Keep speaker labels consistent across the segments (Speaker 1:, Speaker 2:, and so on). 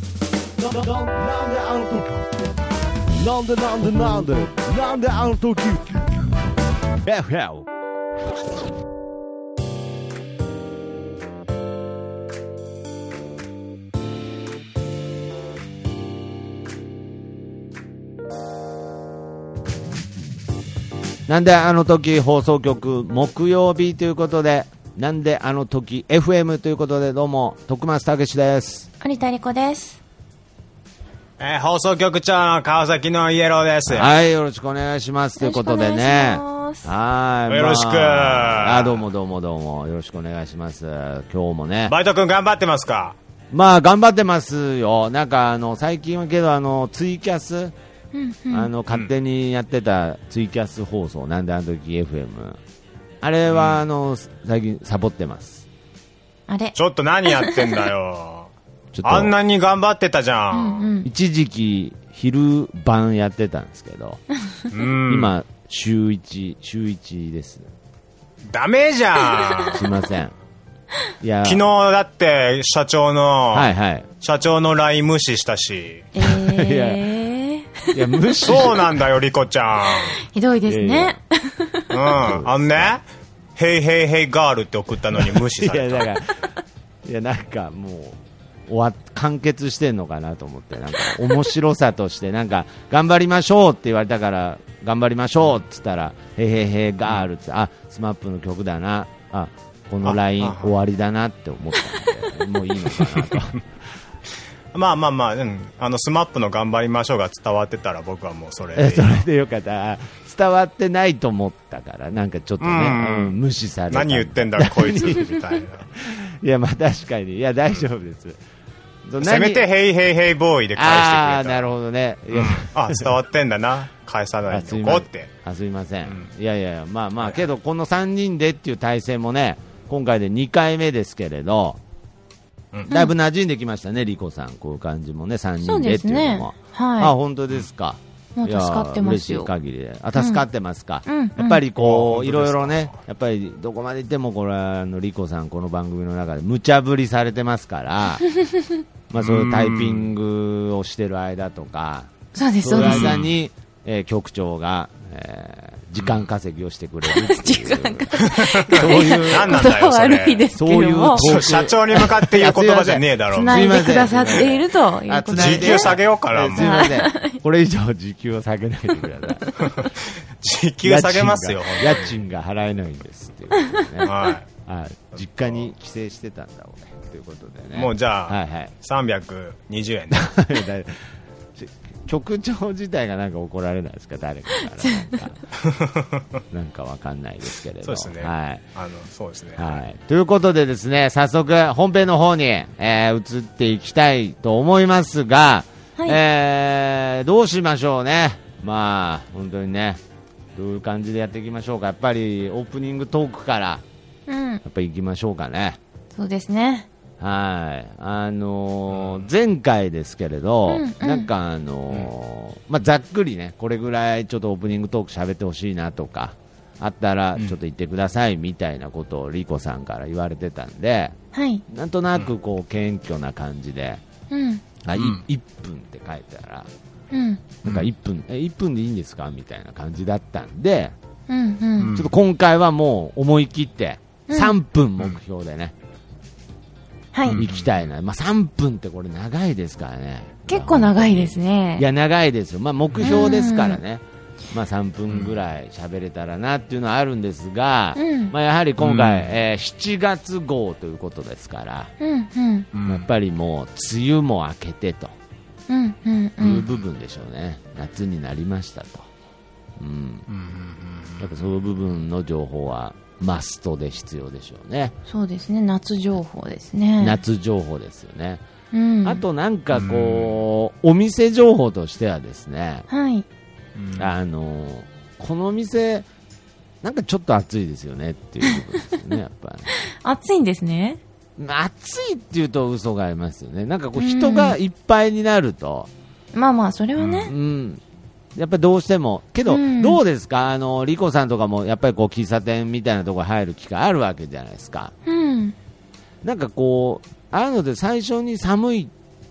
Speaker 1: なななんであの時なんでなんでなんでなんであの時 FM
Speaker 2: なんであの時放送局木曜日ということで、なんであの時 FM ということで、どうも、徳松たけしです。
Speaker 3: 有田理子です。
Speaker 4: えー放送局長の川崎のイエローです。
Speaker 2: はい、よろしくお願いしますということでね。
Speaker 3: よろしくお願いします
Speaker 2: はい、
Speaker 4: よろしく
Speaker 2: あ、どうもどうもどうも、よろしくお願いします。今日もね。
Speaker 4: バイト君頑張ってますか
Speaker 2: まあ、頑張ってますよ。なんか、あの、最近はけど、あの、ツイキャス、あの、勝手にやってたツイキャス放送、なんであの時 FM。あれは、あの、最近サボってます。
Speaker 3: あれ
Speaker 4: ちょっと何やってんだよ。
Speaker 2: ちょっと
Speaker 4: あんなに頑張ってたじゃん。
Speaker 2: 一時期昼晩やってたんですけど、今週1週1です
Speaker 4: ダメ じゃん。
Speaker 2: すいませんいや
Speaker 4: 昨日だって社長の、
Speaker 2: はいはい
Speaker 4: 社長の LINE 無視したし。
Speaker 3: えー、
Speaker 2: いや無視
Speaker 4: そうなんだよ、リコちゃ
Speaker 3: ひどいです
Speaker 2: いやいや
Speaker 3: ね。
Speaker 4: ん。うん。あのね、ヘイヘイヘイガールって送ったのに無視さ
Speaker 2: いや
Speaker 4: れた。
Speaker 2: だからいやなんかもう終わっ完結してんのかなと思ってなんか面白さとしてなんか頑張りましょうって言われたから頑張りましょうっつったら「へへへガール」ってあスマップの曲だなあこの LINE 終わりだなって思ったんでもういいの かなと。
Speaker 4: まあまあまあ、うん。あの、スマップの頑張りましょうが伝わってたら僕はもうそれ
Speaker 2: え
Speaker 4: で。
Speaker 2: それでよかったあ伝わってないと思ったからなんかちょっとね、
Speaker 4: うん
Speaker 2: うん無視された
Speaker 4: 何言ってんだこいつ、みたいな。
Speaker 2: いやまあ確かにいや大丈夫です、そう
Speaker 4: せめて
Speaker 2: 何
Speaker 4: ヘイヘイヘイボーイで返してくれ
Speaker 2: ああ
Speaker 4: たら
Speaker 2: なるほどねいや、
Speaker 4: あ伝わってんだな返さない
Speaker 2: あ
Speaker 4: ですお
Speaker 2: い
Speaker 4: こ
Speaker 2: ま
Speaker 4: うっ
Speaker 2: せん
Speaker 4: て
Speaker 2: あすいません、いやいやまあまあけどこの3人でっていう体制もね今回で2回目ですけれど、だいぶ馴染んできましたね、リコさん、こういう感じもね、3
Speaker 3: そ
Speaker 2: 人
Speaker 3: う
Speaker 2: で
Speaker 3: で
Speaker 2: っ
Speaker 3: す
Speaker 2: ていうの
Speaker 3: ね
Speaker 2: も、。あ
Speaker 3: は
Speaker 2: 本当ですか、
Speaker 3: もう助かってますよ
Speaker 2: いや嬉しい限りであ助かってますか、
Speaker 3: うんうん
Speaker 2: やっぱりこう、
Speaker 4: あ
Speaker 2: い
Speaker 4: 本当
Speaker 2: ろ
Speaker 4: で
Speaker 2: い
Speaker 4: すか
Speaker 2: ろねやっぱりどこまで行ってもこれはあのリコさんこの番組の中で無茶ぶりされてますから まあそういうタイピングをしてる間とか
Speaker 3: い。そうです、
Speaker 2: そ
Speaker 3: そうう
Speaker 2: いう
Speaker 3: です。
Speaker 2: 間に、えー局長が、えー時間稼ぎをしてくれるってい
Speaker 3: 時
Speaker 2: う
Speaker 3: 間が
Speaker 2: そういう
Speaker 4: 何なん
Speaker 3: 言
Speaker 4: だ
Speaker 3: 葉
Speaker 4: よそ
Speaker 3: 悪いで
Speaker 4: れ
Speaker 3: すけども、
Speaker 2: そういう
Speaker 4: 社長に向かって言う言葉じゃね えだろ
Speaker 2: い
Speaker 3: 繋いでくださっているという
Speaker 2: あ
Speaker 3: こと
Speaker 2: 繋
Speaker 3: で
Speaker 2: い
Speaker 4: 時
Speaker 2: で
Speaker 4: 給下げようかな
Speaker 2: えーすい
Speaker 4: もう
Speaker 2: ませんこれ以上時給を下げないでください
Speaker 4: 時給下げますよ
Speaker 2: 家賃が家賃が払えないんですっていうことでね
Speaker 4: は
Speaker 2: はい、実家に帰省してたんだ俺ということでね
Speaker 4: もうじゃあ
Speaker 2: はいはい
Speaker 4: い320 円ね
Speaker 2: だいち局長自体がなんか怒られないですか誰かからなん かなんかわかんないですけれど
Speaker 4: そうですね
Speaker 2: はい
Speaker 4: あのそうですね
Speaker 2: はい、ということでですね早速本編の方に、えー移っていきたいと思いますが、
Speaker 3: はい
Speaker 2: えーどうしましょうねまあ本当にねどういう感じでやっていきましょうかやっぱりオープニングトークから
Speaker 3: う
Speaker 2: や
Speaker 3: ん、
Speaker 2: っぱりいきましょうかね
Speaker 3: そうですね。
Speaker 2: はい、あのー前回ですけれど、
Speaker 3: うんうん
Speaker 2: なんかあのーまあ、ざっくりね、これぐらいちょっとオープニングトーク喋ってほしいなとか、あったらちょっと言ってくださいみたいなことをリコさんから言われてたんで、
Speaker 3: はい。
Speaker 2: なんとなくこう謙虚な感じで、
Speaker 3: うん、
Speaker 2: あい1分って書いてたら、
Speaker 3: うん、
Speaker 2: なんか1分、え1分でいいんですかみたいな感じだったんで、
Speaker 3: うん、うん。
Speaker 2: ちょっと今回はもう思い切って、3分目標でね。
Speaker 3: はい。
Speaker 2: 行きたいな、まあ、3分ってこれ長いですからね
Speaker 3: 結構長いですね。
Speaker 2: いや長いですよ、まあ、目標ですからね、まあ、3分ぐらい喋れたらなっていうのはあるんですが、
Speaker 3: うん
Speaker 2: まあ、やはり今
Speaker 4: うん
Speaker 2: 回、えー7月号ということですから、
Speaker 3: うん、うん、
Speaker 4: うん
Speaker 2: やっぱりもう梅雨も明けてと
Speaker 3: うん、うん、う。
Speaker 2: いうん部分でしょうね、夏になりましたと、うん、やっぱそういう部分の情報はマストで必要でしょうね、
Speaker 3: そうですね、夏情報ですね。。
Speaker 2: 夏情報ですよね。
Speaker 3: うん。
Speaker 2: あ。となんかこう、お店情報としてはですね、
Speaker 3: はい。
Speaker 4: うん
Speaker 2: あのーこのお店、なんかちょっと暑いですよねっていうことですよね、やっぱ
Speaker 3: 暑いんですね。
Speaker 2: り。暑いっていうと嘘がありますよね。なんかこう人がいっぱいになると、
Speaker 3: まあまあ、それは
Speaker 2: う
Speaker 3: ね。
Speaker 2: ん。やっぱりどうしても、けど
Speaker 3: うん、
Speaker 2: どうですか、あの、リコさんとかも、やっぱりこう、喫茶店みたいなところ入る機会あるわけじゃないですか。
Speaker 3: うん。
Speaker 2: なんかこう、ああいうので最初に寒いっ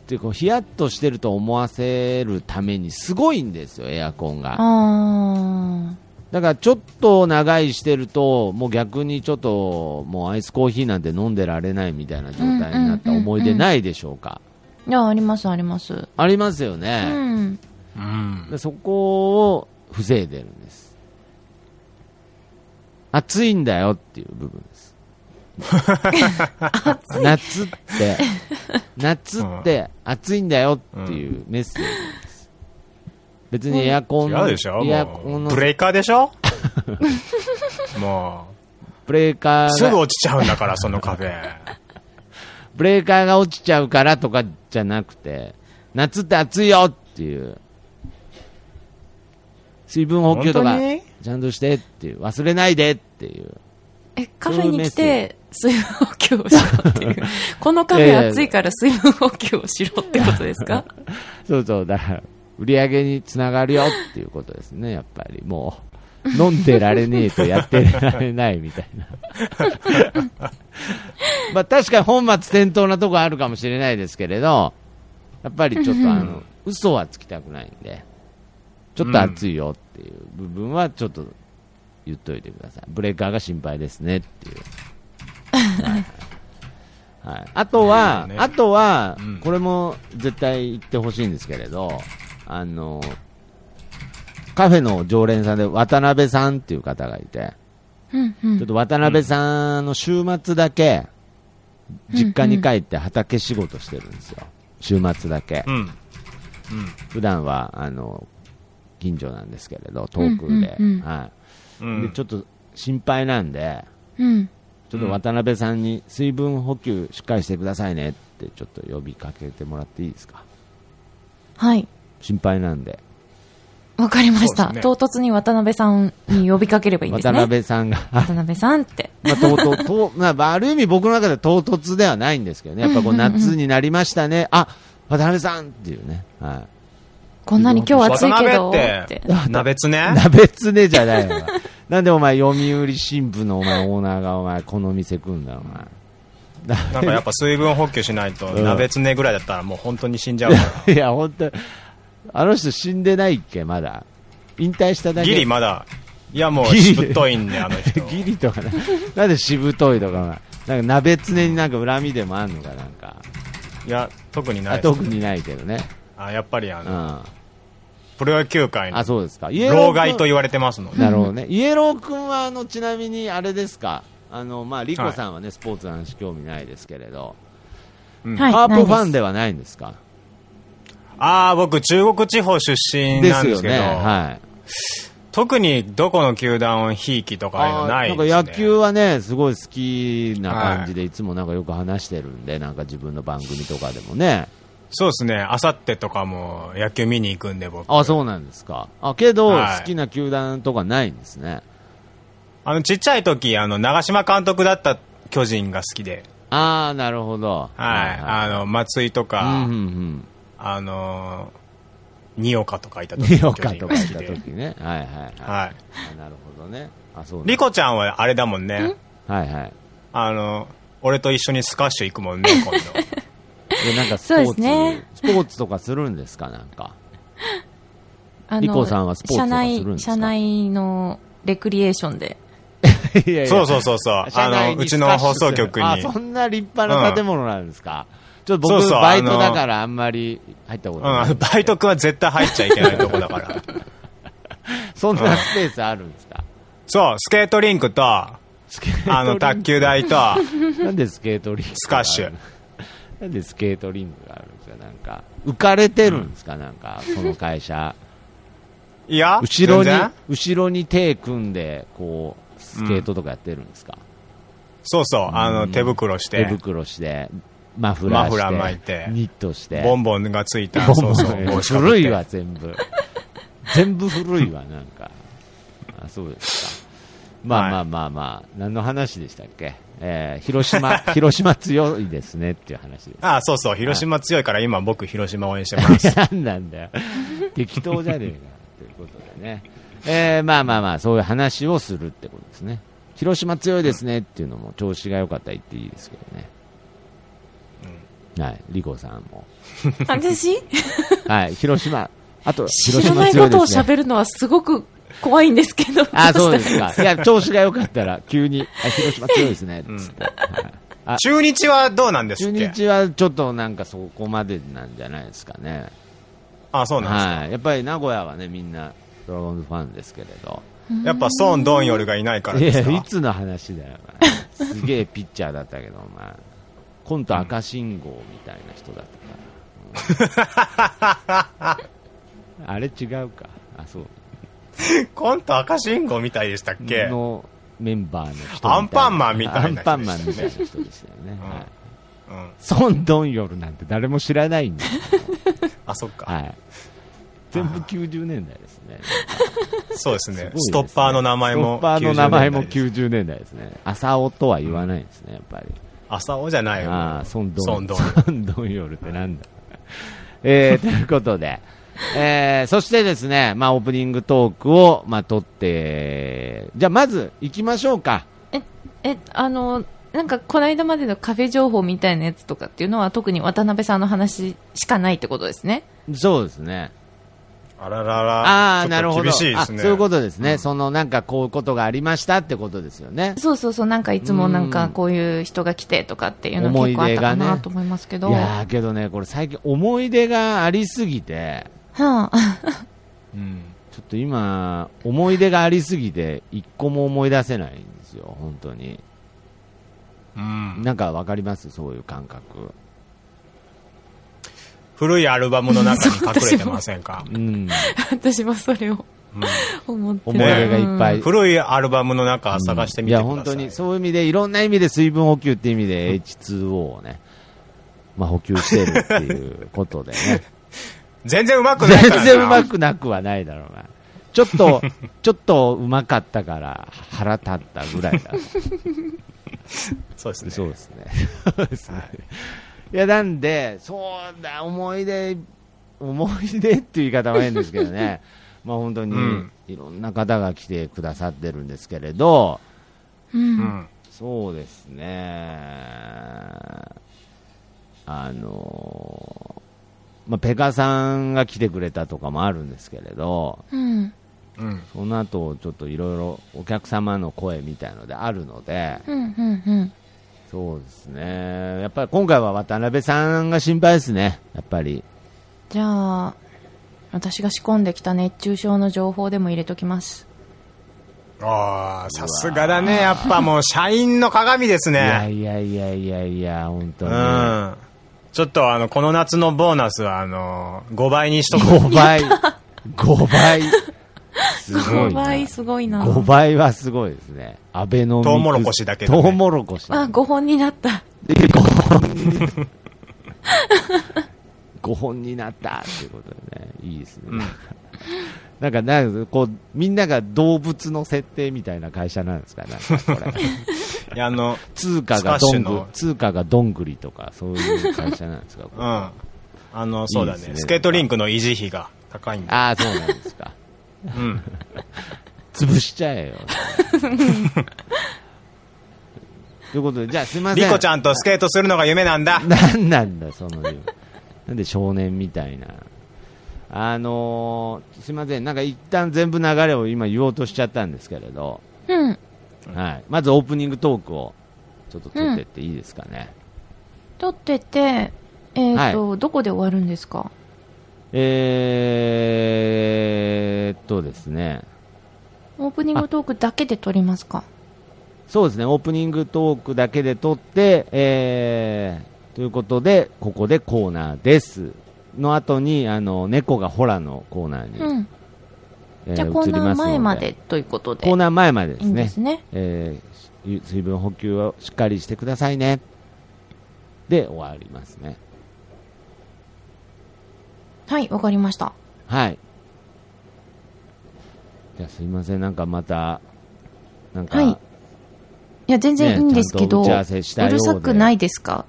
Speaker 2: てこうヒヤッとしてると思わせるためにすごいんですよ、エアコンが。
Speaker 3: あ
Speaker 2: だからちょっと長いしてると、もう逆にちょっと、もうアイスコーヒーなんて飲んでられないみたいな状態になった思い出ないでしょうか。
Speaker 3: ーいやありますあります
Speaker 2: ありますよ
Speaker 3: う
Speaker 2: ね。
Speaker 3: ん
Speaker 4: うん
Speaker 2: でそこを防いでるんです。暑いんだよっていう部分です。夏って、夏って暑いんだよっていううメッセージです。別にエアコン、
Speaker 4: 違うでしょ
Speaker 2: エアコン
Speaker 4: も
Speaker 2: の
Speaker 4: うブレーカーでし ょも
Speaker 2: ブレーカー
Speaker 4: う
Speaker 2: が
Speaker 4: すぐ落ちちゃうんだからそのカフェ
Speaker 2: ブレーカーが落ちちゃうからとかじゃなくて、夏って暑いよっていう、水分補給とか
Speaker 4: 本当に
Speaker 2: ちゃんとしてっていう、忘れないでっていう、
Speaker 3: えカフェに来て水分補給をしろっていう このカフェ暑いから水分補給をしろってことですか
Speaker 2: そうそう、だから、売り上げにつながるよっていうことですね、やっぱり、もう、飲んでられねえとやってられないみたいな。 まあ確かに本末転倒なとこあるかもしれないですけれど、やっぱりちょっとあの、嘘はつきたくないんで、ちょっと暑いよっていう部分はちょっと言っといてください。ブレーカーが心配ですねっていう。はいはい、あとは、
Speaker 4: ね
Speaker 2: あとは、
Speaker 4: うん
Speaker 2: これも絶対言ってほしいんですけれど、あの、カフェの常連さんで渡辺さんっていう方がいて、
Speaker 3: うんう
Speaker 2: ちょっ
Speaker 3: ん
Speaker 2: と渡辺さんの週末だけ、実家に帰って畑仕事してるんですよ。週末だけ
Speaker 4: う。ん
Speaker 2: 普段は、あの、近所なんですけれど、遠くで。
Speaker 3: うんうんうん
Speaker 2: は
Speaker 4: う
Speaker 2: い。で、
Speaker 4: ん
Speaker 2: ちょっと心配なんで、
Speaker 3: うん
Speaker 2: ちょっと渡辺さんに水分補給しっかりしてくださいねって、ちょっと呼びかけてもらっていいですか。
Speaker 3: はい
Speaker 2: 心配なんで。
Speaker 3: わかりまし
Speaker 4: そ
Speaker 3: た、
Speaker 4: うですね
Speaker 3: 唐突に渡辺さんに呼びかければいいんです
Speaker 2: 渡
Speaker 3: ね
Speaker 2: 辺さんが、
Speaker 3: 渡辺さんって
Speaker 2: まあ、とうとうとう、まあまあ、ある意味僕の中では唐突ではないんですけどね、やっぱこう
Speaker 3: うんうんうん
Speaker 2: 夏になりましたね、あ渡辺さんっていうね、は
Speaker 3: こんなに今日暑いけど
Speaker 4: 渡辺
Speaker 3: って
Speaker 4: 鍋つね
Speaker 2: い、な別ねじゃないわ、 なんでお前、読売新聞のお前オーナーがお前この店来るんだろうな。
Speaker 4: なんかやっぱ水分補給しないと
Speaker 2: ん
Speaker 4: 鍋つねぐらいだったらもう本当に死んじゃうか
Speaker 2: いや、本当あの人死んでないっけ、まだ。引退しただ
Speaker 4: ら
Speaker 2: け。
Speaker 4: ギリまだいやもう
Speaker 2: ギリ
Speaker 4: しぶといんであの人
Speaker 2: ギリとかな。なんでしぶといとかな。なんか、鍋つねになんか恨みでもあんのか、なんか。
Speaker 4: いや特にな
Speaker 2: あ
Speaker 4: いです
Speaker 2: 特にないけどね。
Speaker 4: あやっぱりあ
Speaker 2: う
Speaker 4: の
Speaker 2: ん。
Speaker 4: プロ野球界の
Speaker 2: あ、そうですか。イエロー
Speaker 4: 老害と言われてますので
Speaker 2: なるほどね、イエロー君はあのちなみにあれですか、あのまあ、リコさんはね、スポーツの話、興味ないですけれど、
Speaker 3: はい
Speaker 2: カープファン
Speaker 3: で
Speaker 2: ではないんですか、
Speaker 4: ああ僕中国地方出身
Speaker 2: で
Speaker 4: なん
Speaker 2: す
Speaker 4: で
Speaker 2: よ
Speaker 4: すけど
Speaker 2: ね、はい、
Speaker 4: 特にどこの球団をひいきとかああいうのない
Speaker 2: ー
Speaker 4: で
Speaker 2: なん
Speaker 4: すね
Speaker 2: か野球はね、すごい好きな感じで、いつもなんかよく話してるんで、なんか自分の番組とかでもね、
Speaker 4: そうですねあさってとかも野球見に行くんで僕
Speaker 2: あそうなんですか、あけど、
Speaker 4: はい
Speaker 2: 好きな球団とかないんですね、
Speaker 4: あのちっちゃい時あの長嶋監督だった巨人が好きで
Speaker 2: あー、なるほど、
Speaker 4: はい、あの松井とか、
Speaker 2: うんうんうん、
Speaker 4: あのー、二岡とかいた時
Speaker 2: ニオカとかい
Speaker 4: 巨人
Speaker 2: た
Speaker 4: が好きで
Speaker 2: 時ね、はいはいはい、
Speaker 4: はい
Speaker 2: あなるほどね、あそうなんだ
Speaker 4: リコちゃんはあれだもんね
Speaker 2: はいはい。
Speaker 4: あの俺と一緒にスカッシュ行くもんね今度
Speaker 2: でなんかスポ
Speaker 3: そうで
Speaker 2: ー
Speaker 3: す
Speaker 2: ツ、
Speaker 3: ね
Speaker 2: スポーツとかするんですかなんか。
Speaker 3: あの
Speaker 2: リコさんはスポーツとかするんですか
Speaker 3: 社内社内のレクリエーションで
Speaker 2: いやいや
Speaker 4: そうそうそうそう
Speaker 2: 社
Speaker 4: あ
Speaker 2: 内
Speaker 4: のう
Speaker 2: に
Speaker 4: ち
Speaker 2: スカ
Speaker 4: の
Speaker 2: ッシュ
Speaker 4: 放送局に
Speaker 2: するあ、そんな立派な建物なんですか、ちょっと僕
Speaker 4: そうそう
Speaker 2: バイトだからあんまり入ったこ
Speaker 4: う
Speaker 2: と
Speaker 4: んあ
Speaker 2: ない。
Speaker 4: の、バイト君は絶対入っちゃいけないとこ だから
Speaker 2: そんなスペースあるんですか、
Speaker 4: そうスケートリンクとあ
Speaker 2: スケートリンク
Speaker 4: の卓球 台と
Speaker 2: なんでスケートリンク
Speaker 4: スカッシュ。
Speaker 2: なんでスケートリンクがあるんですかなんか、浮かれてるんですかなんか、この会社。
Speaker 4: いや
Speaker 2: 後ろに
Speaker 4: 全然、
Speaker 2: 後ろに手組んで、こう、スケートとかやってるんですか、
Speaker 4: そうそうあの手袋し
Speaker 2: 手
Speaker 4: て
Speaker 2: 袋して、マフラーして、
Speaker 4: マフラー巻いて
Speaker 2: ニットして、
Speaker 4: ボンボンがついた
Speaker 2: ボン
Speaker 4: そうそう帽子かぶっ
Speaker 2: 古
Speaker 4: て
Speaker 2: いわ、全部。全部古いわ、なんか。あ、そうですか。ま
Speaker 4: は
Speaker 2: あ
Speaker 4: い
Speaker 2: まあまあまあ、何の話でしたっけえー広島、 広島強いですねっていう話で
Speaker 4: あそうそう広島強いから今僕広島応援してます
Speaker 2: す。 何なんだよ。適当じゃねえか、ということでね。えーまあまあまあ、そういう話をするってことですね。広島強いですねっていうのも調子が良かったら言っていいですけどね。はい、リコさんも。
Speaker 5: 私
Speaker 2: はい、広島。あ と、
Speaker 5: 知
Speaker 2: 広
Speaker 5: ら
Speaker 2: 島
Speaker 5: ない
Speaker 2: 強
Speaker 5: こ
Speaker 2: いで
Speaker 5: とを
Speaker 2: すね。
Speaker 5: 喋るのはすごく怖いんですけど。
Speaker 2: あ、そうで
Speaker 5: ど
Speaker 2: すか。いや、調子が良かったら、急に、あ、広島強いですね、つって。はいあ
Speaker 4: 中日はどうなんです
Speaker 2: 中
Speaker 4: っけ
Speaker 2: 日はちょっとなんかそこまでなんじゃないですかね。
Speaker 4: あそうなんですか、
Speaker 2: はい。やっぱり名古屋はね、みんな、ドラゴンズファンですけれど。
Speaker 4: やっぱソン・ドンヨルがいないから
Speaker 2: い
Speaker 4: です
Speaker 2: や、い
Speaker 4: か
Speaker 2: つの話だよ、お前すげえピッチャーだったけど、お前。コント赤信号みたいな人だったか ら。うんあれ違うか。あ、そう。
Speaker 4: コント赤信号みたいでしたっけ
Speaker 2: のメンバーの人みたいな
Speaker 4: アンパンマンみたいな人でしたね
Speaker 2: アンパンマンみたいな人でしたよね。はい
Speaker 4: うん、
Speaker 2: ソン・ドンヨルなんて誰も知らないんです
Speaker 4: あそっか、
Speaker 2: はい。全部90年代ですね。
Speaker 4: そうで
Speaker 2: す
Speaker 4: す
Speaker 2: ごい
Speaker 4: ね
Speaker 2: ですね
Speaker 4: ストッパーの名前も
Speaker 2: ストッパーの名前も
Speaker 4: 90年代です
Speaker 2: 90年代ですね。朝尾とは言わないですね、やっぱり。
Speaker 4: 浅尾じゃないよ
Speaker 2: ああ、ソンドン。
Speaker 4: ソンドン
Speaker 2: ソンドンヨルってなんだ。 えー、ということで。えー、そしてですね、まあ、オープニングトークを、まあ、撮って、じゃあ、まず、行きましょうか。
Speaker 5: え、あの、なんかこの間までのカフェ情報みたいなやつとかっていうのは特に渡辺さんの話しかないってことですね。
Speaker 2: そうですね。
Speaker 4: あららら
Speaker 2: ああ、
Speaker 4: ち
Speaker 2: なる
Speaker 4: ょっ
Speaker 2: ほ
Speaker 4: と
Speaker 2: ど。
Speaker 4: 厳しいですね
Speaker 2: あそういうことですね。その、なんか、こういうことがありましたってことですよね。
Speaker 5: そうそうそう、なんかいつもなんかこういう人が来てとかっていうの
Speaker 2: 思い
Speaker 5: 結
Speaker 2: 出
Speaker 5: 構あ
Speaker 2: が
Speaker 5: っ
Speaker 2: ね
Speaker 5: たかなと思いますけど。
Speaker 2: いやー、けどね、これ最近思い出がありすぎて、
Speaker 5: はあ、
Speaker 4: うん
Speaker 2: ちょっと今、思い出がありすぎて、一個も思い出せないんですよ、本当に。
Speaker 4: うん
Speaker 2: なんかわかりますそういう感覚。
Speaker 4: 古いアルバムの中に隠れてませ んか、
Speaker 2: うん。
Speaker 5: 私もそれを
Speaker 4: う
Speaker 5: 思ってた
Speaker 2: 思い出がいっぱい
Speaker 4: ん、古いアルバムの中探してみてください、
Speaker 2: や、本当に、そういう意味で、いろんな意味で水分補給っていう意味で、H2O をね、まあ補給してるっていうことで ね。
Speaker 4: 全然うまくないから
Speaker 2: 全
Speaker 4: な
Speaker 2: 然うまくなくはないだろうな。ちょっ と、ちょっとうまかったから腹立ったぐらい だ。
Speaker 4: そうですね
Speaker 2: そうですね。そうですね。いや、なんで、そうだ、思い出、思い出っていう言い方は変ですけど ね。まあ本当に
Speaker 4: うん、
Speaker 2: いろんな方が来てくださってるんですけれど、
Speaker 5: うん
Speaker 4: うん
Speaker 2: そうですね。あのーまあ、ペカさんが来てくれたとかもあるんですけれど、
Speaker 5: うん
Speaker 4: うん
Speaker 2: その後ちょっといろいろお客様の声みたいのであるので、
Speaker 5: うんうんうん
Speaker 2: そうですね、やっぱり今回は渡辺さんが心配ですね、やっぱり。
Speaker 5: じゃあ私が仕込んできた熱中症の情報でも入れときます
Speaker 4: ああさすがだねやっぱもう社員の鏡です
Speaker 2: いや
Speaker 4: ね
Speaker 2: いやいやいやいや、本当
Speaker 4: う
Speaker 2: に。
Speaker 4: んちょっとあのこの夏のボーナスはあの5倍にしとこう
Speaker 2: 5倍、5倍、す ごい
Speaker 5: 5
Speaker 2: な。
Speaker 5: 倍すごいな
Speaker 2: 5倍はすごいですね。アベノミクス。
Speaker 4: トウモロコシだけどね
Speaker 2: トウモロコシ。
Speaker 5: あ5本になった
Speaker 2: 5本になったっていうことでね、いいですね。
Speaker 4: ん
Speaker 2: なんか、なんかこう、みんなが動物の設定みたいな会社なんですか、なんかこれ。
Speaker 4: いやあの
Speaker 2: 通貨がどん
Speaker 4: スカッシュ
Speaker 2: ぐ
Speaker 4: の、
Speaker 2: 通貨がどんぐりとか、そういう会社なんですか、こ
Speaker 4: う
Speaker 2: れ
Speaker 4: んあのそうだね
Speaker 2: いいですね
Speaker 4: スケートリンクの維持費が高いんだ
Speaker 2: ああ、そうなんですか。
Speaker 4: うん
Speaker 2: 潰しちゃ えよ。ということで、じゃあすいません。
Speaker 4: リコちゃんとスケートするのが夢なんだ
Speaker 2: なんなんだ、その理由なんで少年みたいな。あのーすいません。なんか一旦全部流れを今言おうとしちゃったんですけれど、
Speaker 5: うん
Speaker 2: はい。まずオープニングトークを、ちょっと撮ってっていいですかね。
Speaker 5: 撮っててえっ、と、どこで終わるんですか
Speaker 2: えーっとですね。
Speaker 5: オープニングトークだけで撮りますか
Speaker 2: そうですね、オープニングトークだけで撮って、えーということで、ここでコーナーです。の後に、あの、猫がホラのコーナーに、
Speaker 5: うん
Speaker 2: えー
Speaker 5: じゃあコーナー前ま
Speaker 2: 移
Speaker 5: で
Speaker 2: り
Speaker 5: ということ
Speaker 2: すの
Speaker 5: で
Speaker 2: でコーナー前までで
Speaker 5: い
Speaker 2: す
Speaker 5: いん
Speaker 2: ね。
Speaker 5: ですね
Speaker 2: えー水分補給をしっかりしてくださいね。で、終わりますね。
Speaker 5: はいわかりました
Speaker 2: はい。じゃあすいません、なんかまた、なんか、
Speaker 5: はいいや全然いいんですけど、
Speaker 2: ねちゃんと打ち合わせしたよ
Speaker 5: う
Speaker 2: うで
Speaker 5: るさくないですか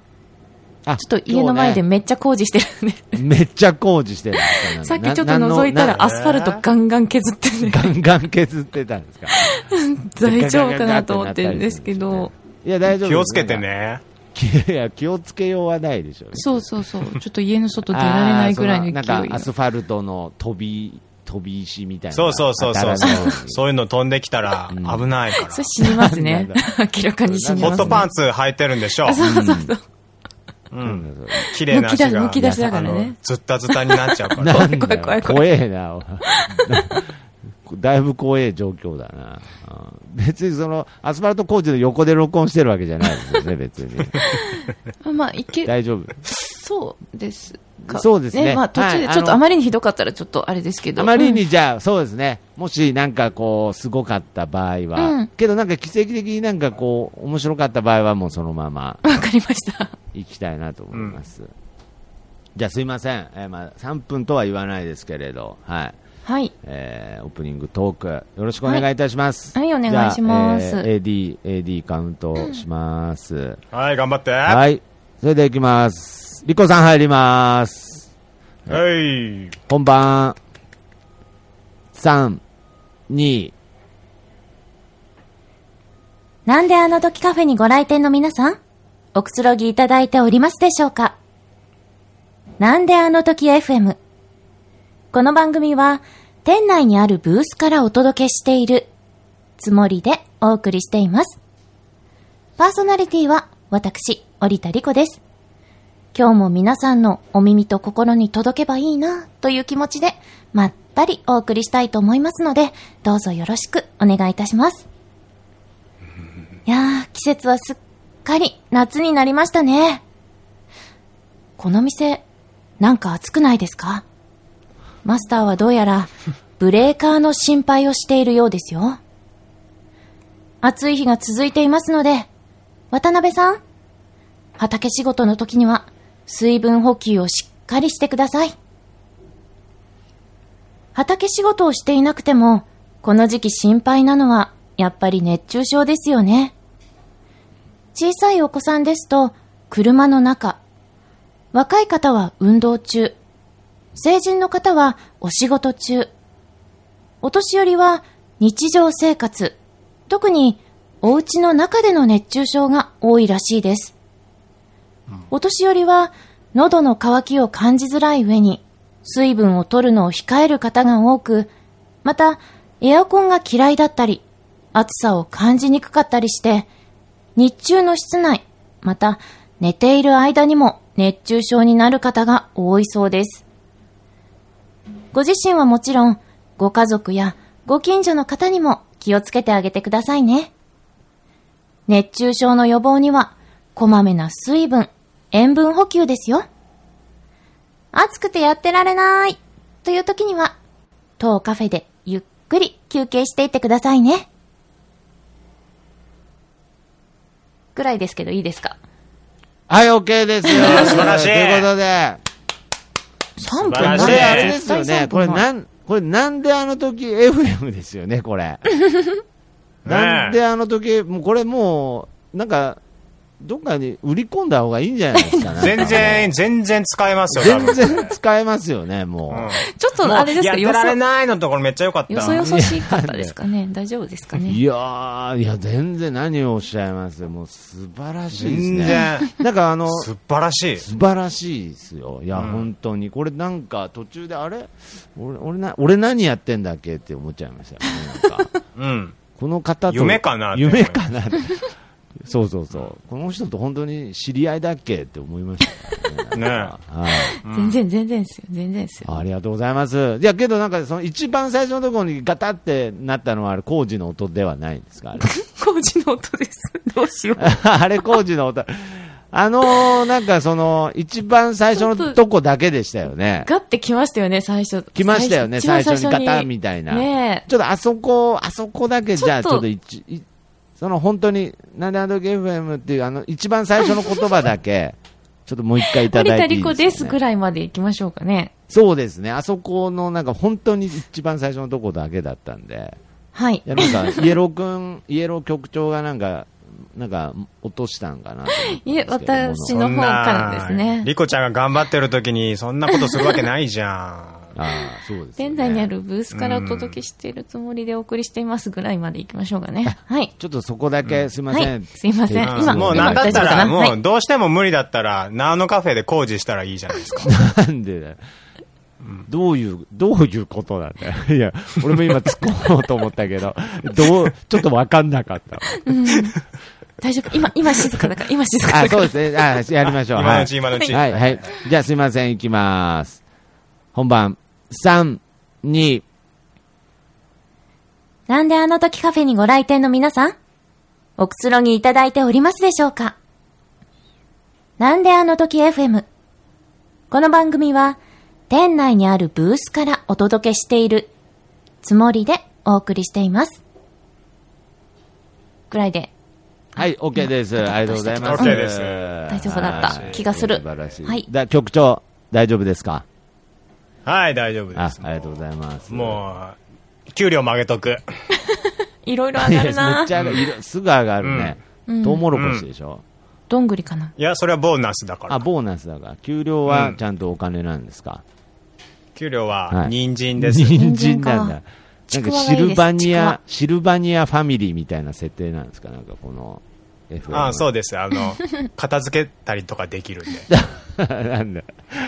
Speaker 2: あ
Speaker 5: ちょっと家の前で
Speaker 2: 今
Speaker 5: めっちゃ工事してるんで、
Speaker 2: 日ねめっちゃ工事してるんですよ
Speaker 5: さっき
Speaker 2: な
Speaker 5: ちょっと覗いたらアスファルトガンガン削って ね
Speaker 2: ガンガン削ってたんですか
Speaker 5: 大丈夫かなと思ってるんですけど、
Speaker 2: いや、大丈夫です
Speaker 4: 気をつけて。ね
Speaker 2: いや、気をつけようはないでしょうね。
Speaker 3: そうそうそう。ちょっと家の外出られないぐらいの
Speaker 2: あーそ
Speaker 3: 勢
Speaker 2: なん
Speaker 3: い
Speaker 2: かアスファルトの飛び、飛び石みたいな。
Speaker 4: そうそうそうそ
Speaker 2: 当
Speaker 4: う
Speaker 2: たらないように。
Speaker 4: そういうの飛んできたら
Speaker 2: うん
Speaker 4: 危ないから。
Speaker 3: それ死にますね
Speaker 2: な。
Speaker 3: 明らかに死にま
Speaker 4: ホッ
Speaker 3: す、
Speaker 4: ト
Speaker 3: ね。
Speaker 4: パンツ履いてるんでしょ
Speaker 3: そうそうそう。
Speaker 4: う。う。
Speaker 2: うんん
Speaker 4: 綺麗な足が。
Speaker 3: むき出しむき出しだからね
Speaker 4: あのズッタズタになっちゃうから。
Speaker 2: なんだ
Speaker 3: 怖い
Speaker 2: よ
Speaker 3: 怖い
Speaker 2: 怖えな。だいぶ怖え状況だな。うん別にその、アスファルト工事の横で録音してるわけじゃないですよ ね、別に。
Speaker 3: あまあ、いけ、
Speaker 2: 大丈夫。
Speaker 3: そうですか。
Speaker 2: そうですね
Speaker 3: まあ、途中で
Speaker 2: はい
Speaker 3: ちょっ
Speaker 2: あ
Speaker 3: と
Speaker 2: の
Speaker 3: あまりにひどかったらちょっとあれですけど。
Speaker 2: あまり
Speaker 3: う
Speaker 2: に
Speaker 3: ん
Speaker 2: じゃあ、そうですね。もしなんかこう、すごかった場合は、
Speaker 3: うん
Speaker 2: けどなんか奇跡的になんかこう、面白かった場合はもうそのまま
Speaker 3: わ、かりました。
Speaker 2: 行きたいなと思います。じゃあすいません。えーまあ、3分とは言わないですけれど、はい。
Speaker 3: はい。
Speaker 2: えーオープニングトーク、よろしくお願いいたします。
Speaker 3: はいはいお願いします
Speaker 2: じゃあえー AD、AD カウントします。
Speaker 4: はい、頑張って。は
Speaker 2: はい。それでは行きます。リコさん入ります。
Speaker 4: い。
Speaker 2: 本番。3、2、
Speaker 5: なんであの時カフェにご来店の皆さん、おくつろぎいただいておりますでしょうかなんであの時 FM。この番組は、店内にあるブースからお届けしているつもりでお送りしています。パーソナリティは、私、織田理子です。今日も皆さんのお耳と心に届けばいいな、という気持ちで、まったりお送りしたいと思いますので、どうぞよろしくお願いいたします。いやー、季節はすっかり夏になりましたね。この店、なんか暑くないですかマスターはどうやら、ブレーカーの心配をしているようですよ。暑い日が続いていますので、渡辺さん、畑仕事の時には、水分補給をしっかりしてください。畑仕事をしていなくても、この時期心配なのは、やっぱり熱中症ですよね。小さいお子さんですと、車の中。若い方は運動中。成人の方はお仕事中。お年寄りは日常生活。特に、お家の中での熱中症が多いらしいです。お年寄りは、喉の渇きを感じづらい上に、水分を取るのを控える方が多く、また、エアコンが嫌いだったり、暑さを感じにくかったりして、日中の室内、また、寝ている間にも熱中症になる方が多いそうです。ご自身はもちろん、ご家族やご近所の方にも気をつけてあげてくださいね。熱中症の予防には、こまめな水分、塩分補給ですよ。暑くてやってられないという時には、当カフェでゆっくり休憩していってくださいね。ぐらいですけどいいですか
Speaker 2: はい、OK ですよ。
Speaker 4: 素晴らしい
Speaker 2: ということで、
Speaker 5: ?3 分
Speaker 4: 素晴らしい
Speaker 2: これあれ
Speaker 4: え
Speaker 2: ですよね、これなん、これなんであの時 FM ですよね、これ。なんであの時、もうこれもう、なんか、どっかに売り込んだ方がいいんじゃないですかね。
Speaker 4: 全然、全然使えますよ、多
Speaker 2: 全
Speaker 4: 分。
Speaker 2: 然使えますよね、もう。
Speaker 4: うん
Speaker 3: ちょっとあれです
Speaker 4: やっ
Speaker 3: か、
Speaker 4: て
Speaker 3: よそ
Speaker 4: られないのところめっちゃ良かった。
Speaker 3: よそよそしかったですかね。大丈夫ですかね。
Speaker 2: いやー、いや、全然何をおっしゃいますよ。もう素晴らしいです
Speaker 4: 全
Speaker 2: ね。
Speaker 4: 然、
Speaker 2: なんかあの、素
Speaker 4: 素晴らしい。
Speaker 2: 晴らしいですよ。いや、
Speaker 4: うん
Speaker 2: 本当に。これなんか途中で、あれ俺、俺な、俺何やってんだっけって思っちゃいましたよね。なん か
Speaker 4: うん。
Speaker 2: この方と。
Speaker 4: 夢かなって
Speaker 2: 夢かなって。そうそうそう。この人と本当に知り合いだっけって思いましたからね。なんかはい。
Speaker 3: 全然、全然ですよ。全然ですよ。
Speaker 2: ありがとうございます。いや、けどなんか、その一番最初のところにガタってなったのは、あれ、工事の音ではないんで すかあれ。
Speaker 3: 工事の音 です。どうしよう。
Speaker 2: あれ工事の音。あのー、なんかその、一番最初のとこだけでしたよね。
Speaker 3: ガってきましたよね、最初。
Speaker 2: 来ましたよね、
Speaker 3: 一番
Speaker 2: 最初にガタンみたいな。
Speaker 3: ねえ。
Speaker 2: ちょっとあそこ、あそこだけじゃあ、ち
Speaker 3: ちょ
Speaker 2: ょ
Speaker 3: っ
Speaker 2: っ
Speaker 3: と
Speaker 2: と一、いその本当に、なんであの時 FM っていう、あの、一番最初の言葉だけ、ちょっともう一回いた
Speaker 3: 森
Speaker 2: だ
Speaker 3: 田
Speaker 2: いてい
Speaker 3: 理
Speaker 2: い
Speaker 3: 子
Speaker 2: で
Speaker 3: ですす
Speaker 2: か、
Speaker 3: ぐ
Speaker 2: ね。
Speaker 3: らいまで行きましょうかね。
Speaker 2: そうですね、あそこのなんか本当に一番最初のとこだけだったんで。
Speaker 3: はい
Speaker 2: い。や、なんか、イエロー君、イエロー局長がなんか、なんか、落としたんかなと思ったんですけど。
Speaker 3: いえ、私
Speaker 4: そ
Speaker 3: の
Speaker 4: ん
Speaker 3: 方から
Speaker 4: な
Speaker 3: ですね。
Speaker 4: リコちゃんが頑張ってる時に、そんなことするわけないじゃん。
Speaker 2: ああ、そうです、ね。
Speaker 5: 店内にあるブースからお届けしているつもりでお送りしていますぐらいまで行きましょうかね。はい。
Speaker 2: ちょっとそこだけ、すいま
Speaker 5: は
Speaker 2: せん。
Speaker 5: い。すいません。
Speaker 2: あ
Speaker 5: 今、
Speaker 4: もう
Speaker 5: 今
Speaker 4: なんだっ
Speaker 5: 大丈
Speaker 4: た、
Speaker 5: 夫からなは
Speaker 4: も。
Speaker 5: いう
Speaker 4: どうしても無理だったら、ナウのカフェで工事したらいいじゃないですか。
Speaker 2: なんでだよどういう、どういうことなんだよ。いや、俺も今突っ込もうと思ったけど、どう、ちょっとわかんなかった。
Speaker 5: 大丈夫。今、今静かだから、今静か
Speaker 2: あ、
Speaker 5: だか
Speaker 2: そう
Speaker 5: ら。
Speaker 2: ですね。あ、やりましょう。
Speaker 4: 今の
Speaker 2: は
Speaker 4: う
Speaker 2: い
Speaker 4: ち、。今のうち。
Speaker 2: はい、はい。じゃあすいません、いきます。本番、3、2、
Speaker 5: なんであの時カフェにご来店の皆さん、おくつろぎいただいておりますでしょうかなんであの時 FM。この番組は、店内にあるブースからお届けしているつもりでお送りしています。くらいで
Speaker 2: はい、OK です。ありがとうございます。
Speaker 4: OK です
Speaker 5: 大丈夫だった
Speaker 2: はい
Speaker 5: 気がする
Speaker 2: 素晴らしい。
Speaker 5: はい
Speaker 2: だ局長、大丈夫ですか
Speaker 4: はい、大丈夫
Speaker 2: あ
Speaker 4: で、す。
Speaker 2: ありがとうございます。
Speaker 4: もう、給料曲げとく。
Speaker 5: いろいろ
Speaker 2: い
Speaker 5: 上
Speaker 2: や
Speaker 5: が
Speaker 2: め
Speaker 5: る
Speaker 2: っちゃ上が
Speaker 5: な
Speaker 2: る色すぐ上がるね。トウモロコシでしょ。
Speaker 5: どんぐりかない
Speaker 4: や、それはボーナスだか
Speaker 2: あ、
Speaker 4: ら。
Speaker 2: ボーナスだから。給料はちゃんとお金なんですか
Speaker 4: 給料
Speaker 2: は、
Speaker 4: はい人参です。
Speaker 2: 人参なんだ。な
Speaker 5: 人参
Speaker 2: ん
Speaker 5: か
Speaker 2: かシルバ
Speaker 5: ち
Speaker 2: ニ
Speaker 5: くわがいい
Speaker 2: ア、シルバニアファミリーみたいな設定なんですかなんかこの FM。
Speaker 4: あそうです。あの、片付けたりとかできるんで。
Speaker 2: なんだ。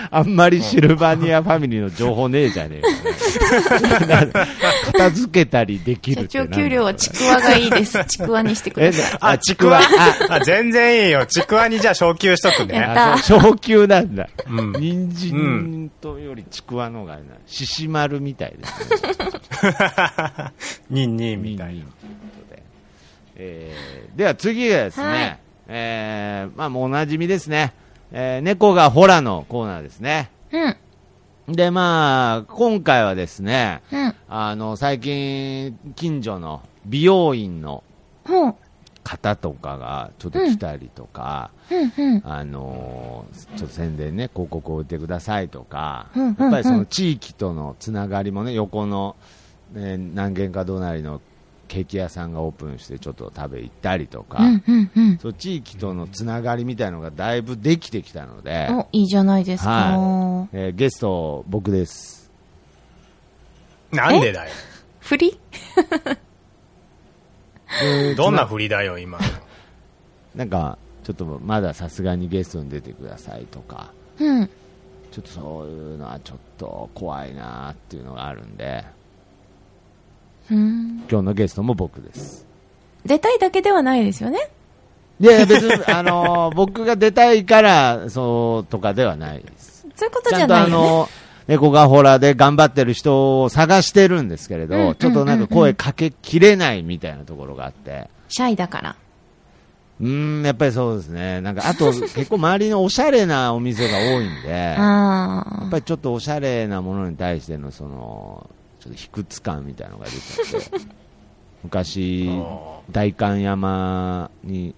Speaker 2: あんまりシルバニアファミリーの情報ねえじゃねえ よなんだ片付けたりできる
Speaker 3: 社
Speaker 2: っ
Speaker 3: 長
Speaker 2: てなんだ
Speaker 3: 給料はちくわがいいです。ちくわにしてく
Speaker 2: え
Speaker 3: ださい。
Speaker 2: あ、ちくわ。あ
Speaker 4: あ、全然いいよ。ちくわにじゃあ昇給しとくね。
Speaker 2: あ、そう昇級なんだ。
Speaker 4: うん
Speaker 2: 人参とよりちくわの方がな、しし丸みたいですね。
Speaker 4: ニンニンみたいな。
Speaker 2: えーでは次がですね、
Speaker 5: はい
Speaker 2: えーまあもうおなじみですね、えー猫がホラのコーナーですね。
Speaker 5: うん、
Speaker 2: で、まあ、今回はですね、
Speaker 5: うん。
Speaker 2: あの、最近、近所の美容院の
Speaker 5: ほう、
Speaker 2: 方とかがちょっと来たりとか、
Speaker 5: うん、うん。
Speaker 2: あのーちょっと宣伝ね、広告を売ってくださいとか、
Speaker 5: うんうん
Speaker 2: やっぱりその地域とのつながりもね、横の、ね、何軒か隣のケーキ屋さんがオープンして、ちょっと食べ行ったりとか、
Speaker 5: うん、うん、うん。
Speaker 2: そう地域とのつながりみたいのがだいぶできてきたので、
Speaker 5: お、いいじゃないですか。
Speaker 2: はいえーゲスト、僕です。
Speaker 4: なんでだよ。
Speaker 3: ふり
Speaker 4: どんな振りだよ、今。
Speaker 2: なんか、ちょっとまださすがにゲストに出てくださいとか、
Speaker 5: うん。
Speaker 2: ちょっとそういうのはちょっと怖いなっていうのがあるんで、
Speaker 5: うん。
Speaker 2: 今日のゲストも僕です。
Speaker 5: 出たいだけではないですよね。
Speaker 2: いやいや別に、あのー 僕が出たいから、そうとかではないです。
Speaker 5: そういうこと
Speaker 2: ち
Speaker 5: じ
Speaker 2: ゃ
Speaker 5: ゃ
Speaker 2: んと
Speaker 5: な
Speaker 2: あ
Speaker 5: いよね。
Speaker 2: の猫がほらで頑張ってる人を探してるんですけれど、
Speaker 5: うんうんうんうん
Speaker 2: ちょっとなんか声かけきれないみたいなところがあって、
Speaker 5: シャイだから。
Speaker 2: うーん、やっぱりそうですね。なんか、あと、結構周りのおしゃれなお店が多いんで、 や
Speaker 5: あ
Speaker 2: っぱりちょっとおしゃれなものに対しての、その、ちょっと卑屈感みたいなのが出ちゃって、昔、代官山に、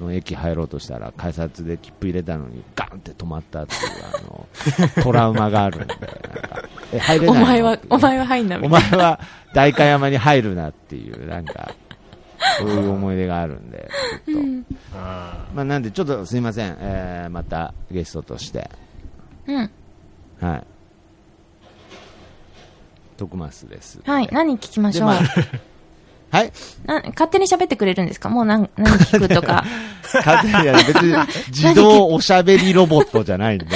Speaker 2: の駅入ろうとしたら、改札で切符入れたのに、ガンって止まったっていう、あの、トラウマがあるんで、なんか、え、入れ
Speaker 3: お
Speaker 2: ないの
Speaker 3: 前は
Speaker 2: ってい、う
Speaker 3: お前は入んな、みた
Speaker 2: お
Speaker 3: いな。
Speaker 2: 前は代官山に入るなっていう、なんか、そういう思い出があるんで、ちょっと。
Speaker 4: あ
Speaker 2: まあ、なんで、ちょっとすいません、えーまたゲストとして、
Speaker 5: あ。うん。
Speaker 2: はい。徳増です。
Speaker 5: はい。何聞きましょう。
Speaker 2: ではい。
Speaker 5: な勝手に喋ってくれるんですかもう何、何聞く とか。
Speaker 2: 勝手に、いや別に自動おしゃべりロボットじゃないんで、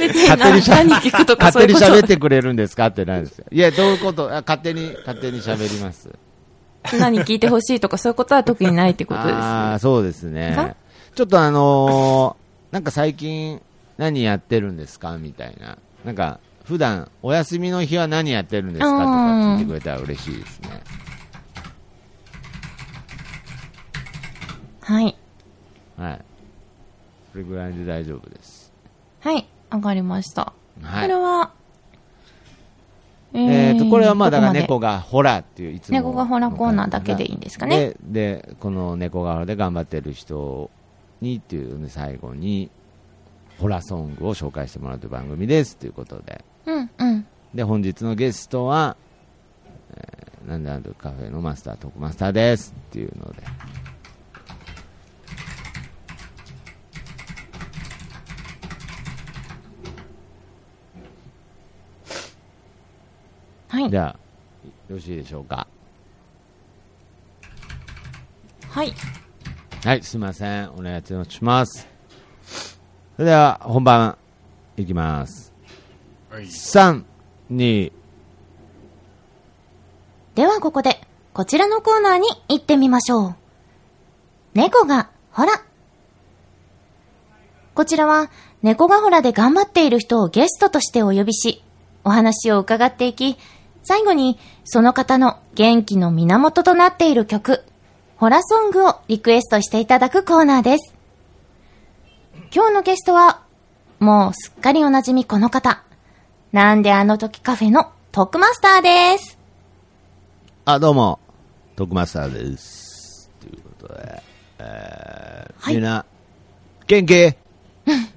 Speaker 3: 別に
Speaker 2: 勝手にしゃ
Speaker 3: 何何聞くとかそうい
Speaker 2: 勝手
Speaker 3: う
Speaker 2: に
Speaker 3: こと。
Speaker 2: 喋ってくれるんですかってないですよ。いや、どういうことあ勝手に、勝手に喋ります。
Speaker 5: 何聞いてほしいとか、そういうことは特にないってことです。
Speaker 2: ああ、そうですね
Speaker 5: か。
Speaker 2: ちょっとあのー なんか最近何やってるんですかみたいな。なんか、普段お休みの日は何やってるんですかとか聞いてくれたら嬉しいですね。
Speaker 5: はい。
Speaker 2: はい。それぐらいで大丈夫です。
Speaker 5: はい。わかりました。
Speaker 2: は
Speaker 5: これ
Speaker 2: い。
Speaker 5: は、え
Speaker 2: えっ、と、これはまあ、だから
Speaker 5: どこ
Speaker 2: 猫
Speaker 5: ま
Speaker 2: がホラーっていう、いつもの
Speaker 5: 猫がホラーコーナーだけでいいんですかね。
Speaker 2: で、でこの猫がホラーで頑張ってる人にっていうね、最後に、ホラーソングを紹介してもらうという番組ですということで。
Speaker 5: でうん、うん。
Speaker 2: で、本日のゲストは、えーなんであるカフェのマスター、トクマスターですっていうので。
Speaker 5: はい
Speaker 2: じ。ゃあ、よろしいでしょうか。
Speaker 5: はい。
Speaker 2: はい、すいません。お願いします。それでは、本番、いきます。
Speaker 4: はい
Speaker 2: 3、2、
Speaker 5: ではここで、こちらのコーナーに行ってみましょう。猫が、ほら。こちらは、猫がほらで頑張っている人をゲストとしてお呼びし、お話を伺っていき、最後に、その方の元気の源となっている曲、ホラソングをリクエストしていただくコーナーです。今日のゲストは、もうすっかりおなじみこの方、なんであの時カフェのトックマスターです。
Speaker 2: あ、どうも、徳マスターです。ということで、えー
Speaker 5: はい
Speaker 2: みんな、元気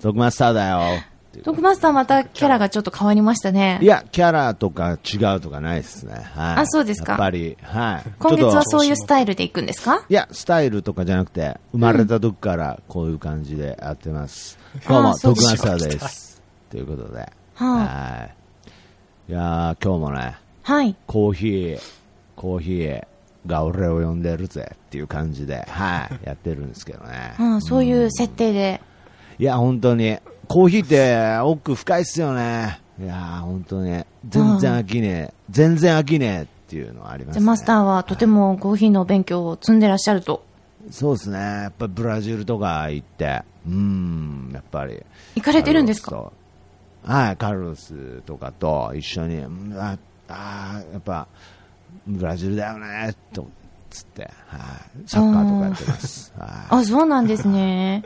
Speaker 2: 徳マスターだよ。
Speaker 3: ドクマスターまたキャラがちょっと変わりましたね
Speaker 2: い。や、キャラとか違うとかないですね。はい。
Speaker 3: あそうですか
Speaker 2: やっぱり、はい。
Speaker 3: 今月
Speaker 2: ちょ
Speaker 3: は
Speaker 2: っと
Speaker 3: そういうスタイルで行くんですか
Speaker 2: いや、スタイルとかじゃなくて、生まれた時からこういう感じでやってます。どう
Speaker 3: あ
Speaker 2: も、
Speaker 3: ーそう
Speaker 2: 徳
Speaker 3: でし
Speaker 2: マ
Speaker 3: た
Speaker 2: スターです。ということで、はいい。いやー、今日もね、
Speaker 5: はい。
Speaker 2: コーヒー、コーヒーが俺を呼んでるぜっていう感じで、はい、やってるんですけどね。
Speaker 5: うん、そういう設定で。
Speaker 2: いや、本当に、コーヒーって奥深いっすよね。いやー、本当に、全然飽きねえ、全然飽きねえっていうのはあります
Speaker 5: じ
Speaker 2: ね。
Speaker 5: ゃあマスターはとてもコーヒーのお勉強を積んでらっしゃると。
Speaker 2: そうですね、やっぱりブラジルとか行って、うーん、やっぱり。
Speaker 5: 行かれてるんです
Speaker 2: カル
Speaker 5: か
Speaker 2: ロスとはい、カルロスとかと一緒に、うんああー、やっぱ、ブラジルだよね、と、つって、はい、サッカーとかやってます。はい
Speaker 5: あ、そうなんですね。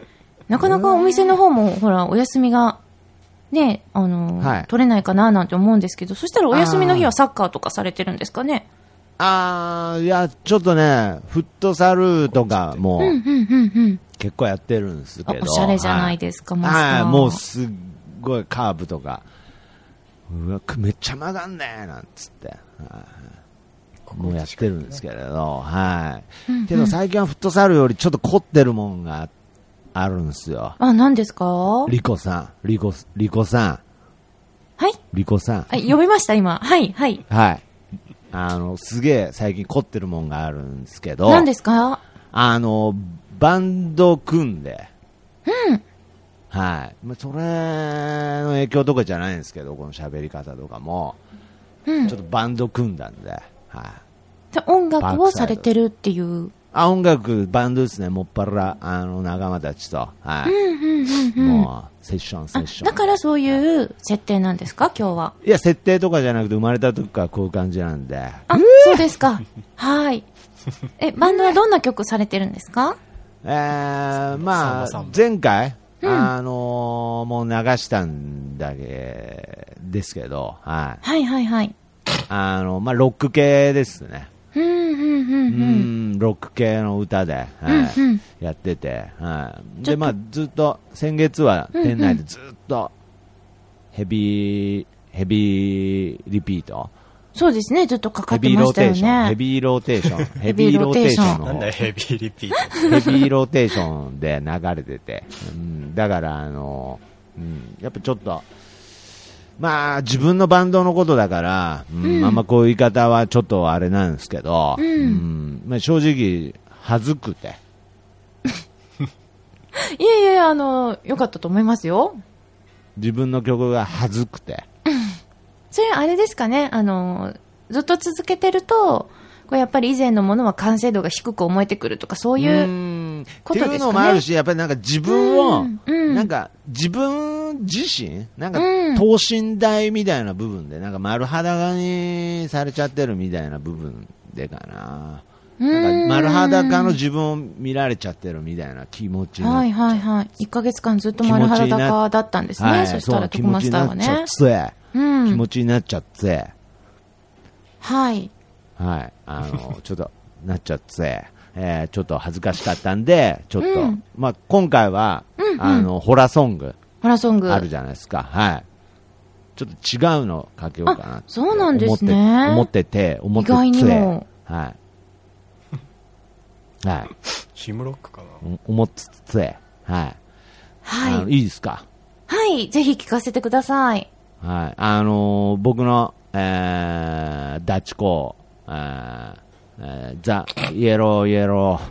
Speaker 5: なかなかお店の方も、ほら、お休みが、ね、あの、
Speaker 2: はい
Speaker 5: 取れないかななんて思うんですけど、そしたらお休みの日はサッカーとかされてるんですかね
Speaker 2: あー、いや、ちょっとね、フットサルとかも、結構やってるんです
Speaker 5: あ
Speaker 2: けど。
Speaker 5: おしゃれじゃないですか、マスター。
Speaker 2: はい、もうすっごいカーブとか、うわ、めっちゃ曲がんねえなんつって、はいもうやってるんですけれど、はい。けど最近はフットサルよりちょっと凝ってるもんがあるんですよ。
Speaker 5: あ、何ですかは
Speaker 2: リコさん、リコ、リコさ
Speaker 5: い
Speaker 2: ん、リコさん。
Speaker 5: あ呼びました、今。はい、はい。
Speaker 2: はい。あの、すげえ最近凝ってるもんがあるんですけど、
Speaker 5: 何ですか
Speaker 2: あの、バンド組んで。はい。まあ、それの影響とかじゃないんですけど、この喋り方とかも。ちょっとバンド組んだんで。はい。
Speaker 5: で音楽をされてるっていう。
Speaker 2: あ、音楽、バンドですね。もっぱら、あの、仲間たちと。はい。もう、セッション、セ
Speaker 5: あ
Speaker 2: ッション。
Speaker 5: だからそういう設定なんですか今日は。
Speaker 2: いや、設定とかじゃなくて、生まれた時からこういう感じなんで。
Speaker 5: あ、そうですか。はい。え、バンドはどんな曲されてるんですか
Speaker 2: えー、ま
Speaker 4: さんまさ
Speaker 2: あ
Speaker 4: んも、
Speaker 2: 前回、あのーもう流したんだけですけど、はい。
Speaker 5: はいはいはい。
Speaker 2: あの、まあ、ロック系ですね。
Speaker 5: うんうんう。
Speaker 2: うんん、ロック系の歌で、はい
Speaker 5: うんうん
Speaker 2: やってて、はい、で、まあ、ずっと、先月は店内でずっと、ヘビー、ヘビーリピート、
Speaker 5: そうですね、ずっとかか
Speaker 2: ヘ
Speaker 5: って
Speaker 2: ビー
Speaker 5: ま
Speaker 2: ロー
Speaker 5: した
Speaker 2: テ
Speaker 5: よ
Speaker 2: ーション、ヘ
Speaker 5: ね。
Speaker 2: ビーローテーション、ヘ
Speaker 5: ビ
Speaker 2: ビ
Speaker 5: ー
Speaker 2: ー
Speaker 5: ロ
Speaker 2: ロー
Speaker 5: ーテ
Speaker 2: テ
Speaker 5: ー
Speaker 2: ー
Speaker 5: シ
Speaker 2: シ
Speaker 5: ョ
Speaker 2: ョン
Speaker 5: ン
Speaker 2: の
Speaker 4: なん
Speaker 2: 方
Speaker 4: だよヘビーリピート
Speaker 2: ヘビーローテーションで流れてて、うん、だから、あの、うん、やっぱちょっと、まあ、自分のバンドのことだから、うんあんまこういう言い方はちょっとあれなんですけど、うんまあ、正直、恥ずくて、
Speaker 5: いえいえ、あの、良かったと思いますよ。
Speaker 2: 自分の曲が恥ずくて、
Speaker 5: それあれですかね、あの、ずっと続けてると、こうやっぱり以前のものは完成度が低く思えてくるとか、そういうう、
Speaker 2: んっ
Speaker 5: こ
Speaker 2: て
Speaker 5: と
Speaker 2: い
Speaker 5: ですかね
Speaker 2: うのもあるし、やっぱりなんか自分を、
Speaker 5: うんうん
Speaker 2: なんか自分自身、なんか
Speaker 5: うん
Speaker 2: 等身大みたいな部分で、なんか丸裸にされちゃってるみたいな部分でかな。なんか丸裸の自分を見られちゃってるみたいな気持ちになっ
Speaker 5: はいはいはい。1ヶ月間ずっと丸原高だったんですね。
Speaker 2: はい
Speaker 5: そした
Speaker 2: う
Speaker 5: ら、徳マスターは
Speaker 2: 気持
Speaker 5: ね。
Speaker 2: ちになっちゃって、
Speaker 5: う
Speaker 2: 気
Speaker 5: ん。
Speaker 2: 持ちになっちゃって、
Speaker 5: はい。
Speaker 2: はい、あの、ちょっと、なっちゃって、えーちょっと恥ずかしかったんで、ちょっと、
Speaker 5: うん
Speaker 2: まあ、今回は、あの、ホラーソング
Speaker 5: マラソング。
Speaker 2: あるじゃないですか、はい。ちょっと違うのかけようかなって
Speaker 5: あそうなんですね
Speaker 2: 思ってて、思ってて、
Speaker 5: 意外にも
Speaker 2: はい。 はい。
Speaker 4: ヒムロックかな
Speaker 2: お思ってて、はい。あ
Speaker 5: は
Speaker 2: の
Speaker 5: い。
Speaker 2: いいですか
Speaker 5: はい。ぜひ聞かせてください。
Speaker 2: はい、あのー僕の、えーダチコ、えーえーザ・イエロー・イエロー、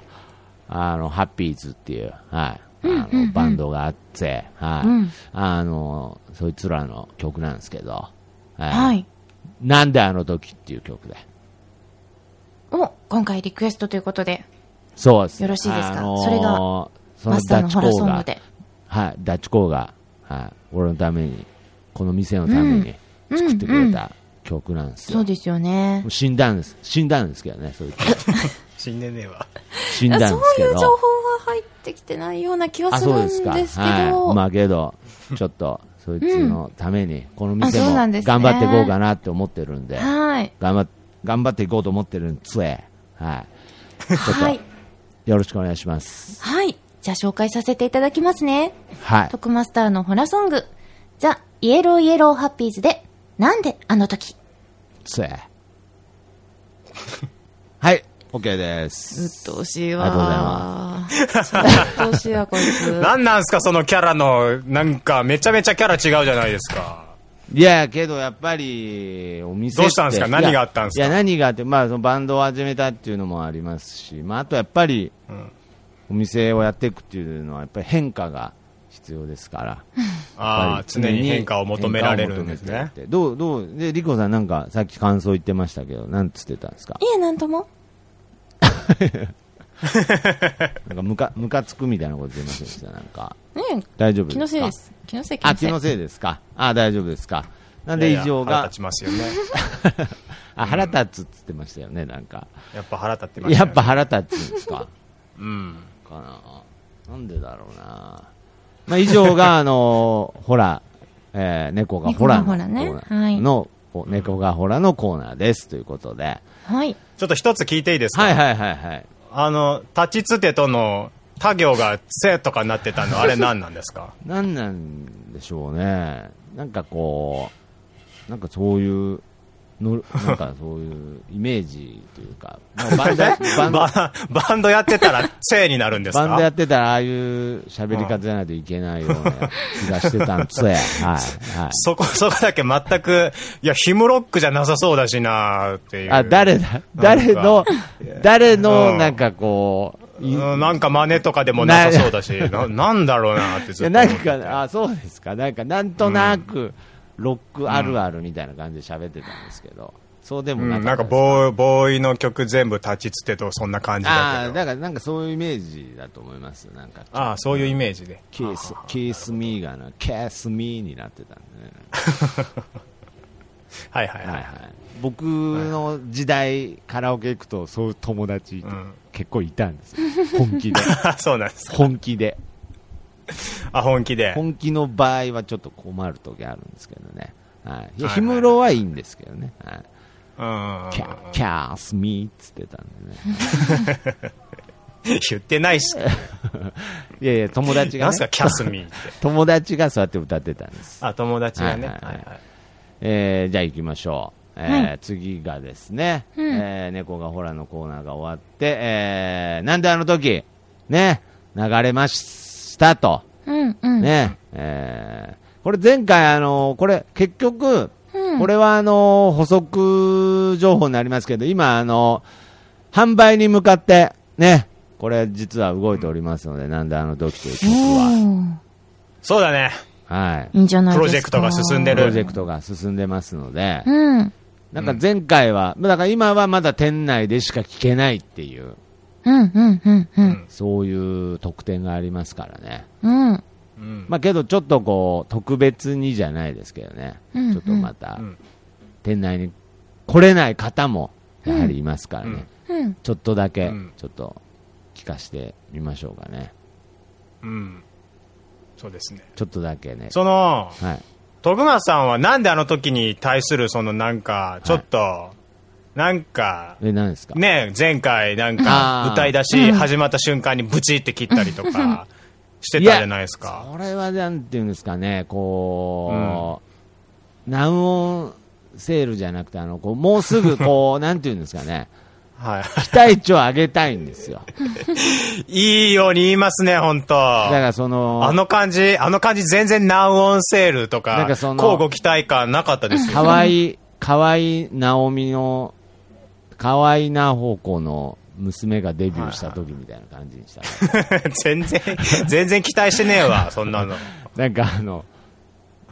Speaker 2: あの、ハッピーズっていう、はい、あの、バンドがあって、はい、
Speaker 5: うん
Speaker 2: あのーそいつらの曲なんですけど、はい
Speaker 5: はい。
Speaker 2: なんであの時っていう曲で。
Speaker 5: を、今回リクエストということで、
Speaker 2: そうです。
Speaker 5: よろしいですか
Speaker 2: あのー
Speaker 5: それが
Speaker 2: そ
Speaker 5: マスターのホラソン
Speaker 2: が
Speaker 5: グ、で。
Speaker 2: はい、ダチコが、はい、俺のために、この店のために作ってくれた曲なんですよ。
Speaker 5: そうですよね
Speaker 2: もう。死んだんです。死んだんですけどね、そいつ
Speaker 4: 死んでねえわ。
Speaker 2: 死んだんですけ
Speaker 3: そういう情報は
Speaker 2: ど。
Speaker 3: 入ってきてないような気は
Speaker 2: あ、
Speaker 3: する
Speaker 2: そうん
Speaker 3: で
Speaker 2: です
Speaker 3: すけ
Speaker 2: か。
Speaker 3: ど、
Speaker 2: はい。まあけど、ちょっと、そいつのために、この店
Speaker 5: あそ
Speaker 2: も
Speaker 5: うな
Speaker 2: 頑
Speaker 5: んですね
Speaker 2: 張っていこうかなって思ってるんで、
Speaker 5: はい。
Speaker 2: 頑張っ頑張っていこうと思ってるんつえ。はい。ちょっと、
Speaker 5: はい。
Speaker 2: よろしくお願いします。
Speaker 5: はい。じゃあ紹介させていただきますね。
Speaker 2: はい。
Speaker 5: トクマスターのホラソング、ザ・イエロー・イエロー・ハッピーズで、なんであの時。
Speaker 2: つえ。 はい、OK です。
Speaker 3: ずっとしい
Speaker 2: ありがとうござい
Speaker 3: わ。うっとうしいわ、こいつ。
Speaker 4: なんなんすか、そのキャラの、なんか、めちゃめちゃキャラ違うじゃないですか。
Speaker 2: いや、けどやっぱり、お店って
Speaker 4: どうしたんですか
Speaker 2: いや
Speaker 4: 何があったんですか
Speaker 2: いや、何があって、まあ、そのバンドを始めたっていうのもありますし、まあ、あとやっぱり、お店をやっていくっていうのは、やっぱり変化が必要ですから。
Speaker 4: あ
Speaker 2: やっ
Speaker 4: あ、
Speaker 2: ぱり
Speaker 4: 常に変化を求められるんです
Speaker 2: 変化を
Speaker 4: ね
Speaker 2: 求。めてどう、どう、で、リコさんなんか、さっき感想言ってましたけど、なんつってたんですか
Speaker 5: いえ、なんとも。
Speaker 2: なんか、ムカ、ムカつくみたいなこと言ってませんでしたなんか、
Speaker 5: ね
Speaker 2: 大丈夫
Speaker 5: え、
Speaker 2: ですか
Speaker 5: 気のせいで。す。気のせい、気
Speaker 2: あ、
Speaker 5: の
Speaker 2: 気
Speaker 5: せい
Speaker 2: の。せいですか。あ、大丈夫ですか。なん
Speaker 4: い
Speaker 2: で以
Speaker 4: やいや
Speaker 2: 上が、
Speaker 4: 腹立ちますよね。
Speaker 2: あ、腹立つって言ってましたよね、なんか。
Speaker 4: やっぱ腹立ってました
Speaker 2: や
Speaker 4: よ
Speaker 2: っ
Speaker 4: ね
Speaker 2: ぱ腹立つんですか
Speaker 4: うん。
Speaker 2: かな。なんでだろうな。まあ、以上が、あの ー、ほら、えー猫がほらのコー
Speaker 5: 猫が
Speaker 2: ナ
Speaker 5: ほらね
Speaker 2: ーの、お猫がほらのコーナーです、ということで。
Speaker 5: はい。
Speaker 4: ちょっと一つ聞いていいですか
Speaker 2: はいはいはいはい。
Speaker 4: あの、立ちつてとの、他行がせとかなってたの、あれ何なんですか
Speaker 2: なんなんでしょうね。なんかこう、なんかそういう、のなんかそういうイメージというか、まあバンドバ ンド
Speaker 4: ババンドやってたら、せになるんです
Speaker 2: バンドやっ
Speaker 4: か
Speaker 2: てたら、ああいう喋り方じゃないといけないような気がしてたんつえ。はい。はい。
Speaker 4: そこ、そこだけ全く、いや、ヒムロックじゃなさそうだしなーっていう。
Speaker 2: あ、誰だ、誰の、誰の、なんかこう、い
Speaker 4: うんなんか真似とかでもなさそ うだし、ななんだろうなって
Speaker 2: い
Speaker 4: ずっ
Speaker 2: や
Speaker 4: と思
Speaker 2: なん
Speaker 4: ってて。
Speaker 2: か、あ、そうですか。なんか、なんとなく、ロックあるあるみたいな感じで喋ってたんですけど、そうで
Speaker 4: う
Speaker 2: も
Speaker 4: ん
Speaker 2: なっ
Speaker 4: なん
Speaker 2: た
Speaker 4: か
Speaker 2: ですか
Speaker 4: ボーイ、ボーイの曲全部立ちつてとそんな感じだ
Speaker 2: あ
Speaker 4: け
Speaker 2: ー
Speaker 4: ど。
Speaker 2: だからなんかそういうイメージだと思います。なんか、
Speaker 4: ああ、そういうイメージで。
Speaker 2: キース、キースミーがな、キャスミーになってたんでね。
Speaker 4: はいはいはい。
Speaker 2: 僕の時代、カラオケ行くとそういう友達いて
Speaker 4: うん
Speaker 2: 結構いたんですよ、本 気で
Speaker 4: そうなんです。
Speaker 2: 本気で
Speaker 4: あ、本気で。
Speaker 2: 本気の場合はちょっと困る時あるんですけどねはいいや
Speaker 4: はいはい
Speaker 2: 氷室はいいんですけどね、はい
Speaker 4: うん。
Speaker 2: キャキャースミーっつってたんでね
Speaker 4: 言ってないし。
Speaker 2: いやいや友達
Speaker 4: な
Speaker 2: が、
Speaker 4: んすか、
Speaker 2: ね、
Speaker 4: キャスミーって。
Speaker 2: 友達がそうやって歌ってたんです、
Speaker 4: あ、友達がね。
Speaker 2: は
Speaker 4: はいい
Speaker 2: は
Speaker 4: はいい
Speaker 2: はいえーじゃあ行きましょうえー次がですね、えー猫がほらのコーナーが終わって、えーなんであの時、ね、流れましたと、
Speaker 5: うん、うん。
Speaker 2: ね、えーこれ前回、あのこれ結局、
Speaker 5: うん
Speaker 2: これはあの補足情報になりますけど、今、あの販売に向かって、ね、これ実は動いておりますので、なんであの時という曲は、
Speaker 4: そうだね。
Speaker 2: はい、
Speaker 5: いいんじゃないですか。
Speaker 4: プロジェクトが進んで
Speaker 2: プ
Speaker 4: る
Speaker 2: ロジェクトが進んでますので、
Speaker 5: うん。
Speaker 2: なんか前回は、だから今はまだ店内でしか聞けないっていう、
Speaker 5: うん、うん、うん、うん。
Speaker 2: そういう特典がありますからね。
Speaker 5: うん。
Speaker 4: うん。
Speaker 2: まあけどちょっとこう特別にじゃないですけどね、
Speaker 5: うん
Speaker 2: ちょっとまた、
Speaker 4: うん
Speaker 2: 店内に来れない方もやはりいますからね、
Speaker 5: うん。
Speaker 2: ちょっとだけ
Speaker 4: うん
Speaker 2: ちょっと聞かしてみましょうかね、
Speaker 4: うん。そうですね。
Speaker 2: ちょっとだけね、
Speaker 4: その、
Speaker 2: はい、
Speaker 4: 徳川さんはなんであの時に対するそのなんか、ちょっと、なんか、
Speaker 2: え何ですか、
Speaker 4: ね、前回なん
Speaker 2: あー
Speaker 4: か歌い出し始まった瞬間にブチって切ったりとかしてたじゃないですか。
Speaker 2: これはなんていうんですかね、こ う、ナウオンセールじゃなくて、あのこうもうすぐこう、なんていうんですかね、
Speaker 4: は
Speaker 2: 期待値を上げたいんですよ。
Speaker 4: い。いいように言いますね、本当
Speaker 2: だからそ
Speaker 4: あ
Speaker 2: の、
Speaker 4: の感じ、あの感じ全然ナウオンセールと
Speaker 2: なん
Speaker 4: か、
Speaker 2: かその
Speaker 4: 交互期待感なかったですよ。
Speaker 2: 河合、河合直美の、河合直子の娘がデビューした時みたいな感じにした。
Speaker 4: 全然、全然期待してねえわ、そん なの。
Speaker 2: なんかあの、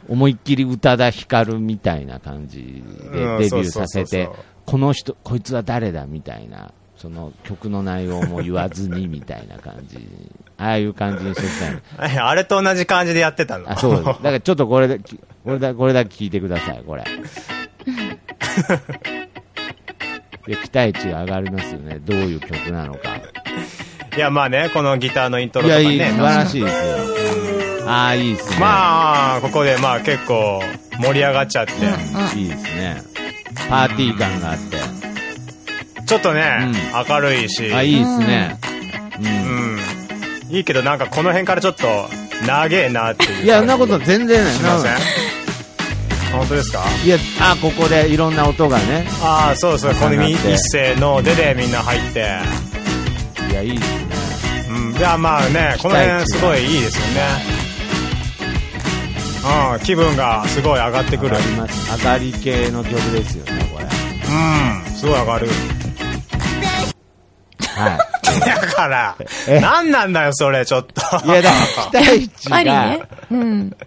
Speaker 2: 思いっきり宇多田ヒカルみたいな感じでデ
Speaker 4: うん
Speaker 2: ビューさせ
Speaker 4: そうそう
Speaker 2: て
Speaker 4: そうそう、
Speaker 2: この人、こいつは誰だみたいな、その曲の内容も言わずにみたいな感じに、ああいう感じにしてたい
Speaker 4: あれと同じ感じでやってたの。
Speaker 2: あ、そうです。だからちょっとこれだ、きこれだ、これだけ聞いてください、これ。で期待値が上がりますよね、どういう曲なのか。
Speaker 4: いや、まあね、このギターのイントロ
Speaker 2: い
Speaker 4: とか
Speaker 2: や、
Speaker 4: ね。
Speaker 2: いい、素晴らしいですよ。ああ、いいですね。
Speaker 4: まあ、ここでまあ結構盛り上がっちゃって、
Speaker 2: いいですね。パーティー感があって。
Speaker 4: ちょっとね、明るいし、
Speaker 2: あ、いいですね。
Speaker 4: うん。いいけどなんかこの辺からちょっと、長えなっていう。
Speaker 2: いや、そんなこと全然ない。
Speaker 4: しませ
Speaker 2: なん
Speaker 4: ん。本当ですか
Speaker 2: いや、あ、ここでいろんな音がね。
Speaker 4: ああ、そうそう、このみ
Speaker 2: 重なって
Speaker 4: 一斉のででみんな入って。
Speaker 2: いや、いいですね。
Speaker 4: うん。じゃあまあね、この辺すごいいいですよね。うん、気分がすごい上がってく
Speaker 2: 上
Speaker 4: る
Speaker 2: が。ります。上がり系の曲ですよね、これ。
Speaker 4: うん、すごい上がる。
Speaker 2: はい。
Speaker 4: だから
Speaker 2: え、
Speaker 4: なんなんだよ、それ、ちょっと。
Speaker 2: いや、だから期待値
Speaker 3: ぱりね
Speaker 2: が、。
Speaker 3: うん。
Speaker 2: 期待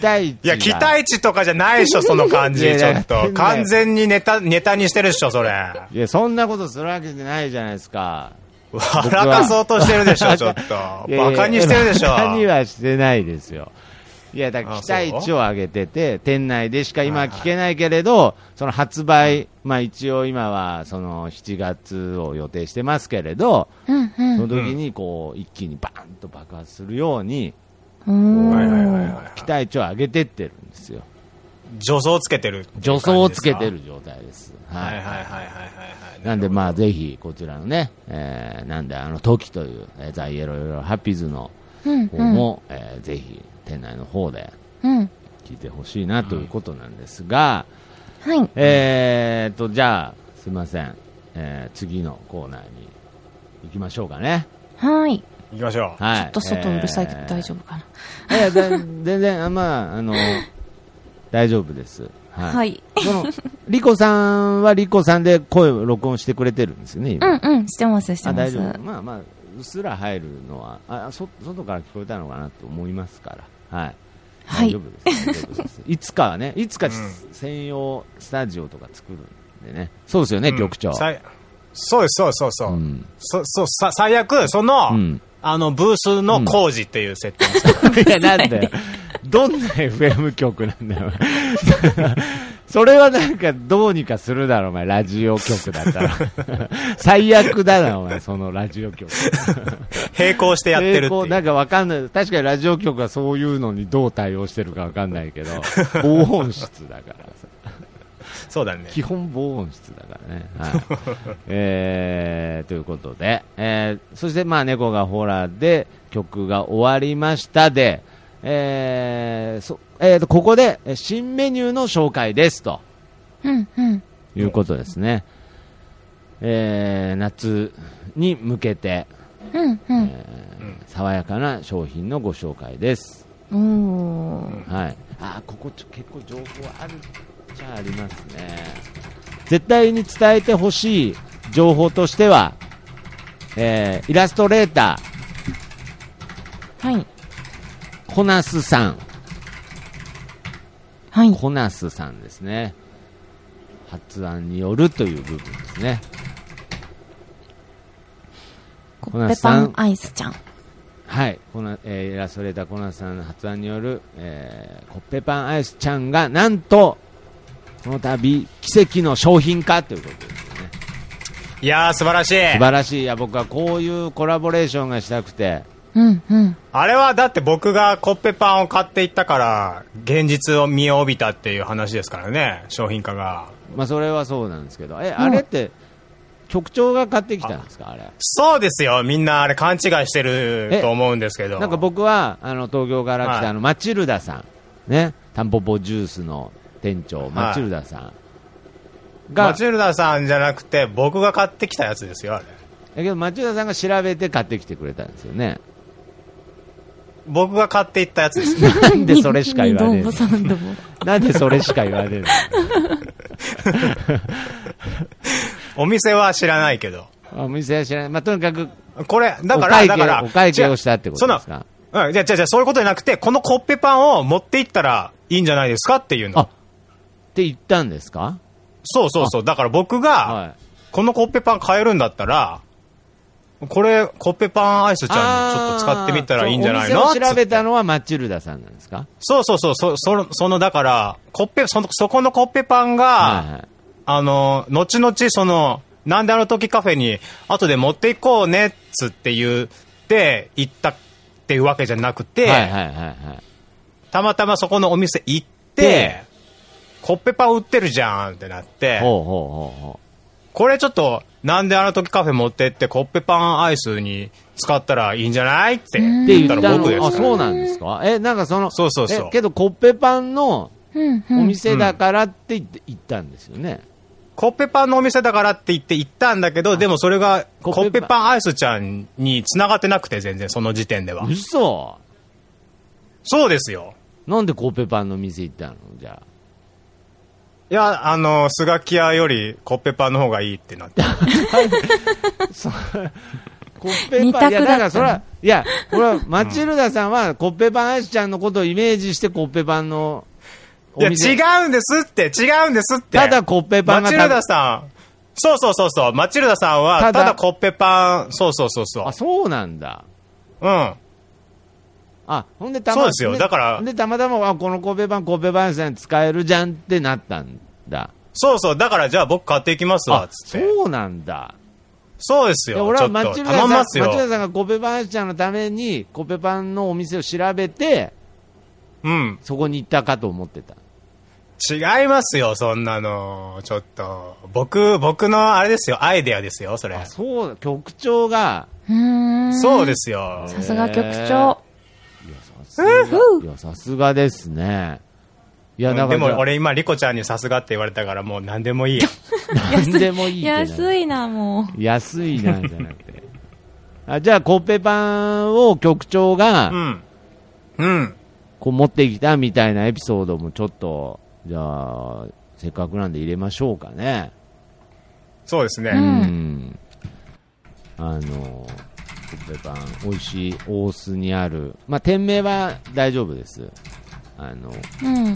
Speaker 2: 値
Speaker 4: いや、期
Speaker 2: が
Speaker 4: 待値とかじゃない でしょ、その感
Speaker 2: いや
Speaker 4: じ、
Speaker 2: い
Speaker 4: ちょ
Speaker 2: や
Speaker 4: っと。完全にネタ、ネタにしてるでしょ、それ。笑
Speaker 2: いや、そんなことするわけじゃないじゃないですか。
Speaker 4: かそうとしてるでしょ、ちょっと。
Speaker 2: いやいや
Speaker 4: バカにしてるでしょ。
Speaker 2: バカにはしてないですよ。いや、だから
Speaker 4: あ
Speaker 2: 期待値を上げてて、店内でしか今は聞けないけれど、その発売、まあ一応今はその7月を予定してますけれど、
Speaker 5: うん
Speaker 2: そ
Speaker 5: うん
Speaker 2: の時にこう、一気にバーンと爆発するように、
Speaker 5: うーん。
Speaker 4: はいはいはいはい
Speaker 2: 期待値を上げてってるんですよ。
Speaker 4: 助走をつけてるっていう感
Speaker 2: 助
Speaker 4: じですか。
Speaker 2: 走をつけてる状態です。
Speaker 4: は
Speaker 2: はい
Speaker 4: はいいはいはいはいはい。
Speaker 2: なんで、まあ、ぜひ、こちらのね、えーなんで、あの、時という、えーザ・イエロイエロハッピーズの
Speaker 5: うん
Speaker 2: 方も、えーぜひ、店内の方で
Speaker 5: うん。
Speaker 2: 聞いてほしいなということなんですが、
Speaker 5: はい。
Speaker 2: えーっと、じゃあ、すいません、えー次のコーナーに行きましょうかね。
Speaker 5: はい。
Speaker 4: 行きましょう。
Speaker 2: はい。
Speaker 3: ちょっと外うるさいけど大丈
Speaker 2: 夫
Speaker 3: 夫かな。
Speaker 2: いや、だ全然、あま あ、あの、大丈夫です。はい。
Speaker 3: はい。
Speaker 2: その、リコさんはリコさんで声を録音してくれてるんですよね、今
Speaker 5: うんうん。してます、して
Speaker 2: あ
Speaker 5: ま
Speaker 2: 大
Speaker 5: す
Speaker 2: 丈。夫、まあまあ、うっすら入るのはあそ、外から聞こえたのかなと思いますから、はい、
Speaker 3: はい
Speaker 2: 大丈夫です、大丈夫ですいつかはね、いつか、
Speaker 4: ん
Speaker 2: 専用スタジオとか作るんでね、そうですよね、
Speaker 4: うん
Speaker 2: 局長。
Speaker 4: さいそうです、そうです、そうですそうう。
Speaker 2: ん
Speaker 4: そそうさ最悪、その、
Speaker 2: うん
Speaker 4: あの、ブースの工事っていう設定にした
Speaker 2: いや、なんだよ、どんな FM 局なんだよ、 それはなんかどうにかするだろ、お前、ラジオ局だったら、 最悪だな、お前、そのラジオ局。
Speaker 4: 並行してやってるってい
Speaker 2: こう
Speaker 4: う。
Speaker 2: なんかわかんない。確かにラジオ局はそういうのにどう対応してるかわかんないけ ど、防音室だからさ。
Speaker 4: そうだね。
Speaker 2: 基本防音室だから ね。はい。えー、ということで、えー、そしてまあ、猫がホラーで曲が終わりましたで、えー、そ、えーと、ここでえー新メニューの紹介ですと。
Speaker 5: うんうん。
Speaker 2: いうことですね。えー、夏に向けて、
Speaker 5: うん
Speaker 2: 爽やかな商品のご紹介です。
Speaker 5: うん。おー。
Speaker 2: はい、あーここちょ結構情報あるっちゃありますね絶対に伝えてほしい情報としては、えーイラストレータ
Speaker 5: はい。
Speaker 2: ーコナスさん
Speaker 5: はい。
Speaker 2: コナスさんですね発案によるという部分ですね
Speaker 5: コ
Speaker 2: ナ
Speaker 5: ッペパンアイスちゃん。
Speaker 2: はいコナ、えーイラストレーターコナスさんの発案による、えーコッペパンアイスちゃんがなんとこの度奇跡の商品化ということです
Speaker 4: いやー、素晴らしい。
Speaker 2: 素晴らしい。いや、僕はこういうコラボレーションがしたくて。
Speaker 5: うんうん。
Speaker 4: あれはだって僕がコッペパンを買っていったから、現実を見を帯びたっていう話ですからね、商品化が。
Speaker 2: まあ、それはそうなんですけど。え、あれって、局長が買ってきたんですかあれ。
Speaker 4: そうですよ、みんなあれ勘違いしてると思うんですけど。
Speaker 2: なんか僕は、あの、東京から来
Speaker 4: はい
Speaker 2: た、あの、マチルダさん。ね。タンポポジュースの店長、マチルダさん。が
Speaker 4: マチュルダさんじゃなくて僕が買ってきたやつですよあれ
Speaker 2: だけど町田さんが調べて買ってきてくれたんですよ ね
Speaker 4: 僕が買っていったやつです ね
Speaker 2: なんでそれしか 言わね
Speaker 3: 二 度も三度も。
Speaker 2: えなんでそれしか言わねえの
Speaker 4: お店は知らないけど
Speaker 2: あお店は知らない、まあ、とにかく
Speaker 4: これだか
Speaker 2: お
Speaker 4: ら
Speaker 2: 会計
Speaker 4: だから
Speaker 2: お会計を
Speaker 4: 違う
Speaker 2: したってことですか
Speaker 4: そのうんじゃあじゃあじゃあそういうことじゃなくてこのコッペパンを持っていったらいいんじゃないですかっていう
Speaker 2: あ
Speaker 4: の
Speaker 2: って言ったんですか、
Speaker 4: そうそうそうだから僕が
Speaker 2: はい、
Speaker 4: このコッペパン買えるんだったらこれコッペパンアイスちゃんにちょっと使ってみたらいいんじゃない
Speaker 2: あー
Speaker 4: の
Speaker 2: そうお
Speaker 4: つ
Speaker 2: 店を
Speaker 4: っ
Speaker 2: 調べ
Speaker 4: て
Speaker 2: たのはマチルダさんなんですか
Speaker 4: そうそうそうそそのそのだからコッペそのそこのコッペパンが、
Speaker 2: はいはい
Speaker 4: あの、後々、その、なんであの時カフェに、後で持っていこうね、っつって言って、行ったっていうわけじゃなくて、
Speaker 2: はいはいはいはい
Speaker 4: たまたまそこのお店行って
Speaker 2: で、
Speaker 4: コッペパン売ってるじゃんってなって、
Speaker 2: ほうほうほうほ
Speaker 4: これちょっと、なんであの時カフェ持ってって、コッペパンアイスに使ったらいいんじゃないっ
Speaker 2: う
Speaker 4: て
Speaker 2: って
Speaker 4: 言
Speaker 2: 言
Speaker 4: っ
Speaker 2: ったた
Speaker 4: ら
Speaker 2: の
Speaker 4: 僕です
Speaker 2: あ
Speaker 4: から。
Speaker 2: そうなんですかえなんかその
Speaker 4: そうそうそう
Speaker 2: えけどコッペパンの
Speaker 5: うんう
Speaker 2: お
Speaker 5: ん。
Speaker 2: 店だからって言って言ったんですよね、
Speaker 4: コッペパンのお店だからって言って行ったんだけど、でもそれが、
Speaker 2: コ
Speaker 4: コ
Speaker 2: ッ
Speaker 4: ッ
Speaker 2: ペパン
Speaker 4: ペパンアイスちゃんに繋がってなくて、全然、その時点では。
Speaker 2: 嘘
Speaker 4: そうですよ。
Speaker 2: なんでコッペパンの店行ったのじゃ
Speaker 4: いや、あの、スガキ屋よりコッペパンの方がいいってなって。
Speaker 2: あコッペ
Speaker 3: 二
Speaker 2: パン
Speaker 3: 択だったの
Speaker 2: いやだからそれはいやこれはマチルダさんはコッペパンアイスちゃんのことをイメージしてコッペパンの
Speaker 4: い
Speaker 2: お
Speaker 4: や、
Speaker 2: 店
Speaker 4: 違うんですって、違うんですって。
Speaker 2: ただコッペパンが
Speaker 4: マチルダさん。そうそうそうそう。マチルダさんは、
Speaker 2: た
Speaker 4: た
Speaker 2: だ
Speaker 4: だコッペパン、そうそうそうそう
Speaker 2: あ。そうなんだ
Speaker 4: うん。
Speaker 2: あほんでたま
Speaker 4: そうですよだから
Speaker 2: でたまたまあこのコッペパンコッペパンさん使えるじゃんってなったんだ
Speaker 4: そうそう。だから、じゃあ僕買っていきますわ、つって。
Speaker 2: そうなんだ
Speaker 4: そうです
Speaker 2: いや
Speaker 4: よ。
Speaker 2: 俺
Speaker 4: ちょ
Speaker 2: は
Speaker 4: っ
Speaker 2: マ
Speaker 4: と
Speaker 2: チルダさ
Speaker 4: 頼
Speaker 2: ん
Speaker 4: みます
Speaker 2: マチルダ
Speaker 4: よ。
Speaker 2: さんがコッペパンアイスちゃんのためにコッペパンのお店を調べて
Speaker 4: うん。
Speaker 2: そこに行ったかと思ってた
Speaker 4: 違いますよ、そんなの。ちょっと。僕、僕の、あれですよ、アイデアですよ、それ
Speaker 2: あ。そう局長が
Speaker 5: うーん。
Speaker 4: そうですよ。
Speaker 5: さすが局長。
Speaker 2: いやさすがですねいやだか
Speaker 4: で
Speaker 2: らじゃあ
Speaker 4: も俺今、リコちゃんにさすがって言われたから、もう何でもいいや。
Speaker 2: 何でもいいってな
Speaker 3: 安いな、も
Speaker 2: 安いなんじゃなくてあじゃあコッペパンを局長が、
Speaker 4: うん。うん。
Speaker 2: こう持ってきたみたいなエピソードもちょっと、じゃあ、せっかくなんで入れましょうかね。
Speaker 4: そうですね。
Speaker 2: うんん。あの、コッペパン、美味しい大須にある、まあ、店名は大丈夫です。あの、
Speaker 5: うん。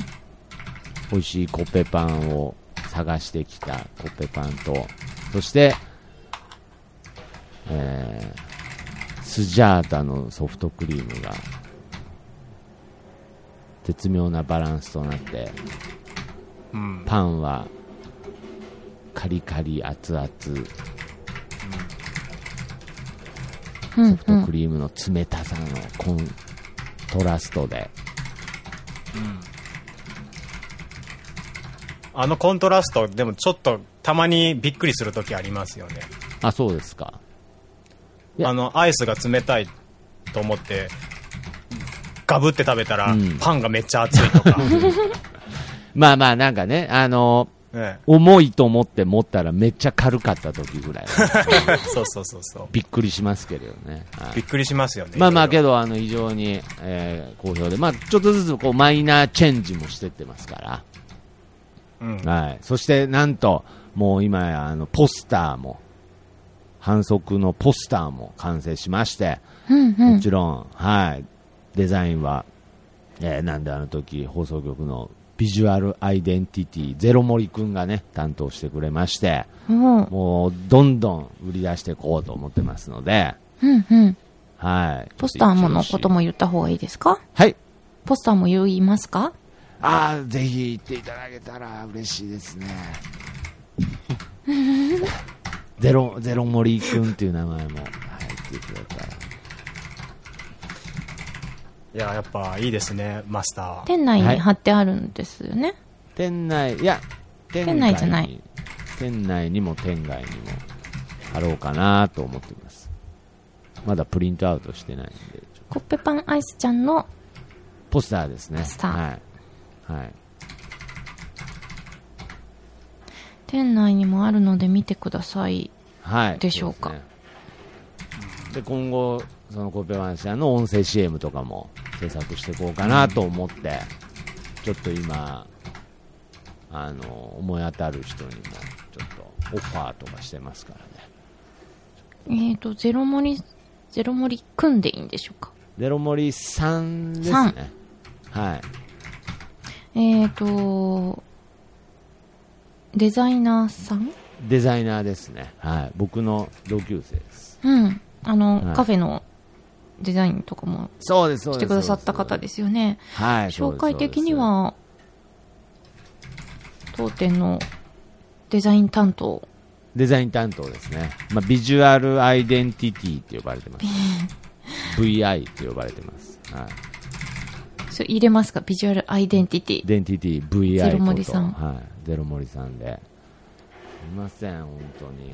Speaker 2: 美味しいコッペパンを探してきたコッペパンと、そして、えースジャータのソフトクリームが、絶妙なバランスとなって、
Speaker 4: うん。
Speaker 2: パンはカリカリ熱々ソ
Speaker 5: うん
Speaker 2: フ
Speaker 5: う
Speaker 2: ト
Speaker 5: ん。
Speaker 2: クリームの冷たさのコントラストで、
Speaker 4: あのコントラスト、でもちょっとたまにびっくりするときありますよね。
Speaker 2: あそうですかいや
Speaker 4: あの、アイスが冷たいと思って、ガブって食べたら、
Speaker 2: うん
Speaker 4: パンがめっちゃ熱いとか。
Speaker 2: まあまあなんかねあの
Speaker 4: ね、
Speaker 2: 重いと思って持ったらめっちゃ軽かった時ぐらい
Speaker 4: そうそうそうそう。
Speaker 2: びっくりしますけれどね、はい
Speaker 4: びっくりしますよね。
Speaker 2: まあまあ
Speaker 4: いろい
Speaker 2: け
Speaker 4: ろ
Speaker 2: どあの非常に、えー好評で、まあ、ちょっとずつこうマイナーチェンジもしてってますから
Speaker 4: うん。
Speaker 2: はい、そしてなんと、もう今やあのポスターも、反則のポスターも完成しまして、
Speaker 5: うんう
Speaker 2: も
Speaker 5: ん。
Speaker 2: ちろん、はい、デザインは、えーなんであの時放送局のビジュアルアイデンティティ、ゼロ森くんがね、担当してくれまして、
Speaker 5: おう
Speaker 2: もうどんどん売り出していこうと思ってますので、
Speaker 5: うんうん。
Speaker 2: はい。
Speaker 5: ポスターものこと。も言った方がいいですか
Speaker 2: はい。
Speaker 5: ポスターも言いますか
Speaker 2: ああ、ぜひ行っていただけたら嬉しいですね。 ゼロ、ゼロ森くんっていう名前も、はい、言ってくれたら。
Speaker 4: いや、やっぱいいですね、マスターは。
Speaker 5: 店内
Speaker 2: はい
Speaker 5: に貼ってあるんですよね。
Speaker 2: 店内、いや、店
Speaker 5: 店内じゃない。
Speaker 2: 店内にも店外にも、あろうかなと思ってます。まだプリントアウトしてないんで、ちょ
Speaker 5: コッペパンアイスちゃんの、
Speaker 2: ポスターですね。
Speaker 5: ポスター
Speaker 2: はい。はい。
Speaker 5: 店内にもあるので見てください。
Speaker 2: はい、
Speaker 5: でしょうか
Speaker 2: そですねで今後、そのコペワン社の音声 CM とかも制作していこうかなと思って、ちょっと今、あの思い当たる人にもちょっとオファーとかしてますからね、
Speaker 5: えっ、と、ゼロ盛り、ゼロ盛り組んでいいんでしょうか
Speaker 2: ゼロ森さんですね、はい、
Speaker 5: えっ、と、デザイナーさん
Speaker 2: デザイナーですね、はい、僕の同級生です。
Speaker 5: うん。あの、
Speaker 2: はい
Speaker 5: カフェのデザインとかも
Speaker 2: そうです、そう
Speaker 5: し
Speaker 2: です。
Speaker 5: てくださった方ですよね。
Speaker 2: はい、そう
Speaker 5: 紹
Speaker 2: です
Speaker 5: 介的に、は、当店のデザイン担当。
Speaker 2: デザイン担当ですね、まあ、ビジュアルアイデンティティって呼ばれ てます VI って呼ばれてます、はい、
Speaker 5: それ入れますかビジュアルアイデンティティ。
Speaker 2: デンティティ VI こと
Speaker 5: ゼロ森さん
Speaker 2: はい、ゼロ森さんですいません本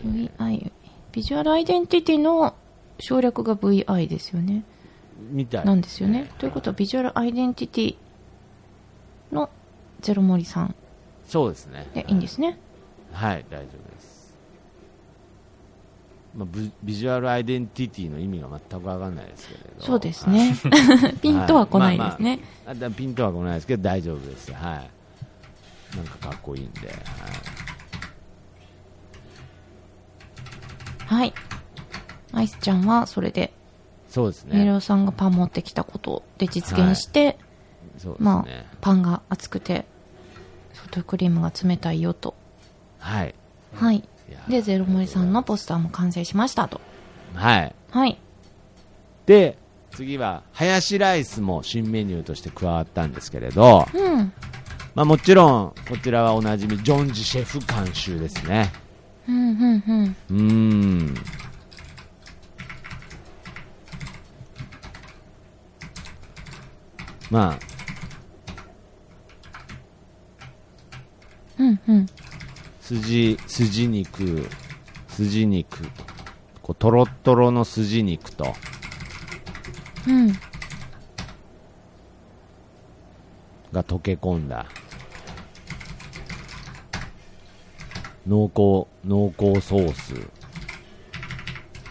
Speaker 2: 当に
Speaker 5: VI。ビジュアルアイデンティティの省略が VI ですよね。
Speaker 2: みたい
Speaker 5: なんですよね。ということは、ビジュアルアイデンティティのゼロ森さん
Speaker 2: そうですね
Speaker 5: でいいんですね。
Speaker 2: はい大丈夫です、まあ、ビビジュアルアイデンティティの意味が全く分かんないですけれど
Speaker 5: そうですね。 ピンとは来ないです
Speaker 2: はい
Speaker 5: ね。
Speaker 2: まあまああピンとは来ないですけど大丈夫ですはいなんかかっこいいんで、はい、
Speaker 5: はい。アイスちゃんはそれで、
Speaker 2: そうです
Speaker 5: メイロ
Speaker 2: ね
Speaker 5: ウさんがパン持ってきたことで実現して、
Speaker 2: そうですね、
Speaker 5: まあ、パンが熱くて、ソフトクリームが冷たいよと。
Speaker 2: はい
Speaker 5: はい。
Speaker 2: いや
Speaker 5: で、ゼロ森さんのポスターも完成しましたと。
Speaker 2: はい
Speaker 5: はい。
Speaker 2: で次はハヤシライスも新メニューとして加わったんですけれど、
Speaker 5: うん。
Speaker 2: まあ、もちろんこちらはおなじみジョンジシェフ監修ですね
Speaker 5: うん、うん、うん。
Speaker 2: うーんまあ
Speaker 5: うん、うん。
Speaker 2: 筋筋肉筋肉こうトロットロの筋肉と
Speaker 5: うん。
Speaker 2: が溶け込んだ濃厚濃厚ソース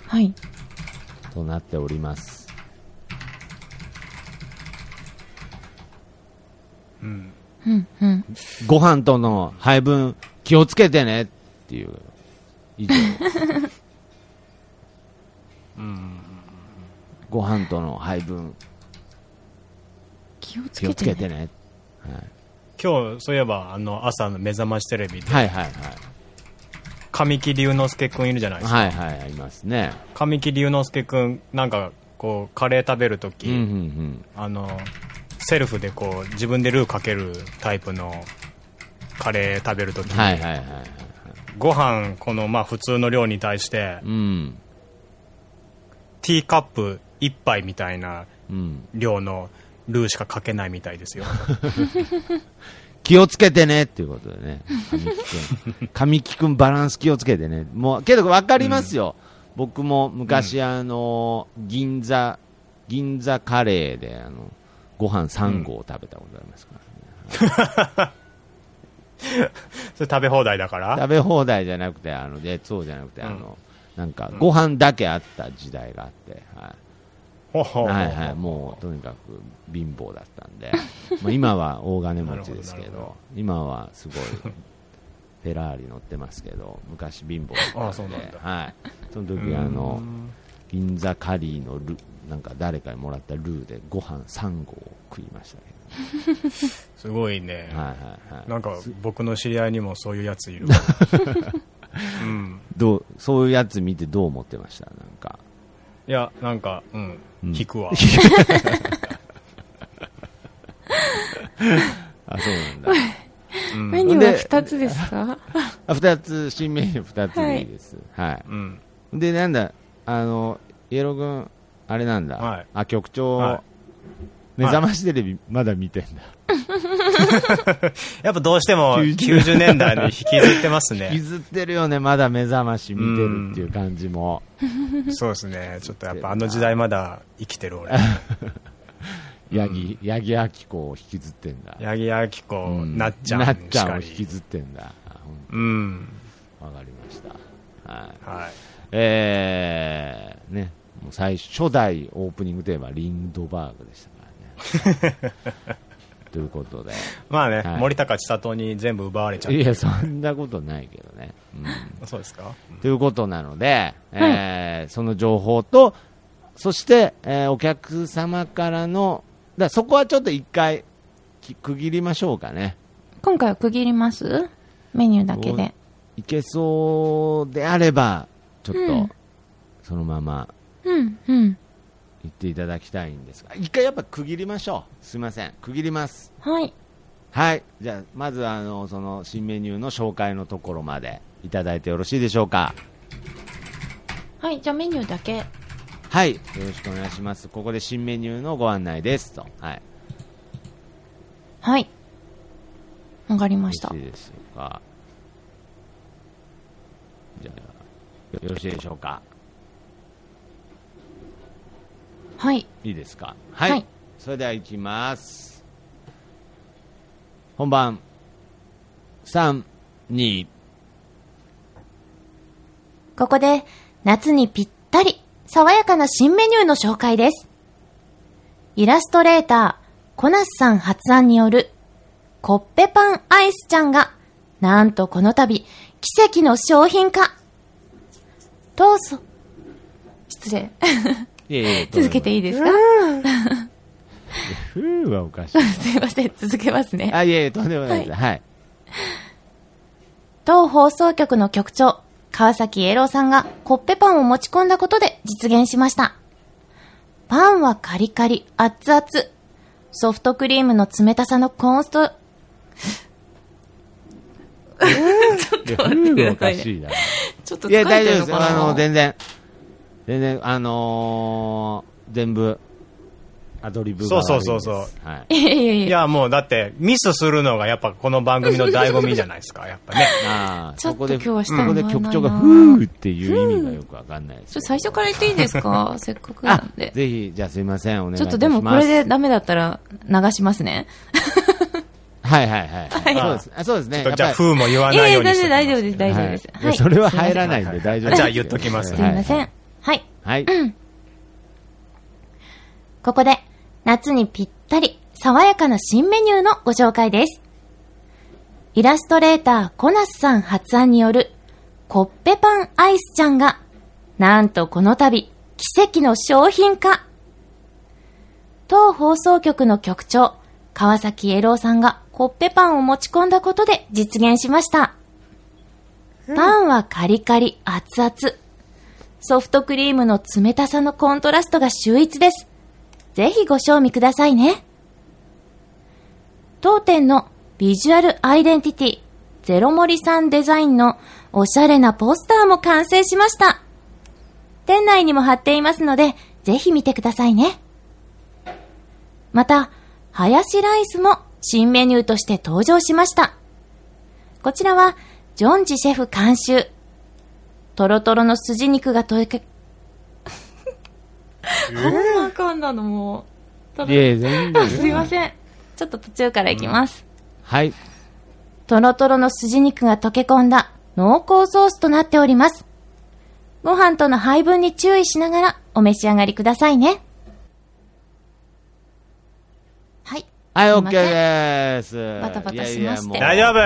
Speaker 5: はい。
Speaker 2: となっております
Speaker 5: うん、うん。
Speaker 2: ご飯との配分気をつけてねっていう以上ご飯との配分
Speaker 5: 気をつ
Speaker 2: 気を
Speaker 5: け
Speaker 2: つ
Speaker 5: て、ね。
Speaker 2: けてね
Speaker 4: 今日、そういえば、あの、朝の目覚ましテレビで、
Speaker 2: はいはい
Speaker 4: 神木隆之介くんいるじゃないですか。
Speaker 2: はいはいはいありますね
Speaker 4: 神木隆之介くん、なんか、こう、カレー食べるとき、
Speaker 2: うんうんうん
Speaker 4: あの、セルフでこう、自分でルーかけるタイプのカレー食べるとき、
Speaker 2: はいはいはいはい
Speaker 4: ご飯、この、まあ、普通の量に対して、
Speaker 2: うん
Speaker 4: ティーカップ一杯みたいな
Speaker 2: うん
Speaker 4: 量のルーしかかけないみた いですよ。
Speaker 2: 気をつけてねっていうことでね、神木君、神木君バランス気をつけてね、もうけど分かりますよ、僕も昔、あの銀座、銀座カレーであのご飯3合食べたことありますから、
Speaker 4: それ食べ放題だから
Speaker 2: 食べ放題じゃなくて、あのでそうじゃなくて、
Speaker 4: ん
Speaker 2: あのなんかご飯だけあった時代があって、は
Speaker 4: ほうほ
Speaker 2: い、
Speaker 4: うほう
Speaker 2: はいはい、もうとにかく貧乏だった んで、まあ今は大金持ちですけ
Speaker 4: なるほどなるほ
Speaker 2: ど、今はすごいフェラーリ乗ってますけど、昔貧乏だったんで、
Speaker 4: あそうなんだ
Speaker 2: はい、その時あの銀座カリーのルなんか誰かにもらったルーでご飯3合を食いましたけ
Speaker 4: すごいね
Speaker 2: ど、。はいはいはい、
Speaker 4: なんか僕の知り合いにもそういうや ついる。うん、
Speaker 2: どうそういうやつ見てどう思ってましたなんか
Speaker 4: いや、なんか、うん、
Speaker 2: ん
Speaker 4: 引 くわ。
Speaker 2: あそうなん だ
Speaker 4: うん
Speaker 3: メニューは
Speaker 2: で
Speaker 3: 2つですか
Speaker 2: あ二つ、新メニュー二つでいいです。はい。
Speaker 4: うん、
Speaker 2: で、なんだ、あの、イエロー君、あれなんだ、
Speaker 4: はい
Speaker 2: あ、局長、
Speaker 4: はい
Speaker 2: 目覚ましテレビ、まだ見てんだ。
Speaker 4: やっぱどうしても90年代に引きずってます ね。
Speaker 2: 譲ってるよね、まだ目覚まし見てるっていう感じも。
Speaker 4: そうですね。ちょっとやっぱあの時代まだ生きてる俺。
Speaker 2: ヤギ、ヤギアキコを引きずってんだ。
Speaker 4: 八木亜希子、
Speaker 2: うん
Speaker 4: なっちゃん。
Speaker 2: なっちゃんを
Speaker 4: し
Speaker 2: 引
Speaker 4: か
Speaker 2: き
Speaker 4: り
Speaker 2: ずってんだ。あうん
Speaker 4: うん。
Speaker 2: わかりました。はい。
Speaker 4: はい。
Speaker 2: えー、ね、もう最初初代オープニングテーマ、リンドバーグでした からね。ということで。
Speaker 4: まあね、
Speaker 2: はい
Speaker 4: 森高千里に全部奪われちゃっ
Speaker 2: いや、そんなことないけどね。うん
Speaker 4: た。そうですか
Speaker 2: ということなので、えーその情報と、そして、えーお客様からの、だからそこはちょっと一回き区切りましょうかね。
Speaker 5: 今回は区切りますメニューだけで。
Speaker 2: いけそうであれば、ちょっと、
Speaker 5: うん
Speaker 2: そのまま
Speaker 5: うん、う
Speaker 2: 行
Speaker 5: ん。
Speaker 2: っていただきたいんですが、一回やっぱ区切りましょう。すいません。区切ります。
Speaker 5: はい。
Speaker 2: はい。じゃあ、まずあの、その新メニューの紹介のところまでいただいてよろしいでしょうか。
Speaker 5: はい、じゃあメニューだけ。
Speaker 2: はい。よろしくお願いします。ここで新メニューのご案内ですと。はい。
Speaker 5: はい。わかりました
Speaker 2: よろ。しいでしょうか。じゃあ、よろしいでしょうか。
Speaker 5: はい。
Speaker 2: いいですか。はい。
Speaker 5: はい
Speaker 2: それでは行きます。本番。3、2、
Speaker 5: ここで夏にぴったり爽やかな新メニューの紹介です。イラストレーター、コナスさん発案によるコッペパンアイスちゃんがなんとこの度奇跡の商品化。どうぞ。失礼。
Speaker 2: いえいえ
Speaker 5: 続けていいですか
Speaker 2: ふうはおかしい。
Speaker 5: すいません。続けますね。
Speaker 2: あ、いえいえ、とんでもないです。はい。
Speaker 5: 当放送局の局長、川崎栄郎さんがコッペパンを持ち込んだことで実現しました。パンはカリカリ、熱々。ソフトクリームの冷たさのコンスト、
Speaker 2: いやふうはおかしいな。
Speaker 3: ちょっと疲
Speaker 2: い
Speaker 3: れ
Speaker 2: や、
Speaker 3: て
Speaker 2: 大丈
Speaker 3: る
Speaker 2: 夫で
Speaker 3: の
Speaker 2: す
Speaker 3: か
Speaker 2: よ。あ
Speaker 3: な
Speaker 2: の、全然。全然、あのー、全部、アドリブが悪いです。
Speaker 4: そうそうそうそ
Speaker 2: はい。
Speaker 5: いやいやい
Speaker 4: い
Speaker 5: や、
Speaker 4: や、もうだって、ミスするのがやっぱこの番組の醍醐味じゃないですか、やっぱ ね。
Speaker 2: ああ、
Speaker 5: ちょっと
Speaker 2: そこで、
Speaker 5: 今日は下
Speaker 2: そこで
Speaker 5: 回
Speaker 2: 局
Speaker 5: らないな
Speaker 2: 長が、ふーっていう意味がよくわかんないです
Speaker 3: ち
Speaker 2: け
Speaker 3: ょ
Speaker 2: ど。
Speaker 3: 最初から言っていいですかせっかくな
Speaker 2: あ
Speaker 3: んで。
Speaker 2: ぜひ、じゃあすいません、お願いい
Speaker 5: ち
Speaker 2: たします。
Speaker 5: ょっとでもこれでダメだったら流しますね。
Speaker 2: はいはいはい。そうですあそうですね。
Speaker 4: じゃあ、
Speaker 2: ー
Speaker 4: 風も言わ
Speaker 5: いや
Speaker 4: ない
Speaker 5: い
Speaker 4: よ
Speaker 5: や、
Speaker 4: うに
Speaker 5: 大
Speaker 4: し
Speaker 5: 丈夫、
Speaker 4: て
Speaker 5: 大丈夫です、大丈夫です。
Speaker 2: いや、それは入らないんで大丈夫ですよ
Speaker 4: じゃあ言っときま
Speaker 5: す
Speaker 4: す
Speaker 5: いませ
Speaker 2: は
Speaker 5: ん。はい。
Speaker 2: はい。
Speaker 5: ここで、夏にぴったり、爽やかな新メニューのご紹介です。イラストレーター、コナスさん発案による、コッペパンアイスちゃんが、なんとこの度、奇跡の商品化。当放送局の局長、川崎栄郎さんがコッペパンを持ち込んだことで実現しました。パンはカリカリ、熱々。ソフトクリームの冷たさのコントラストが秀逸です。ぜひご賞味くださいね。当店のビジュアルアイデンティティ、ゼロ森さんデザインのおしゃれなポスターも完成しました。店内にも貼っていますので、ぜひ見てくださいね。また、ハヤシライスも新メニューとして登場しました。こちらは、ジョンジシェフ監修。トロトロの筋肉が溶け、
Speaker 3: こんなかんだのもう。
Speaker 2: いえ、全然。
Speaker 3: すいません。
Speaker 5: ちょっと途中からいきます。
Speaker 2: はい。
Speaker 5: トロトロの筋肉が溶け込んだ濃厚ソースとなっております。ご飯との配分に注意しながらお召し上がりくださいね。はい。
Speaker 2: はい、
Speaker 5: すい
Speaker 2: OK
Speaker 5: ません
Speaker 2: です。
Speaker 5: バタバタし
Speaker 2: いやい
Speaker 5: ま
Speaker 2: や
Speaker 5: して
Speaker 2: もう
Speaker 4: 大丈夫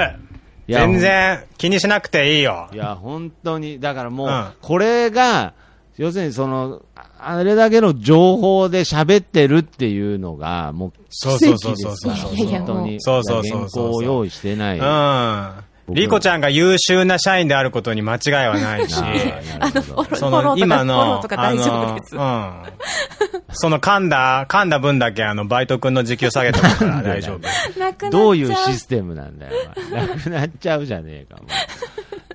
Speaker 2: いや
Speaker 4: 全然気にしなくていいよ
Speaker 2: い。や、本当に、だからも
Speaker 4: う、
Speaker 2: うんこれが、要するにその、ああれだけの情報で喋ってるっていうのが、もう奇
Speaker 4: そう
Speaker 2: 跡
Speaker 4: そ
Speaker 2: で
Speaker 4: うそうそう
Speaker 2: すから、
Speaker 4: そ
Speaker 5: そうそう
Speaker 4: う
Speaker 5: いやいや
Speaker 2: 本当に。
Speaker 4: そうそうそうそう
Speaker 2: 原稿を用意してない。
Speaker 4: うん。リコちゃんが優秀な社員であることに間違いはないし、
Speaker 2: あの、
Speaker 3: フォ
Speaker 4: そ
Speaker 3: ローと
Speaker 4: の
Speaker 3: か、
Speaker 4: 今
Speaker 3: フォロー
Speaker 4: の
Speaker 3: と、か
Speaker 4: あ
Speaker 3: 大丈夫です。
Speaker 4: の、うん。その噛んだ、噛んだ分だけあの、バイト君の時給下げとくから大丈夫。
Speaker 3: なくなっちゃう。
Speaker 2: どういうシステムなんだよ、お前なくなっちゃうじゃねえか、も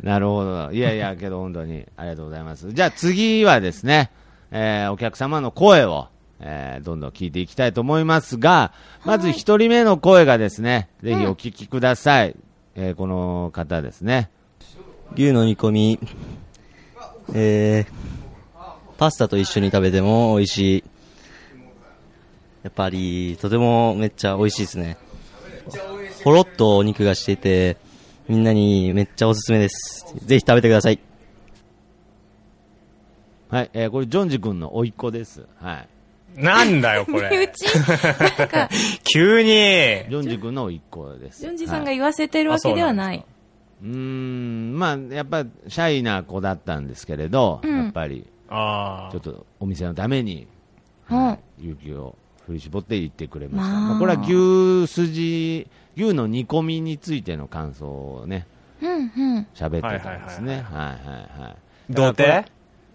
Speaker 2: うなるほど。いやいや、けど本当にありがとうございます。じゃあ次はですね、えーお客様の声を、えーどんどん聞いていきたいと思いますが、まず一人目の声がですね、ぜひお聞きください。えーこの方ですね。
Speaker 6: 牛の煮込み、えー、パスタと一緒に食べても美味しい。やっぱり、とてもめっちゃ美味しいですね。ほろっとお肉がしていて、みんなにめっちゃおすすめです。ぜひ食べてください。
Speaker 2: はい、えーこれ、ジョンジ君の甥っ子です。はい。
Speaker 4: なんだよ、こ
Speaker 3: 身
Speaker 4: れ。
Speaker 3: 内、なんか、
Speaker 4: 急に。
Speaker 2: ジョンジ君の甥っ子です。
Speaker 3: ジョンジさんが
Speaker 2: はい、
Speaker 3: 言わせてるわけではない。
Speaker 2: うーん、まあ、やっぱ、シャイな子だったんですけれど、
Speaker 3: うん
Speaker 2: やっぱり、
Speaker 4: あ
Speaker 2: ちょっとお店のために、
Speaker 5: うん
Speaker 2: はい、勇気を振り絞って行ってくれました。
Speaker 5: まあ
Speaker 2: まあ、これは牛すじ、牛の煮込みについての感想をね、
Speaker 5: うんうん。
Speaker 2: 喋ってたんですね。はいはいはい。
Speaker 4: あ。童貞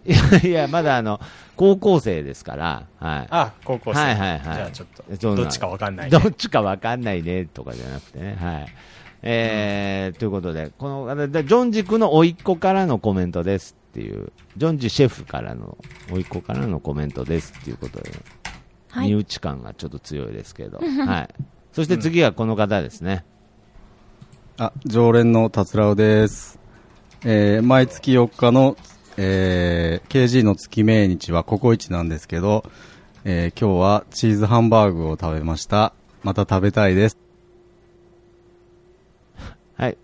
Speaker 2: いやいや、まだあの、高校生ですから、はい。
Speaker 4: あ、高校生。
Speaker 2: はいはいはい。
Speaker 4: じゃあちょっと、
Speaker 2: そう
Speaker 4: ど
Speaker 2: な
Speaker 4: っちかわかんないね。
Speaker 2: どっちかわかんないね、とかじゃなくてね。はい。えーということで、この、あれでジョンジ君の甥っ子からのコメントですっていう、ジョンジシェフからの、甥っ子からのコメントですっていうことで、
Speaker 5: はい
Speaker 2: 身内感がちょっと強いですけ ど、はい。そして次はこの方ですね。
Speaker 7: あ、常連の達郎です。えー毎月4日の、えー KG の月命日はココイチなんですけど、えー今日はチーズハンバーグを食べました。また食べたいです。
Speaker 2: はい。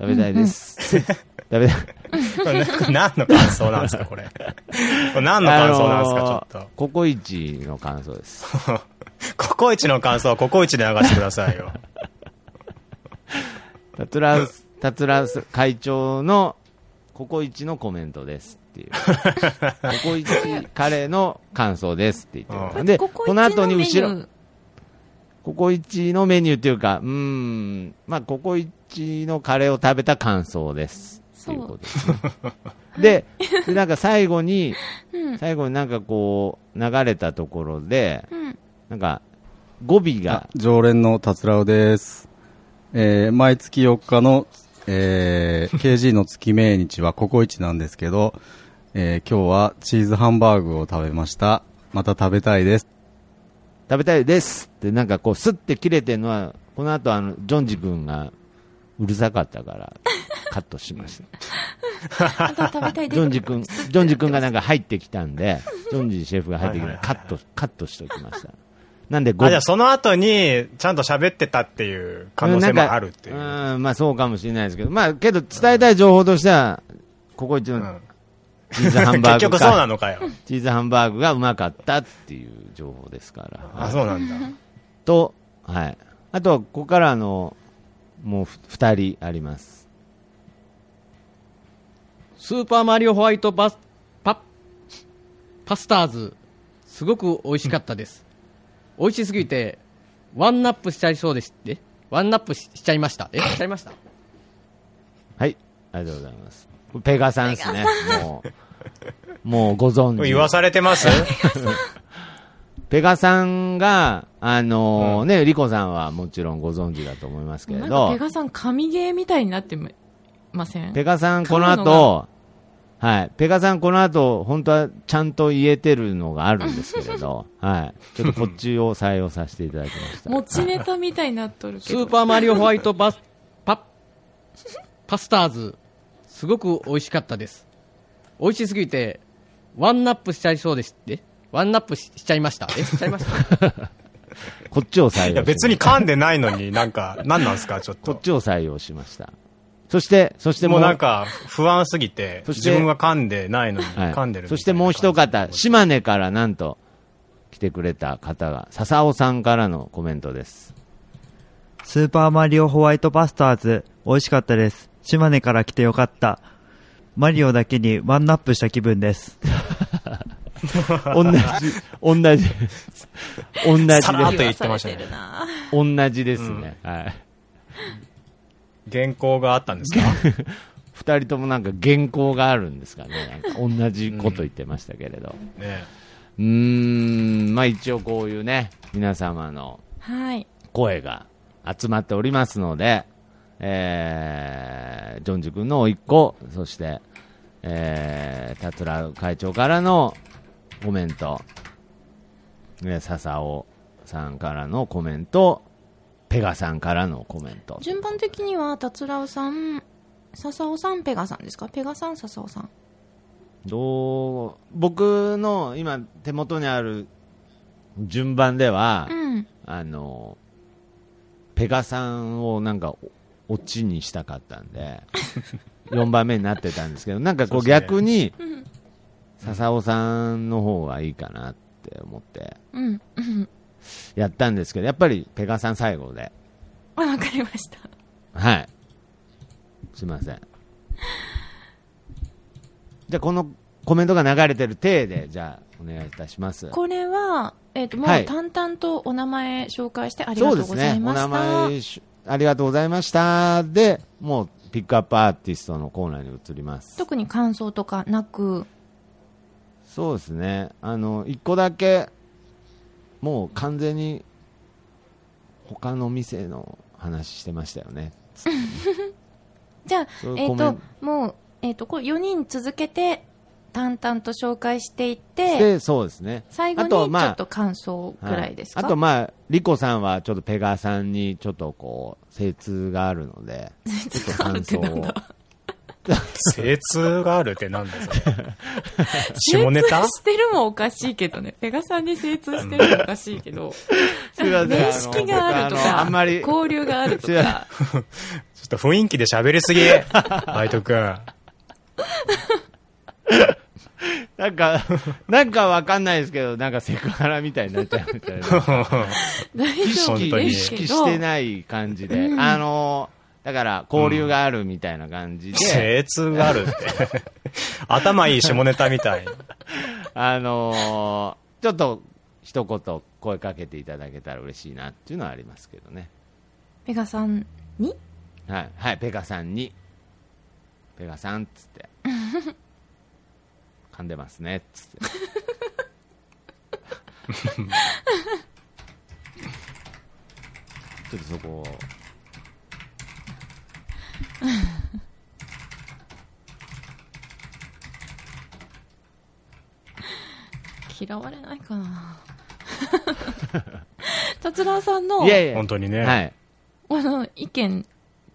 Speaker 2: 食べたいです。食べたい。
Speaker 4: これ何の感想なんですか、これ。これ 何の感想なんですか、ち
Speaker 2: あ
Speaker 4: ょ
Speaker 2: の
Speaker 4: っ
Speaker 2: ーココイチの感想です。
Speaker 4: と。ココイチの感想はココイチで流してくださいよ。
Speaker 2: タツラウス、タツラウス会長のココイチのコメントですっていう。ココイチカレーの感想ですって言って
Speaker 4: う
Speaker 2: る。
Speaker 4: ん
Speaker 2: で、
Speaker 3: こ
Speaker 2: こ
Speaker 3: こ
Speaker 2: の
Speaker 3: 一
Speaker 2: 後に
Speaker 3: のメニュ
Speaker 2: 後
Speaker 3: ー
Speaker 2: ろ、ココイチのメニューっていうか、うーん、まあ、ココイチのカレーを食べた感想です。っていうことですね、でで、なんか最 後に、最後になんかこう、流れたところで、なんか、語尾が
Speaker 7: あ、常連の達郎です。えー毎月4日の、えー KG の月命日はココイチなんですけど、えー今日はチーズハンバーグを食べました。また食べたいです。
Speaker 2: 食べたいですって、なんかこう、すって切れてるのは、この後あの、ジョンジ君がうるさかった から、カットしました。
Speaker 3: また食べたいで
Speaker 2: ジョンジ君、ジョンジ君がなんか入ってきたんで、ジョンジシェフが入ってきたんで、カット、カットしておきました。なんで、ご
Speaker 4: あ、じゃあその後に、ちゃんと喋ってたっていう可能性もあるっていう。
Speaker 2: ん
Speaker 4: うん
Speaker 2: かうん、まあそうかもしれないですけど、まあけど伝えたい情報としては、ここ一のチーズハンバー
Speaker 4: 結
Speaker 2: グ
Speaker 4: 局そうなのかよ。
Speaker 2: チーズハンバーグがうまかったっていう情報ですから。
Speaker 4: あ、そうなんだ。
Speaker 2: と、はい。あとは、ここからあの、もうふ二人あります。
Speaker 8: スーパーマリオホワイトバスパパスターズすごく美味しかったです、美味しすぎてワンナップしちゃいそうですってワンナップししちゃいましたえしちゃいました
Speaker 2: はい。ありがとうございます。ペガさんですね。もう、もうご存
Speaker 4: 言わ
Speaker 2: 知。
Speaker 4: されてます
Speaker 2: ペガさんが、あのーね、リコさんはもちろんご存知だと思いますけれ
Speaker 3: なんかペ
Speaker 2: ど、
Speaker 3: ガさん、神ゲーみたいになってません
Speaker 2: ペガさんこの
Speaker 3: 買うの
Speaker 2: 後、はい。ペガさんこの後、本当はちゃんと言えてるのがあるんですけれど、はい。ちょっとこっちを採用させていただきました。
Speaker 3: 持ちネタみたいになっとるけ
Speaker 8: ス
Speaker 3: ど。
Speaker 8: ーパーマリオホワイトバスパパスターズすごく美味しかったです美味しすぎてワンナップしちゃいそうですってワンナップししちゃいましたえしちゃいました
Speaker 2: こっちを採用し
Speaker 4: い
Speaker 2: ま
Speaker 4: や、
Speaker 2: した
Speaker 4: 別に噛んでないのに、なんか、何なんですか、ちょっ
Speaker 2: こっ
Speaker 4: と。
Speaker 2: ちを採用しました。そして、そして
Speaker 4: も
Speaker 2: も
Speaker 4: う
Speaker 2: う、
Speaker 4: なんか、不安すぎて、
Speaker 2: そして
Speaker 4: 自分が噛んでないのに、
Speaker 2: はい
Speaker 4: 噛んでるみたいな感じ。
Speaker 2: そしてもう一方、島根からなんと来てくれた方が、笹尾さんからのコメント です。
Speaker 9: スーパーマリオホワイトバスターズ、美味しかったです。島根から来てよかった。マリオだけにワンナップした気分です。
Speaker 2: 同じ、同じ、同じで
Speaker 4: さらっ
Speaker 2: す。
Speaker 4: と言っ てましたね。
Speaker 2: 同じですね。はい。
Speaker 4: 原稿があったん ですか
Speaker 2: 二人ともなんか原稿があるんですかね。なんか同じこと言ってましたけれど。
Speaker 4: ね
Speaker 2: うーん、まあ一応こういうね、皆様の
Speaker 3: はい。
Speaker 2: 声が集まっておりますので、えー、ジョンジ君の甥っ子、そして、えー、タツラ会長からのコメント、ね笹尾さんからのコメント、ペガさんからのコメント。
Speaker 5: 順番的には、達郎さん、笹尾さん、ペガさんですかペガさん、笹尾さん。
Speaker 2: どう、僕の今手元にある順番では、
Speaker 5: うん。
Speaker 2: あの、ペガさんをなんかオチにしたかったん で4番目になってたんですけどなんかこう逆に笹尾さんの方がいいかなって思って
Speaker 3: うん。 うん。
Speaker 2: やったんですけどやっぱりペガさん最後で
Speaker 3: あわかりました。
Speaker 2: はいすいま せんじゃあこのコメントが流れてる体でじゃあお願いいたします
Speaker 3: これは、えっ、と、も
Speaker 2: はいう
Speaker 3: 淡々とお名前紹介してありが
Speaker 2: そ
Speaker 3: と
Speaker 2: う
Speaker 3: うご
Speaker 2: です
Speaker 3: ざい
Speaker 2: ね。お
Speaker 3: ました。
Speaker 2: 名前し、ありがとうございました。で、もう、ピックアップアーティストのコーナーに移ります。
Speaker 3: 特に感想とかなく、
Speaker 2: そうですね。あの、一個だけ、もう完全に、他の店の話してましたよね。
Speaker 3: じゃあ
Speaker 2: そう、いう
Speaker 3: えっ、
Speaker 2: コメン
Speaker 3: と、もう、えっ、と、こう4人続けて淡々と紹介していって、
Speaker 2: で、そうですね。
Speaker 3: 最後に
Speaker 2: あ
Speaker 3: ちょ
Speaker 2: とまあ
Speaker 3: っと感想ぐらいですか、
Speaker 2: はいあと、まあ、リコさんは、ちょっとペガーさんに、ちょっとこう、精通があるので、ちょっと感想
Speaker 3: 精通があるってなんだ
Speaker 2: を。
Speaker 4: 精通があるってなんだそれ 下ネタ
Speaker 3: 精通してるもおかしいけどね。ペガさんに精通してるもおかしいけど、
Speaker 2: すいません
Speaker 3: 面識があると
Speaker 2: あの僕あの
Speaker 3: か、
Speaker 2: あんまり
Speaker 3: 交流があると
Speaker 2: すいません
Speaker 3: か、
Speaker 4: ちょっと雰囲気で喋り すぎ。バイトくん。
Speaker 2: なんか、なんかわかんないですけど、なんかセクハラみたいになっちゃうみたいな。
Speaker 3: 大
Speaker 2: 意
Speaker 3: 丈
Speaker 4: 本
Speaker 2: 識
Speaker 4: 当
Speaker 3: 夫
Speaker 4: に
Speaker 2: 意
Speaker 3: です
Speaker 2: 識
Speaker 3: け
Speaker 2: し
Speaker 3: ど、
Speaker 2: てない感じで、あのだから交流があるみたいな感じで、
Speaker 4: 精通があるって。頭いい下ネタみたい。
Speaker 2: あのちょっと一言声かけていただけたら嬉しいなっていうのはありますけどね。
Speaker 3: ペガさんに
Speaker 2: はい、はい、ペガさんに、ペガさんっつって、 噛んでますねっつって。 ちょっとそこを。
Speaker 3: 嫌われないか な達郎さんの
Speaker 2: いやいや、
Speaker 4: 本当にね。
Speaker 2: はい。
Speaker 3: あの意見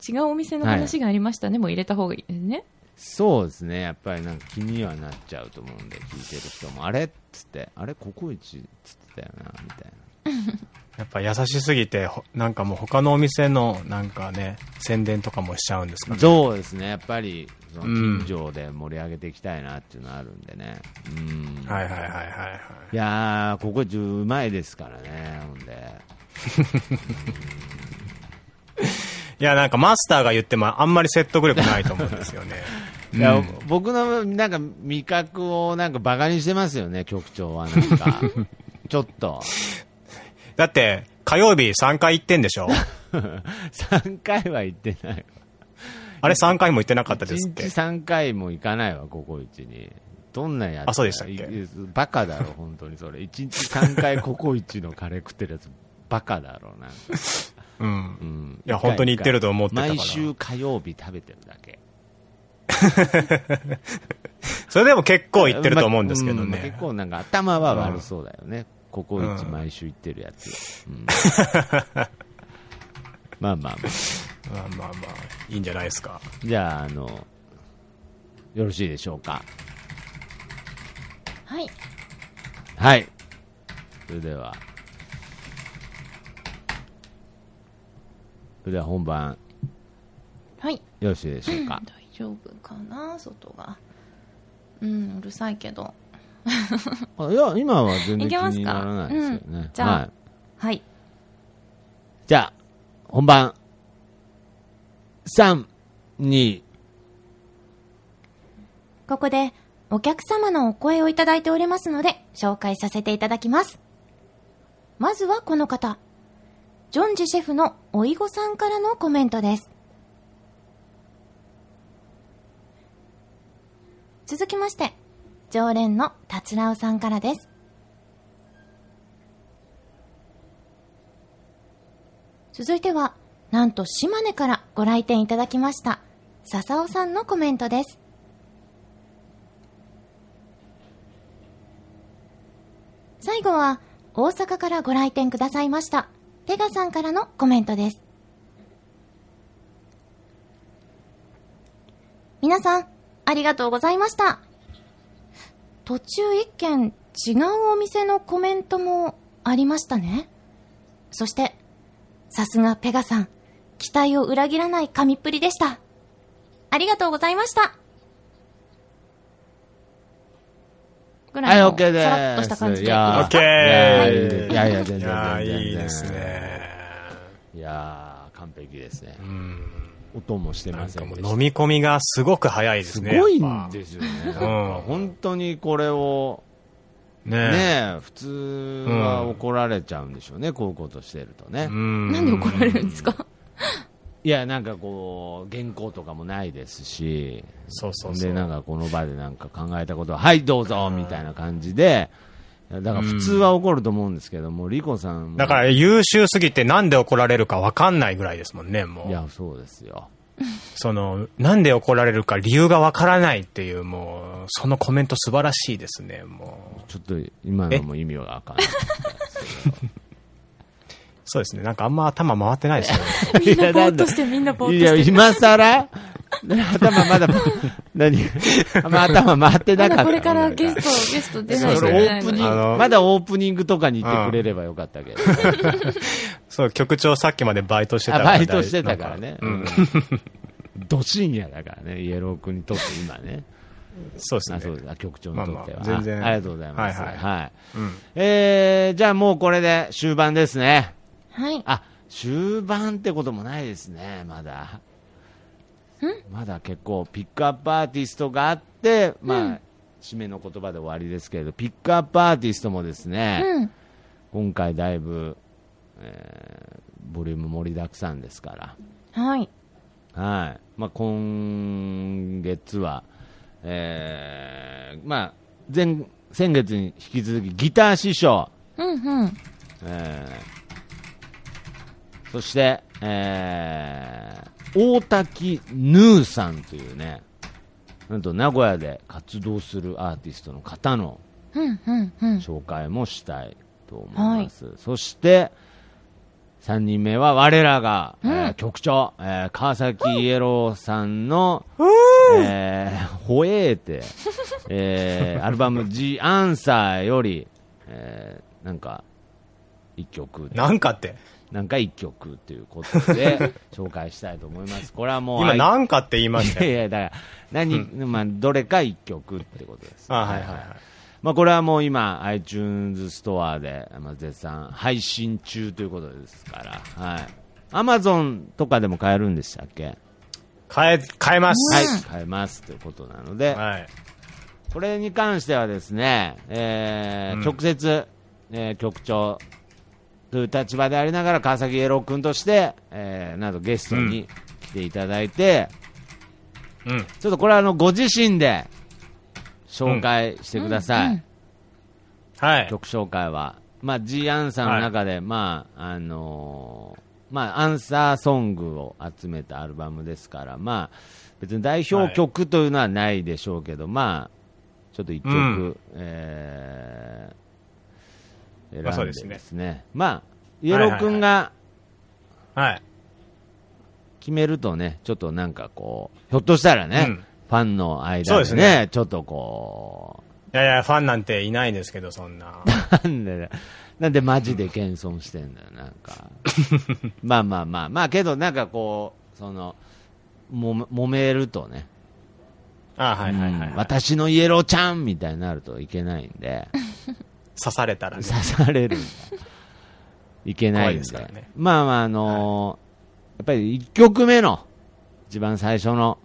Speaker 3: 違うお店の話がありましたね、もう入れた方がいいね
Speaker 2: そうですね、やっぱりなんか気にはなっちゃうと思うんで、聞いてる人も、あれっつって、あれ、ココイチっつってたよな、みたいな。
Speaker 4: やっぱ優しすぎて、ほなんかもう他のお店の、なんかね、宣伝とかもしちゃうんですかね。
Speaker 2: そうですね、やっぱり、その
Speaker 4: うん
Speaker 2: 近所で盛り上げていきたいなっていうのはあるんでね。うん。
Speaker 4: はいはいはいはいはい。
Speaker 2: いやー、ココイチうまいですからね、ほんで。
Speaker 4: いや、なんかマスターが言ってもあんまり説得力ないと思うんですよ ね。
Speaker 2: いや、僕のなんか味覚をなんかバカにしてますよね、局長はなん か。ちょっと。
Speaker 4: だって、火曜日3回行ってんでし ょ
Speaker 2: 3回は行ってない。
Speaker 4: あれ3回も行ってなかったですっ
Speaker 2: 1日
Speaker 4: け
Speaker 2: 3回も行かないわ、ココイチに。どんなやつだ
Speaker 4: あそうでしたっけ
Speaker 2: いバカだろ、 本当にそれ。1日3回ココイチのカレー食ってるやつ、バカだろ、なんか。
Speaker 4: うん
Speaker 2: う。ん。
Speaker 4: いや本当に行ってると思ってたから
Speaker 2: 毎週火曜日食べてるだけ。
Speaker 4: それでも結構行ってると思うんですけど
Speaker 2: まあうん
Speaker 4: ね
Speaker 2: 結。構なんか頭は悪そうだよね。ココイチ毎週行ってるやつ。 うんまあまあまあ。
Speaker 4: まあまあまあ、いいんじゃないですか。
Speaker 2: じゃあ、あの、よろしいでしょうか。
Speaker 5: はい。
Speaker 2: はい。それでは。それでは本番、
Speaker 5: はい。
Speaker 2: よろしいでしょうか
Speaker 5: 大。丈夫かな外が。うん、うるさいけど。
Speaker 2: あいや、今は全然
Speaker 5: い
Speaker 2: 気
Speaker 5: けます
Speaker 2: に
Speaker 5: か
Speaker 2: ならないですよね。
Speaker 5: うんじゃあ
Speaker 2: はい、
Speaker 5: はい。
Speaker 2: じゃあ、本番。3、2、
Speaker 5: ここで、お客様のお声をいただいておりますので、紹介させていただきます。まずはこの方。ジョンジシェフのおいごさんからのコメントです。続きまして、常連の達郎さんからです。続いては、なんと島根からご来店いただきました、笹尾さんのコメントです。最後は大阪からご来店くださいましたペガさんからのコメントです皆さんありがとうございました途中一件違うお店のコメントもありましたねそしてさすがペガさん期待を裏切らない神っぷりでした。ありがとうございました。ぐら
Speaker 2: はいい、
Speaker 5: の、
Speaker 2: OK です。
Speaker 5: さらっとした感じで。
Speaker 2: いや
Speaker 4: オッケー
Speaker 2: いやいや、全然全然。全然
Speaker 4: いやーいいです。ね。
Speaker 2: いやー、完璧ですね
Speaker 4: う。ん。
Speaker 2: 音もして
Speaker 4: な
Speaker 2: ま
Speaker 4: ん
Speaker 2: せ
Speaker 4: か
Speaker 2: ん
Speaker 4: も
Speaker 2: で
Speaker 4: う
Speaker 2: した
Speaker 4: 飲み込みがすごく早いですすね。
Speaker 2: ごい
Speaker 4: やっ
Speaker 2: ん
Speaker 4: ぱ
Speaker 2: ですよね。なん
Speaker 4: うん
Speaker 2: か本当にこれを、
Speaker 4: ね
Speaker 2: ねえ、普通は怒られちゃうんでしょうね、こういうことしてるとね。
Speaker 4: うん。
Speaker 3: なんで怒られるんです か
Speaker 2: いや、なんかこう、原稿とかもないですし、
Speaker 4: そうそうそう。
Speaker 2: で、なんかこの場でなんか考えたことは、はい、どうぞみたいな感じで、だから普通は怒ると思うんですけども、リコさんも
Speaker 4: だから優秀すぎてなんで怒られるかわかんないぐらいですもんね、も。
Speaker 2: いうや、そうですよ。
Speaker 4: その、なんで怒られるか理由がわからないっていう、もう、そのコメント素晴らしいですね、もう。
Speaker 2: ちょっと今のも意味はわかんない。
Speaker 4: そうですね、なんかあんま頭回ってないですね。
Speaker 3: みんなぼーっとして、みんなぼーっ
Speaker 2: い
Speaker 3: と
Speaker 2: や、
Speaker 3: して。
Speaker 2: 今更頭まだ、何まあ頭回って
Speaker 3: ま
Speaker 2: なかった。
Speaker 3: だこれからゲスト、ゲスト出ない
Speaker 4: そう
Speaker 3: と
Speaker 4: そ
Speaker 3: いうけない
Speaker 2: オープ
Speaker 3: の
Speaker 2: ニ
Speaker 3: に
Speaker 2: ン。グ
Speaker 4: あの
Speaker 2: まだオープニングとかに行ってくれればよかったけど。
Speaker 4: そう、局長さっきまでバイトしてた
Speaker 2: あ
Speaker 4: から
Speaker 2: バイトしてたからね。
Speaker 4: う
Speaker 2: うんんど深夜だからね、イエロー君にとって今ね。
Speaker 4: そうです
Speaker 2: あ
Speaker 4: ね。
Speaker 2: そうですあ局長にとっては、
Speaker 4: まあまあ全然
Speaker 2: ありがとうございます、
Speaker 4: は
Speaker 2: はいい
Speaker 4: は
Speaker 2: はいい
Speaker 4: うん
Speaker 2: えーじゃあもうこれで終盤ですね
Speaker 5: はい。
Speaker 2: あ終盤ってこともないですねまだまだ結構ピックアップアーティストがあってまあ、締めの言葉で終わりですけれどピックアップアーティストもですね、
Speaker 5: うん。
Speaker 2: 今回だいぶ、えーボリューム盛りだくさんですから
Speaker 5: はい。
Speaker 2: はいまあ、今月は、えーまあ、前先月に引き続きギター師匠、
Speaker 5: うんうん。
Speaker 2: えーそして、えー大滝ヌーさんというねなんと名古屋で活動するアーティストの方の
Speaker 5: うんうんうん。
Speaker 2: 紹介もしたいと思います、そして3人目は我らが、えー局長、えー川崎イエローさんの「えーほえーて」え ーアルバム「ジ・アンサー」より、えーなんか1曲
Speaker 4: なんかって、
Speaker 2: なんか1曲ということ で紹介したいと思いますこれはもう
Speaker 4: 今
Speaker 2: あい
Speaker 4: なんかって言いました
Speaker 2: い
Speaker 4: よ。
Speaker 2: やいやだから何、まあ、どれか1曲ってことです
Speaker 4: あはいはいはい。
Speaker 2: まあ、これはもう今、iTunes ストアで、まあ、絶賛配信中ということですから、はい。Amazon とかでも買えるんでしたっけ、はい、
Speaker 4: 変え、変えます。
Speaker 2: 買えますということなので、
Speaker 4: はい。
Speaker 2: これに関してはですね、えー
Speaker 4: うん
Speaker 2: 直接、えー局長という立場でありながら、川崎イエロー君として、えーなどゲストに来ていただいて、
Speaker 4: うん。
Speaker 2: ちょっとこれはあのご自身で紹介してください。
Speaker 4: はい。
Speaker 2: 曲紹介は、まあ、G アンサーの中で、まああのーまあ、アンサーソングを集めたアルバムですから、まあ、別に代表曲というのはないでしょうけど、まあ、ちょっと一曲、
Speaker 4: うん
Speaker 2: えー
Speaker 4: まあそう
Speaker 2: 選ん
Speaker 4: で
Speaker 2: です
Speaker 4: ね
Speaker 2: ですね、まあ、イエロー君が
Speaker 4: はい。
Speaker 2: 決めるとね、ちょっとなんかこう、ひょっとしたらね、
Speaker 4: うん
Speaker 2: ファンの間で、ね、
Speaker 4: そうですね
Speaker 2: ちょっとこう、
Speaker 4: いやいや、ファンなんていないですけど、そ んな。
Speaker 2: なんでね、なんでマジで謙遜してんだよ、なんか。まあまあまあ、まあけど、なんかこう、その、もめ揉めるとね、
Speaker 4: あはいはいはい、
Speaker 2: うん
Speaker 4: はい。
Speaker 2: 私のイエローちゃんみたいになるといけないんで、
Speaker 4: 刺されたらね。
Speaker 2: 刺されるんだいけないんで。
Speaker 4: 怖いですからね
Speaker 2: まあまあ、あのーやっぱり1曲目の、一番最初の、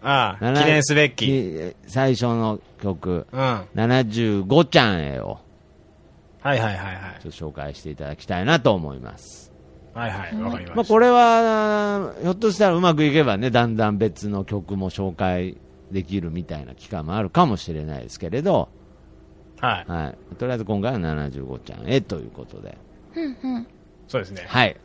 Speaker 4: ああ、
Speaker 2: 七
Speaker 4: 記念すべき。
Speaker 2: き最初の曲、
Speaker 4: うん。はい
Speaker 2: 75ちゃんへを、
Speaker 4: はいはいはい
Speaker 2: ちょっと紹介していただきたいなと思います。。
Speaker 4: はいはい、わかりました。
Speaker 2: まあ、これは、ひょっとしたらうまくいけばね、だんだん別の曲も紹介できるみたいな期間もあるかもしれないですけれど、
Speaker 4: はい。
Speaker 2: はい、とりあえず今回は75ちゃんへということで、
Speaker 4: そうですね。
Speaker 2: はい。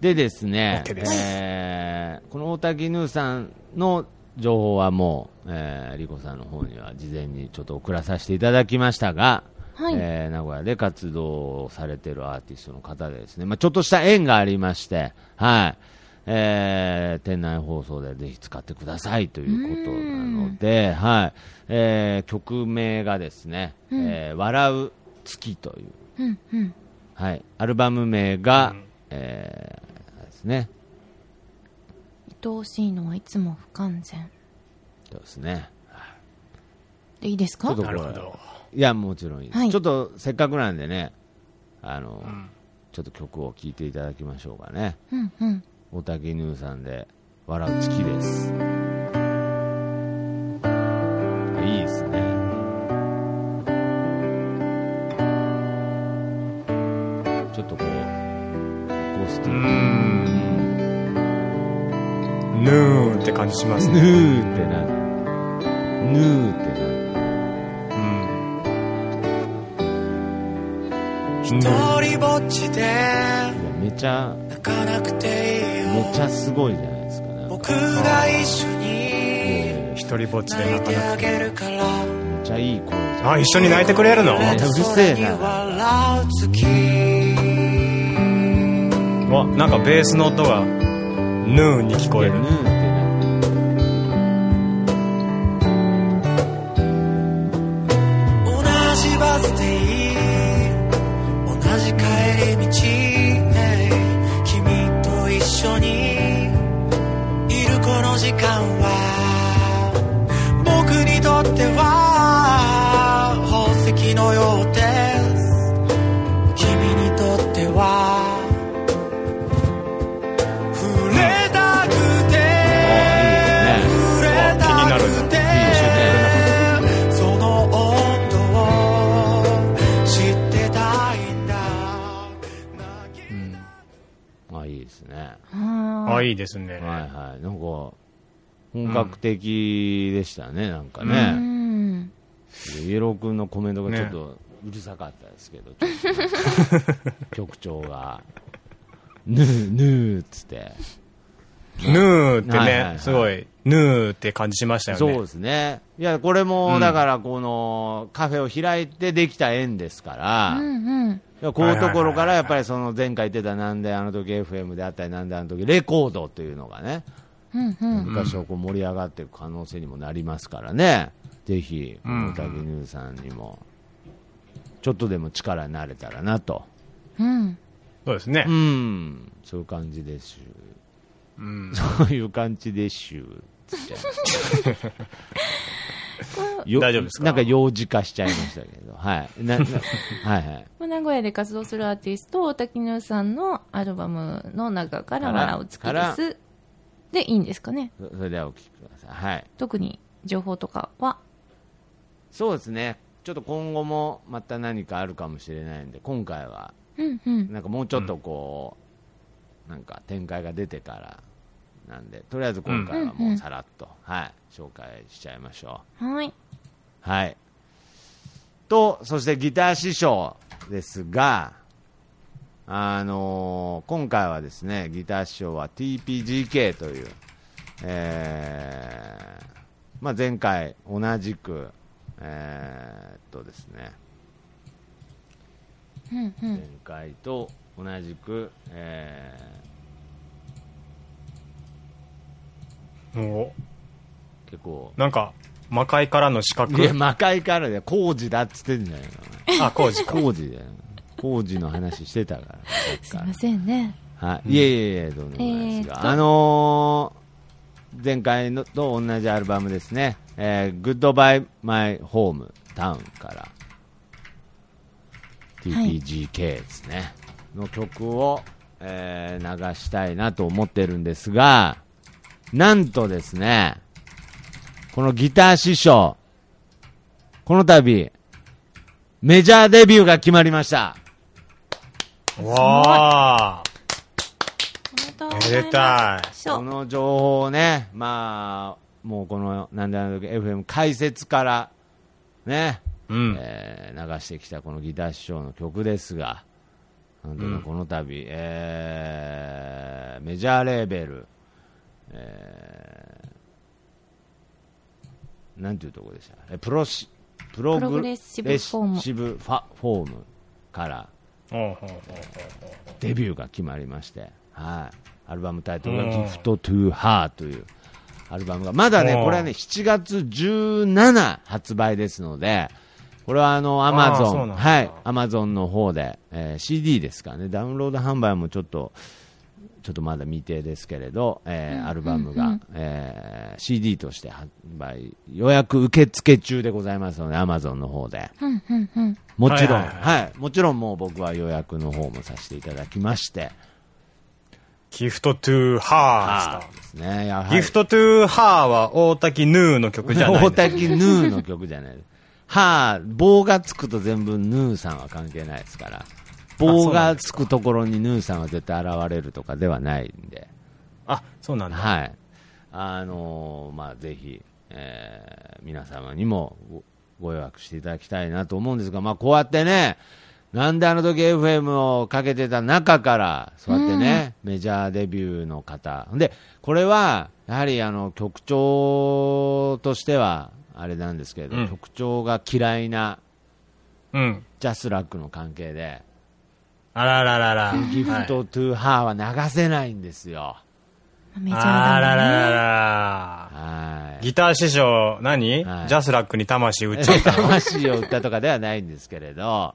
Speaker 2: でですね、
Speaker 4: OK です
Speaker 2: えーこの大滝ヌーさんの情報はもう、えー、リコさんの方には事前にちょっと送らさせていただきましたが、
Speaker 5: はい
Speaker 2: えー名古屋で活動されてるアーティストの方でですね、まあ、ちょっとした縁がありまして、はいえー店内放送でぜひ使ってくださいということなので、はいえー曲名がですね、えー笑う月というはい、アルバム名が、えーあれですね、
Speaker 5: 愛おしいのはいつも不完全。
Speaker 2: そうですね。
Speaker 5: でいいです
Speaker 2: ちょ
Speaker 5: か
Speaker 2: っとこ
Speaker 4: な
Speaker 2: れ
Speaker 4: るほど。
Speaker 2: いや、もちろんいいです、
Speaker 5: はい
Speaker 2: ちょっとせっかくなんでね、あの、
Speaker 4: ん
Speaker 2: ちょっと曲を聴いていただきましょうかね。
Speaker 5: うんうん。
Speaker 2: おたけぬーさんで、笑う月です。いいですね。ちょっとこう、ゴースト
Speaker 4: う
Speaker 2: の
Speaker 4: ん。ヌーンって感じします
Speaker 2: ぬ
Speaker 4: ね。
Speaker 2: ーってなる。ぬーってなる。
Speaker 4: うん。一人ぼっちで
Speaker 2: いやめちゃ
Speaker 10: 泣かなくていいよ
Speaker 2: めちゃすごいじゃないですかなんか
Speaker 10: 僕が一緒に
Speaker 2: え
Speaker 4: 一人ぼっちで
Speaker 10: 泣い
Speaker 4: 泣か
Speaker 10: て
Speaker 4: な
Speaker 10: あ
Speaker 4: く
Speaker 10: げ
Speaker 4: て
Speaker 10: るから
Speaker 2: ーめちゃいい声じゃん
Speaker 4: あ一緒に泣いてくれるの
Speaker 2: ねうるせえな
Speaker 10: 笑う月
Speaker 4: わなんかベースの音がヌーンに聞こえ
Speaker 2: いや
Speaker 4: る
Speaker 2: ヌーってな
Speaker 10: 同じバス停同じ帰り道君と一緒にいるこの時間は僕にとっては宝石のようです君にとっては触れたくて触れたくてその温度を知ってたいんだ
Speaker 2: あいいですねは
Speaker 5: は
Speaker 4: あ
Speaker 5: い。
Speaker 4: いいですね、
Speaker 2: いはいなんか本格的でしたね、なんか
Speaker 5: う
Speaker 2: ね、
Speaker 5: ん。
Speaker 2: イエロー君のコメントが
Speaker 4: ね
Speaker 2: ちょっとうるさかったですけど、 ちょっとなんか局長がヌーヌーっつって
Speaker 4: ヌーってね、
Speaker 2: はいはいはい
Speaker 4: すごいヌーって感じしましたよね
Speaker 2: そうですね。いや、これも、
Speaker 4: うん
Speaker 2: だから、この、カフェを開いてできた縁ですから、
Speaker 5: うんうん。
Speaker 2: いやこういうところから、やっぱりその前回言ってた、なんであの時 FM であったり、なんであの時レコードというのがね、
Speaker 5: うんうん。
Speaker 2: 昔をこう盛り上がっていく可能性にもなりますからね、ぜひ、大竹ニューさんにも、ちょっとでも力になれたらなと。
Speaker 5: うん。
Speaker 4: そうですね
Speaker 2: う、ん、そういう感じですしゅ。
Speaker 4: うん
Speaker 2: そういう感じですしゅ。つっちゃいましたよ
Speaker 4: 大丈夫ですか
Speaker 2: なんか幼児化しちゃいましたけ ど。はい。ななはいはい。
Speaker 5: 名古屋で活動するアーティスト、大滝ヌーさんのアルバムの中から
Speaker 2: から
Speaker 5: 笑う月です。で、いいんですかね
Speaker 2: そそれではお聞きください。はい。
Speaker 5: 特に情報とかは。
Speaker 2: そうですね。ちょっと今後もまた何かあるかもしれないんで、今回は、
Speaker 5: うんうん。
Speaker 2: なんかもうちょっとこう、なんか展開が出てから、なんで、とりあえず今回はもうさらっと、はい、紹介しちゃいましょう。
Speaker 5: はい。
Speaker 2: はい。と、そしてギター師匠ですが、あのー今回はですね、ギター師匠は TPGK という、えーまあ、前回同じく、えーっとですね、
Speaker 5: うんう
Speaker 2: 前
Speaker 5: ん。
Speaker 2: 回と同じく、え
Speaker 4: お
Speaker 2: ー結構、
Speaker 4: なんか魔界からの資格
Speaker 2: いや、魔界からで工事だっつってんじゃないの
Speaker 4: あ工事か
Speaker 2: 工事だよ。工事の話してたから、さ
Speaker 5: すい
Speaker 2: っきから
Speaker 5: ませんね。
Speaker 2: はい、いえいえいえ、どうでもないですが、
Speaker 5: えーっと
Speaker 2: あのー前回のと同じアルバムですね、えー、Goodbye My Home Town から、
Speaker 5: い
Speaker 2: TPGK ですね、の曲を、えー流したいなと思ってるんですが、なんとですね、このギター師匠、この度、メジャーデビューが決まりました。
Speaker 4: わあ
Speaker 5: おめでとうございます
Speaker 4: めでたい
Speaker 5: そ
Speaker 2: こ
Speaker 5: う。
Speaker 2: の情報をね、まあ、もうこの、なんであの時 FM 解説から、ね、
Speaker 4: うん、
Speaker 2: えー流してきたこのギター師匠の曲ですが、なんとね
Speaker 4: うん
Speaker 2: この度、えーメジャーレーベル、えーなんていうとこでしたえプロシプロ
Speaker 5: プログレッシブフォーム
Speaker 2: レッシブファフォームから
Speaker 4: おうほうほ
Speaker 2: デビューが決まりまして、はい、アルバムタイトルが「Gift to Her」というアルバムが、まだね、
Speaker 4: うん
Speaker 2: これはね、7月17発売ですので、これはあの、アマ
Speaker 4: あー
Speaker 2: ゾ
Speaker 4: そう
Speaker 2: ン、
Speaker 4: なんだ
Speaker 2: はい、アマゾンの方で、えー CD ですからね、ダウンロード販売もちょっと、ちょっとまだ未定ですけれど、えー
Speaker 5: うん
Speaker 2: アルバムが、
Speaker 5: うんうん
Speaker 2: えー CD として発売、予約受付中でございますので、Amazon の方で。
Speaker 5: うんうんうん。
Speaker 2: もちろん、は
Speaker 4: は
Speaker 2: いい
Speaker 4: はい
Speaker 2: もちろんもう僕は予約の方もさせていただきまして、
Speaker 4: ギフトトゥーハ
Speaker 2: はいですね、やは
Speaker 4: ー。
Speaker 2: り
Speaker 4: ギフトトゥーハーは大滝ヌーの曲じゃない
Speaker 2: 大
Speaker 4: ですか。
Speaker 2: 滝ヌーの曲じゃない。はあ、棒がつくと全部ヌーさんは関係ないですから。棒がつくところにヌーさんは絶対現れるとかではないんで。
Speaker 4: あ、そうなんだ。
Speaker 2: はい。あのーまあ、ぜひ、えー皆様にもごご予約していただきたいなと思うんですが、まあ、こうやってね、なんであの時 FM をかけてた中から、そうやってね、メジャーデビューの方。で、これは、やはりあの、局長としては、あれなんですけれど、
Speaker 4: うん
Speaker 2: 局長が嫌いな
Speaker 4: うん。
Speaker 2: ジャスラックの関係で、
Speaker 4: あらららら。
Speaker 2: ギフトトゥーハーは流せないんですよ。
Speaker 5: メジャー
Speaker 4: あ
Speaker 5: だ
Speaker 4: ら
Speaker 5: ね。
Speaker 4: ららら。
Speaker 2: はい。
Speaker 4: ギター師匠、何、
Speaker 2: はい
Speaker 4: ジャスラックに 魂売っちゃった。
Speaker 2: 魂を売ったとかではないんですけれど、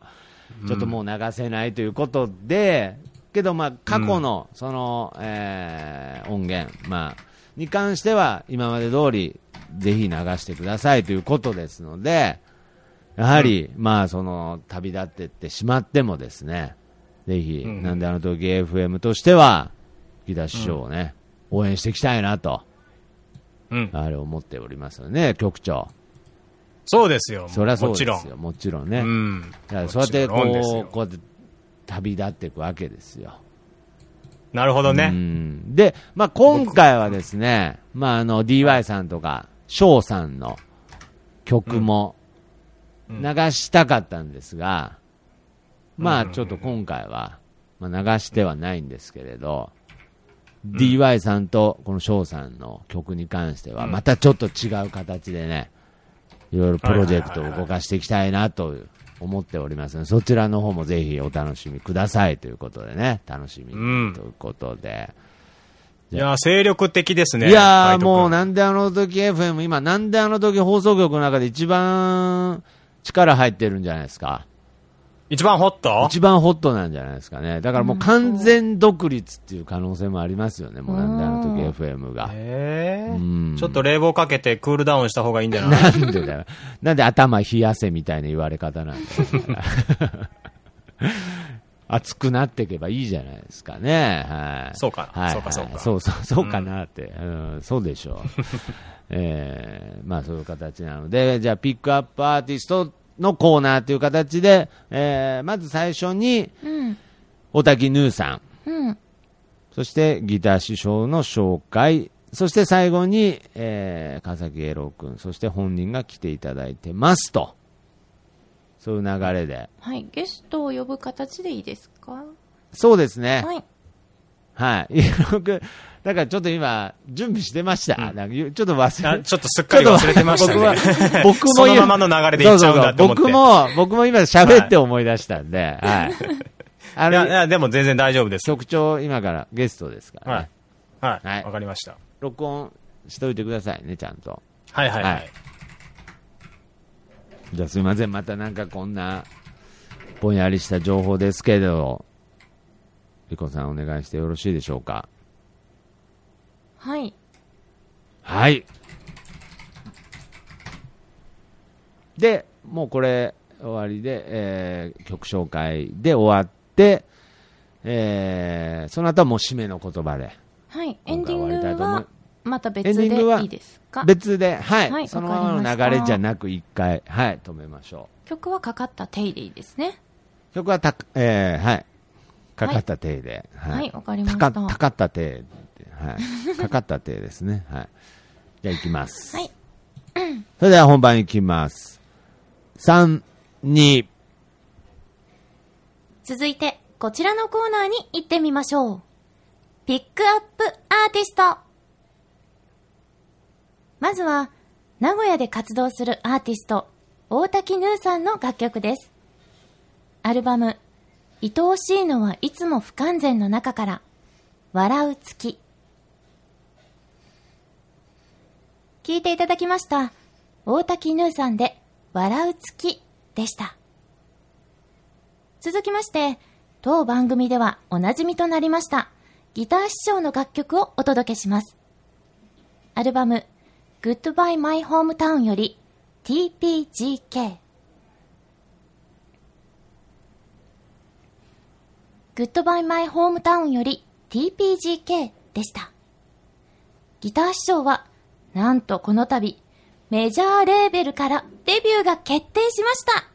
Speaker 2: ちょっともう流せないということで、けど、まあ、過去のその、えー音源、まあ、に関しては、今まで通り、ぜひ流してくださいということですので、やはり、まあ、その、旅立ってってしまってもですね、ぜひ、
Speaker 4: うん
Speaker 2: なんであの時 FM としては、木田師匠をね、応援していきたいなと、
Speaker 4: うん。
Speaker 2: あれ思っておりますよね、局長。
Speaker 4: そうですよ。
Speaker 2: そりゃそう
Speaker 4: もち
Speaker 2: で
Speaker 4: ろ
Speaker 2: すよ、
Speaker 4: ん。
Speaker 2: もちろんね。
Speaker 4: うん。
Speaker 2: だからそうやって
Speaker 4: もちろんです
Speaker 2: こ
Speaker 4: よ
Speaker 2: う、こうやって旅立っていくわけですよ。
Speaker 4: なるほど
Speaker 2: う
Speaker 4: ね。
Speaker 2: んで、まあ、今回はですね、まあ、あの、DY さんとか、翔さんの曲も
Speaker 4: う
Speaker 2: 流
Speaker 4: ん
Speaker 2: したかったんですが、ま
Speaker 4: う
Speaker 2: あ、
Speaker 4: ん
Speaker 2: ちょっと今回は、まあ、流してはないんですけれど、DY さんとこの翔さんの曲に関しては、
Speaker 4: うん
Speaker 2: またちょっと違う形でね、いろいろプロジェクトを動かしていきたいなと思っておりますので、そちらの方もぜひお楽しみくださいということでね、楽しみ
Speaker 4: うん
Speaker 2: にということで。
Speaker 4: いやー、精力的ですね。
Speaker 2: いやー、もう
Speaker 4: な
Speaker 2: なんであの時 FM、今、なんであの時放送局の中で一番力入ってるんじゃないですか。
Speaker 4: 一番ホット
Speaker 2: 一番ホットなんじゃないですかね。だからもう完全独立っていう可能性もありますよね、もうなんであの時 FM が。
Speaker 4: え
Speaker 2: う
Speaker 4: ー
Speaker 2: ん
Speaker 4: ちょっと冷房かけてクールダウンした方がいいんだよな。
Speaker 2: なんでだよ。なんで頭冷やせみたいな言われ方なんだよ 熱くなっていけばいいじゃないですかね。はい。
Speaker 4: そうか
Speaker 2: はい、
Speaker 4: そうかそうか
Speaker 2: はいそうそう、そうかなって。うん、そうでしょう。 えーまあそういう形なので、じゃあピックアップアーティストのコーナーという形で、えーまず最初に、
Speaker 5: うん
Speaker 2: 小滝ヌーさん。
Speaker 5: うん。
Speaker 2: そしてギター師匠の紹介、そして最後に、えー、川崎栄郎君、そして本人が来ていただいてますと、そういう流れで、
Speaker 5: はい。ゲストを呼ぶ形でいいですか
Speaker 2: そうですね、
Speaker 5: はい。
Speaker 2: はい、栄郎君、だからちょっと今、準備してました、なんかゆちょっと忘
Speaker 4: あ
Speaker 2: れ
Speaker 4: ちょっとすっかり忘れてましたね。
Speaker 2: 僕は、僕も
Speaker 4: その
Speaker 2: 今
Speaker 4: ままの流れでいっちゃうんだと思って
Speaker 2: そうそうそう僕も、僕も今、喋って思い出したんで、 はい。あ
Speaker 4: いやい
Speaker 2: の
Speaker 4: や、でも全然大丈夫です。
Speaker 2: 局長、今からゲストですから、ね
Speaker 4: はい。はい。
Speaker 2: は
Speaker 4: わ、
Speaker 2: い
Speaker 4: かりました。
Speaker 2: 録音しといてくださいね、ちゃんと。
Speaker 4: はいはいはい。
Speaker 2: はいじゃあすいません、またなんかこんなぼんやりした情報ですけれど、リコさんお願いしてよろしいでしょうか。
Speaker 5: はい。
Speaker 2: はい。で、もうこれ終わりで、えー曲紹介で終わって、えーその後はもう締めの言葉で、
Speaker 5: はい。エ
Speaker 2: 今
Speaker 5: ンデ
Speaker 2: 回終
Speaker 5: ィ
Speaker 2: わりた
Speaker 5: ン
Speaker 2: い
Speaker 5: グ
Speaker 2: と思い
Speaker 5: は、また別
Speaker 2: エンディ
Speaker 5: で
Speaker 2: ングはい
Speaker 5: いですか
Speaker 2: 別で、はい、
Speaker 5: はい
Speaker 2: その
Speaker 5: わかり
Speaker 2: ま
Speaker 5: ま
Speaker 2: まの
Speaker 5: した
Speaker 2: 流れじゃなく一回、はい、止めましょ
Speaker 5: 曲はかかった手入れいいですね。
Speaker 2: う。曲はたか、えーはい、かかった手で、
Speaker 5: はい、わかり
Speaker 2: た
Speaker 5: ました。
Speaker 2: かたかった手って、 はい、かかった手ですね。はい、じゃあ行きます。
Speaker 5: はい
Speaker 2: それでは本番行きます。3、2、
Speaker 5: 続いて、こちらのコーナーに行ってみましょう。ピックアップアーティスト。まずは、名古屋で活動するアーティスト、大滝ヌーさんの楽曲です。アルバム、愛おしいのはいつも不完全の中から、笑う月。聞いていただきました、大滝ヌーさんで、笑う月でした。続きまして、当番組ではおなじみとなりました、ギター師匠の楽曲をお届けします。アルバム、Goodbye My Hometown より TPGK。Goodbye My Hometown より TPGK でした。ギター師匠は、なんとこの度、メジャーレーベルからデビューが決定しました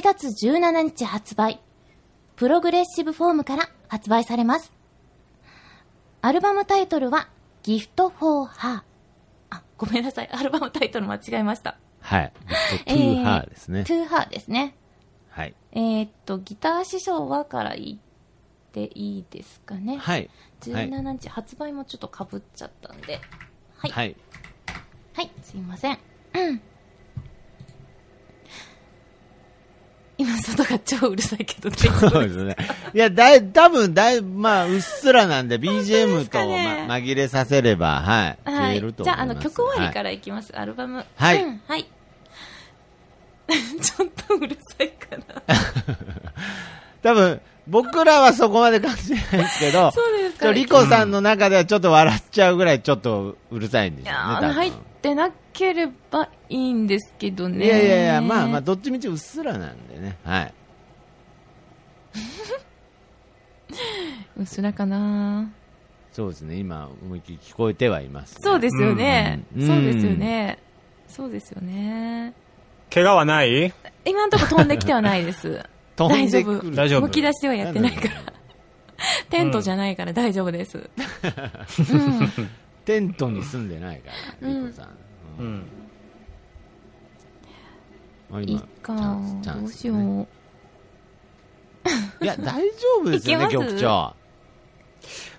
Speaker 5: 7月17日発売、プログレッシブフォームから発売されます。アルバムタイトルは、ギフトフォーハー。あ、ごめんなさい。アルバムタイトル間違えました。
Speaker 2: はい。トゥーハーですね。
Speaker 5: トゥーハーですね。
Speaker 2: はい。
Speaker 5: えーっと、ギター師匠はから言っていいですかね。
Speaker 2: はい。はい。
Speaker 5: 17日、発売もちょっとかぶっちゃったんで。は
Speaker 2: は
Speaker 5: い。はい、
Speaker 2: い。
Speaker 5: すいません。うん今、外が超うるさいけど、大丈
Speaker 2: そ
Speaker 5: 夫
Speaker 2: う
Speaker 5: で
Speaker 2: ですすね。いや、だい、多分だい、まあ、うっすらなんで、
Speaker 5: です
Speaker 2: BGM と、
Speaker 5: かね
Speaker 2: ま、紛れさせれば、はい。
Speaker 5: は
Speaker 2: 消え
Speaker 5: い
Speaker 2: る。と
Speaker 5: じ
Speaker 2: 思い
Speaker 5: ゃあ、あ
Speaker 2: ます。。
Speaker 5: の、曲終わりかららいきます、アルバム。
Speaker 2: はい
Speaker 5: うんはい。 ちょっとうるさいかな。
Speaker 2: 多分、僕らはそこまで感じないですけど、
Speaker 5: そうです
Speaker 2: ちょ
Speaker 5: か。
Speaker 2: リコさんの中ではちょっと笑っちゃうぐらいちょっとうるさいんで
Speaker 5: い
Speaker 2: しょ
Speaker 5: や
Speaker 2: うね
Speaker 5: ー、
Speaker 2: 多分
Speaker 5: 入ってなければいいんですけどね。
Speaker 2: いやいやいや、まあまあ、どっちみちうっすらなんでね。はい。
Speaker 5: うっすらかな。
Speaker 2: そうですね、今、思いっきり聞こえてはいます、ね。
Speaker 5: そうですよね。
Speaker 2: うん
Speaker 5: そうですよね。そうですよね。
Speaker 4: 怪我はない
Speaker 5: 今のところ飛んできてはないです。
Speaker 2: 飛んで
Speaker 5: 大
Speaker 2: く
Speaker 5: 丈
Speaker 2: る。
Speaker 5: 夫
Speaker 4: 大丈夫
Speaker 5: むき出しではやってないから。テントじゃないから大丈夫です。うん
Speaker 2: テントに住んでないから、
Speaker 5: うん
Speaker 2: リコさん。
Speaker 4: うん。
Speaker 2: あ
Speaker 5: い い
Speaker 2: 今
Speaker 5: か
Speaker 2: チャンスチャンスね
Speaker 5: どうしよう。
Speaker 2: いや、大丈夫ですよね、
Speaker 5: いけます
Speaker 2: 局長。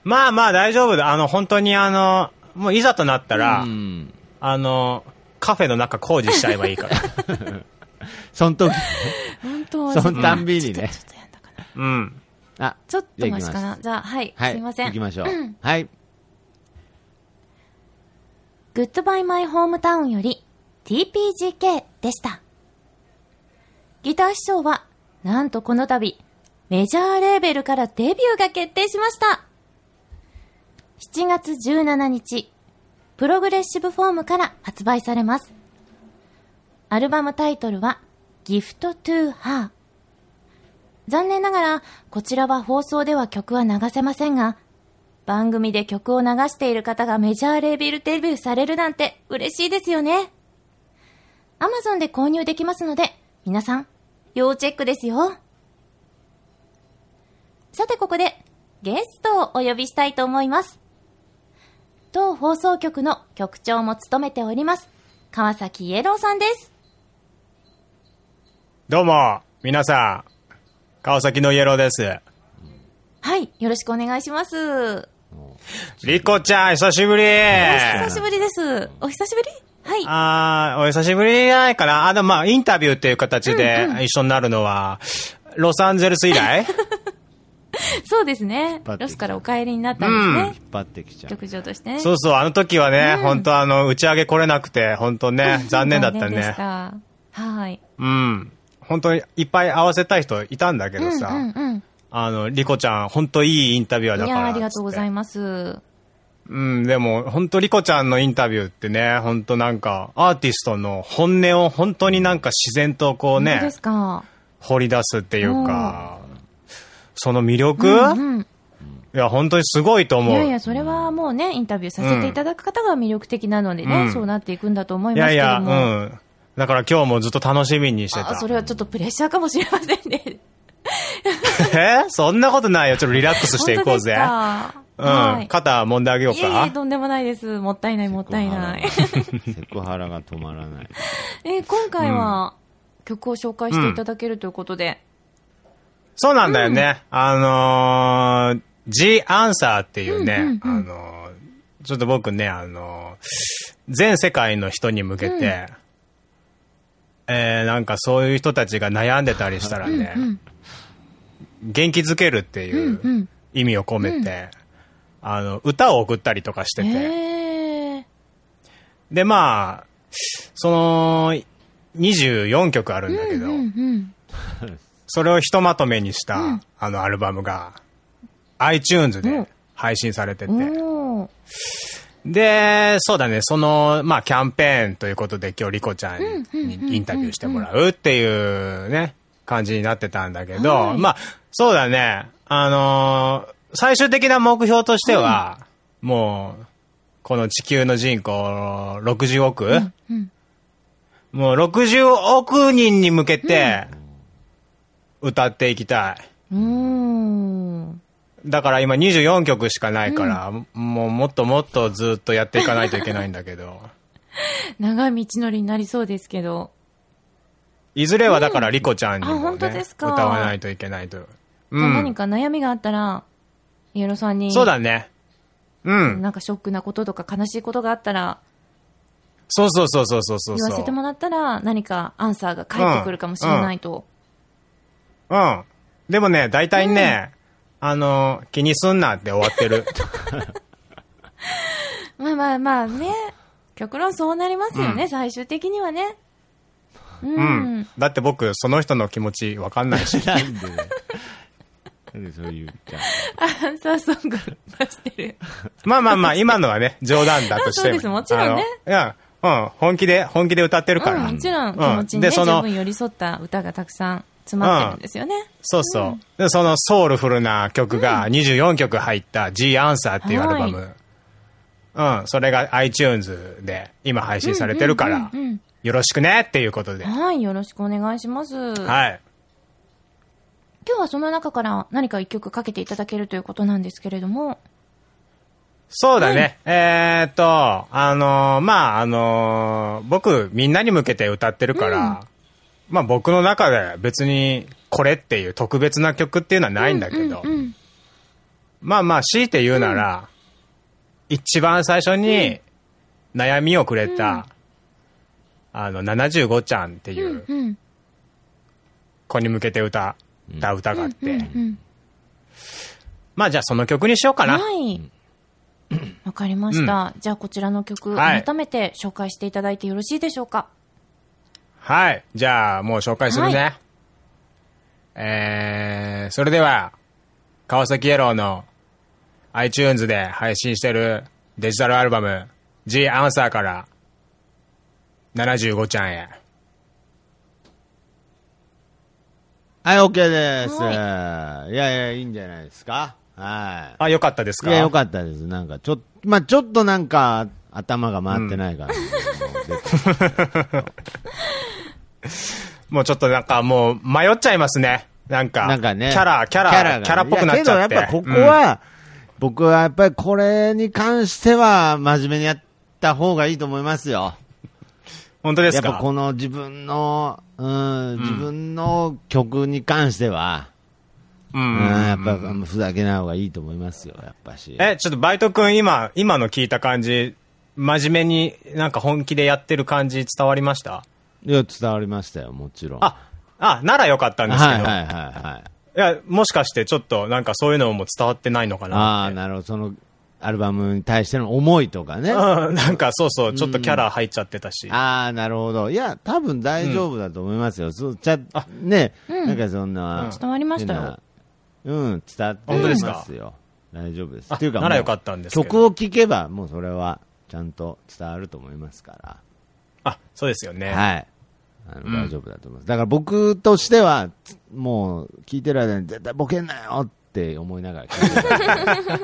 Speaker 4: まあまあ大丈夫だ。あの、本当にあの、もういざとなったら、
Speaker 2: うん。
Speaker 4: あの、カフェの中工事しちゃえばい いから。
Speaker 2: その時、
Speaker 5: 本当
Speaker 2: そのたんびにね
Speaker 5: ちょっとやんだかな。
Speaker 4: うん。
Speaker 2: あ、
Speaker 5: ちょっとマシか
Speaker 2: じゃあ行きま
Speaker 5: な。
Speaker 2: す
Speaker 5: じゃあ、はい。
Speaker 2: はい。
Speaker 5: すいません。
Speaker 2: 行きましょう。はい。
Speaker 5: グッドバイマイホームタウンより TPGK でした。ギター師匠は、なんとこの度、メジャーレーベルからデビューが決定しました。7月17日、プログレッシブフォームから発売されます。アルバムタイトルは、Gift to Her。残念ながら、こちらは放送では曲は流せませんが、番組で曲を流している方がメジャーレーベルデビューされるなんて嬉しいですよね。Amazon で購入できますので、皆さん、要チェックですよ。さてここで、ゲストをお呼びしたいと思います。当放送局の局長も務めております、川崎イエローさんです。
Speaker 4: どうも、皆さん。川崎のイエローです。
Speaker 5: はい、よろしくお願いします。
Speaker 4: リコちゃん、久しぶり
Speaker 5: お久しぶりです。お久しぶりはい。
Speaker 4: あー、お久しぶりじゃないかな。あ、でもまあ、インタビューっていう形で一緒になるのは、ロサンゼルス 以来
Speaker 5: そうですね
Speaker 2: 張っ。て
Speaker 5: ロスからお帰りになったんですね。
Speaker 2: 引っ張ってきちゃう。
Speaker 5: 局長としてね。
Speaker 4: そうそう、あの時はね、本当あの、打ち上げ来れなくて、本当ね、残念だった
Speaker 5: でし
Speaker 4: ね。
Speaker 5: たはい。
Speaker 4: うん。本当にいっぱい会わせたい人いたんだけどさ、
Speaker 5: うんうん
Speaker 4: あの、リコちゃん、本当いいインタビュアー
Speaker 5: うん。
Speaker 4: だ
Speaker 5: い
Speaker 4: から。
Speaker 5: や、ありがとうござい
Speaker 4: ま
Speaker 5: ます。
Speaker 4: す。うん、でも、本当リコちゃんのインタビューってね、本当なんか、アーティストの本音を本当になんか自然とこう
Speaker 5: どうで
Speaker 4: ね
Speaker 5: す、か。
Speaker 4: 掘り出すっていうか、その魅力、
Speaker 5: うん。い
Speaker 4: いや、本当にすごいと思う。
Speaker 5: やいや、それはもうね、インタビューさせていただく方が魅力的なので
Speaker 4: う
Speaker 5: ね、
Speaker 4: ん
Speaker 5: そうなっていくんだと思い
Speaker 4: い
Speaker 5: ますけ
Speaker 4: やいや、
Speaker 5: ど
Speaker 4: う
Speaker 5: も。
Speaker 4: ん。だから今日もずっと楽しみにして
Speaker 5: あ、
Speaker 4: た
Speaker 5: そ。れはちょっとプレッシャーかもしれませんね。
Speaker 4: えそんなことないよ。ちょっとリラックスしてい
Speaker 5: 本当
Speaker 4: こう
Speaker 5: です
Speaker 4: ぜ。
Speaker 5: か。
Speaker 4: うん。
Speaker 5: はい。
Speaker 4: 肩揉んであげよう
Speaker 5: いえいえ、
Speaker 4: か。
Speaker 5: とんでもないです。もったいない、もったいない。
Speaker 2: セクハラが止まらない。
Speaker 5: え、今回は曲を紹介していただけるということで。
Speaker 4: そうなんだよね。あのー、G アンサーっていうね、あのー、ちょっと僕ね、あのー、全世界の人に向けて、えー、なんかそういう人たちが悩んでたりしたらね、元気づけるっていう意味を込めて、あの、歌を送ったりとかしてて、
Speaker 5: ええ。
Speaker 4: で、まあ、その、24曲あるんだけど、
Speaker 5: うんうん。
Speaker 4: それをひとまとめにした、あの、アルバムが、 iTunes で配信されてて。で、そうだね、その、まあ、キャンペーンということで、今日、リコちゃんにインタビューしてもらうっていうね、感じになってたんだけど、まあ、そうだね、あのー最終的な目標としては、もう、この地球の人口60億、もう60億人に向けて、歌っていきたい。
Speaker 5: うん。
Speaker 4: だから今24曲しかないから、もうもっともっとずっとやっていかないといけないんだけ ど、
Speaker 5: 長い道のりになりそうですけど。
Speaker 4: いずれはだからリコちゃんに
Speaker 5: あ
Speaker 4: も、ね
Speaker 5: 本当です
Speaker 4: 歌
Speaker 5: か
Speaker 4: わないといけないと。
Speaker 5: じ
Speaker 4: う
Speaker 5: ゃあ何
Speaker 4: ん。
Speaker 5: か悩みがあったら、イエローさんに。
Speaker 4: そうだね。うん。
Speaker 5: なんかショックなこととか悲しいことがあったら、
Speaker 4: そうそうそうそうそうそう
Speaker 5: 言わせてもらったら、何かアンサーが返ってくるかもしれないと。
Speaker 4: うん。でもね、大体ね、あの、気にすんなって終わってる。
Speaker 5: まあまあまあね、極論そうなりますよね、最終的にはね。うん。
Speaker 4: うん。だって僕、その人の気持ちわかんないし。
Speaker 2: なんでだよなんでそういうじゃ
Speaker 5: アンサーソング出してる。
Speaker 4: まあまあまあ、今のはね、冗談だとし
Speaker 5: あそ
Speaker 4: ても。
Speaker 5: うですもちろんね
Speaker 4: あの。いや、うん、本気で、本気で歌ってるから。
Speaker 5: うん、もちろん気
Speaker 4: う
Speaker 5: 持ちにね、
Speaker 4: で、そ
Speaker 5: 十
Speaker 4: の
Speaker 5: 分、寄り添った歌がたくさん詰まってるんですよね。
Speaker 4: そうそう。で、そのソウルフルな曲が24曲入った G アンサーっていうアルバム。うん、それが iTunes で今配信されてるから
Speaker 5: うんうんうんうん、
Speaker 4: よろしくねっていうことで。
Speaker 5: はい、よろしくお願いします。今
Speaker 4: はい。
Speaker 5: 日はその中から何か一曲かけていただけるということなんですけれども、
Speaker 4: そうだね。えーっと、あのーまあ、あのー僕、みんなに向けて歌ってるから、まあ、僕の中で別にこれっていう特別な曲っていうのはないんだけど、まあまあ、強いて言うなら、一番最初に悩みをくれた、あの、75ちゃんっていう
Speaker 5: うん
Speaker 4: 子に向けて歌った歌があって、
Speaker 5: うん
Speaker 4: まあ、じゃあその曲にしようか
Speaker 5: は
Speaker 4: な。
Speaker 5: い。わかりました。じゃあこちらの曲、
Speaker 4: はい
Speaker 5: 改めて紹介していただいてよろしいでしょうか。
Speaker 4: はい。じゃあ、もう紹介するね。
Speaker 5: は
Speaker 4: えー、それでは、川崎イエローの iTunes で配信してるデジタルアルバム G アンサーから75ちゃんへ。
Speaker 2: はい、OK です。いやいや、いいんじゃないですか。は
Speaker 4: あ、よかったで
Speaker 2: い。
Speaker 4: すか
Speaker 2: いや、よかったです。なんか、ちょっと、まあちょっとなんか、頭が回ってないから、もう絶対
Speaker 4: もうちょっとなんかもう迷っちゃいますね。なんか、
Speaker 2: なんかね。
Speaker 4: キャラ、キャラ、
Speaker 2: キ
Speaker 4: キャ
Speaker 2: ャ
Speaker 4: ラ,、
Speaker 2: が
Speaker 4: っぽくなっちゃって。
Speaker 2: いやけど、やっぱここは、僕はやっぱりこれに関しては、真面目にやった方がいいと思いますよ。
Speaker 4: うん本当で
Speaker 2: や
Speaker 4: す
Speaker 2: っぱ
Speaker 4: か
Speaker 2: この自分の、うん、自分の曲に関しては、
Speaker 4: う
Speaker 2: うんん、やっぱふざけない方がいいと思いますよ、やっぱし。
Speaker 4: え、ちょっとバイト君今、今の聞いた感じ、真面目になんか本気でやってる感じ伝わりました
Speaker 2: いや、伝わりましたよ、もちろん。
Speaker 4: あ、あ、ならよかったんですけ
Speaker 2: は
Speaker 4: ど。
Speaker 2: い
Speaker 4: い
Speaker 2: はいはいはい。
Speaker 4: や、もしかしてちょっとなんかそういうのも伝わってないのか
Speaker 2: あ
Speaker 4: な
Speaker 2: あ、
Speaker 4: って。
Speaker 2: なるほど、その、アルバムに対しての思いとかね。あ
Speaker 4: うん、 なんかそうそう、ちょっとキャラ入っちゃってたし。
Speaker 2: あー、なるほど。いや、多分大丈夫だと思いますよ。そう、ちゃ、ね、なんかそんな、
Speaker 5: 伝わりましたよ。
Speaker 2: うん、伝わって
Speaker 4: 本当ですか
Speaker 2: ますよ。大丈夫です。
Speaker 4: あ
Speaker 2: っていうか、
Speaker 4: なら
Speaker 2: もう
Speaker 4: よかったんですけど
Speaker 2: 曲を聴けば、もうそれは、ちゃんと伝わると思いますか
Speaker 4: あ、そうですよね。
Speaker 2: ら。はい。あの大丈夫だと思います。だから僕としては、つもう、聴いてる間に絶対ボケんなよって思いながら聴いて た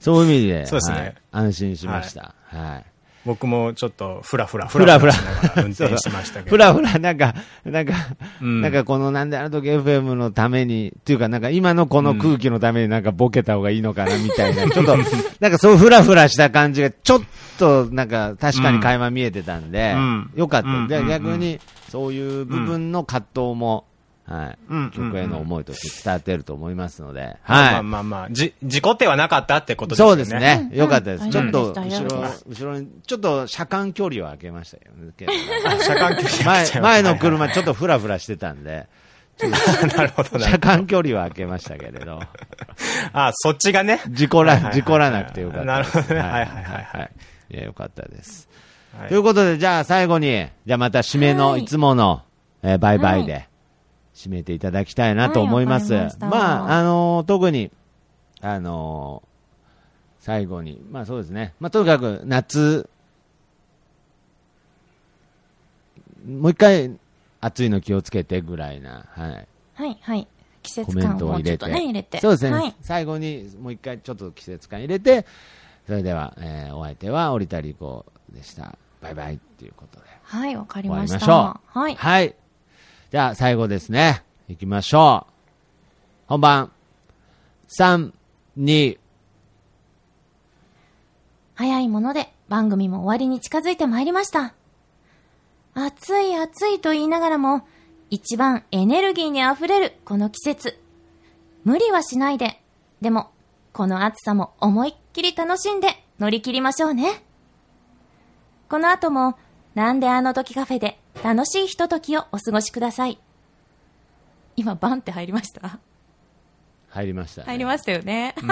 Speaker 2: そういう意味で、
Speaker 4: そうですね
Speaker 2: はい安心しました。はい。
Speaker 4: 僕もちょっとフラフラ、フ
Speaker 2: ふらふら
Speaker 4: しながら運転しましたけ
Speaker 2: ふ
Speaker 4: ど。
Speaker 2: らふら、なんか、なんか、
Speaker 4: うん
Speaker 2: なんかこのなんであの時 FM のために、っていうかなんか今のこの空気のためになんかボケた方がいいのかなみたいな、ちょっと、なんかそうふらふらした感じがちょっとなんか確かに垣間見えてたんで、
Speaker 4: うん
Speaker 2: よかっ
Speaker 4: う
Speaker 2: た。
Speaker 4: ん
Speaker 2: で
Speaker 4: うん
Speaker 2: 逆にそういう部分の葛藤も、はい
Speaker 4: うん、
Speaker 2: 曲への思いとして伝わってると思いますので、
Speaker 4: ま
Speaker 2: は
Speaker 4: あ
Speaker 2: い。
Speaker 4: まあまあ、じ、事故ってはなかったってことです
Speaker 2: そ
Speaker 4: よ
Speaker 2: う
Speaker 4: ね。
Speaker 2: です。ね。よかったです。
Speaker 5: うん
Speaker 2: ちょっと、
Speaker 5: 大
Speaker 2: 後
Speaker 5: 丈夫です
Speaker 2: ろ
Speaker 5: 大丈夫で、
Speaker 2: 後ろに、ちょっと車間距離を空けましたけどね
Speaker 4: 車間 距離が来ちゃいまし
Speaker 2: 前
Speaker 4: た
Speaker 2: 前の。車ちょっとフラフラしてたんで、
Speaker 4: なるほどな
Speaker 2: 車。間距離は空けましたけれど、
Speaker 4: あ、そっちがね。
Speaker 2: 事故ら
Speaker 4: は、い
Speaker 2: 事故らなくてよかったです。
Speaker 4: なるほどねはいはいはい
Speaker 2: い。いや、よかったです。
Speaker 4: はい
Speaker 2: ということで、じゃあ最後に、じゃあまた締めの、
Speaker 5: はい
Speaker 2: い、つもの、えーバイバイで、締めていただきたいなと思います。
Speaker 5: はいわかりました
Speaker 2: まあ、あのー特に、あのー最後に、まあそうですね、まあ、とにかく夏、もう一回、暑いの気をつけてぐらいな、はい、
Speaker 5: はい、はい。季
Speaker 2: コ
Speaker 5: 節
Speaker 2: メン
Speaker 5: 感
Speaker 2: トを
Speaker 5: を
Speaker 2: 入
Speaker 5: ちょ
Speaker 2: れ
Speaker 5: っと
Speaker 2: て、
Speaker 5: ね、入れて。
Speaker 2: そうですね、
Speaker 5: はい。
Speaker 2: 最後にもう一回ちょっと季節感入れて、それでは、えーお相手は折田理子でした。バイバイっていうことで。
Speaker 5: はい、わかり
Speaker 2: 終わ
Speaker 5: ま
Speaker 2: り
Speaker 5: し
Speaker 2: ま
Speaker 5: た。
Speaker 2: しょう。
Speaker 5: はい。
Speaker 2: じゃあ、最後ですね。行きましょう。本番。3、2、
Speaker 5: 早いもので番組も終わりに近づいてまいりました。暑い暑いと言いながらも、一番エネルギーにあふれるこの季節。無理はしないで、でも、この暑さも思いっきり楽しんで乗り切りましょうね。この後も、なんであの時カフェで楽しいひとときをお過ごしください。今、バンって入りました
Speaker 2: 入りました、
Speaker 5: 入りましたよね。
Speaker 2: す。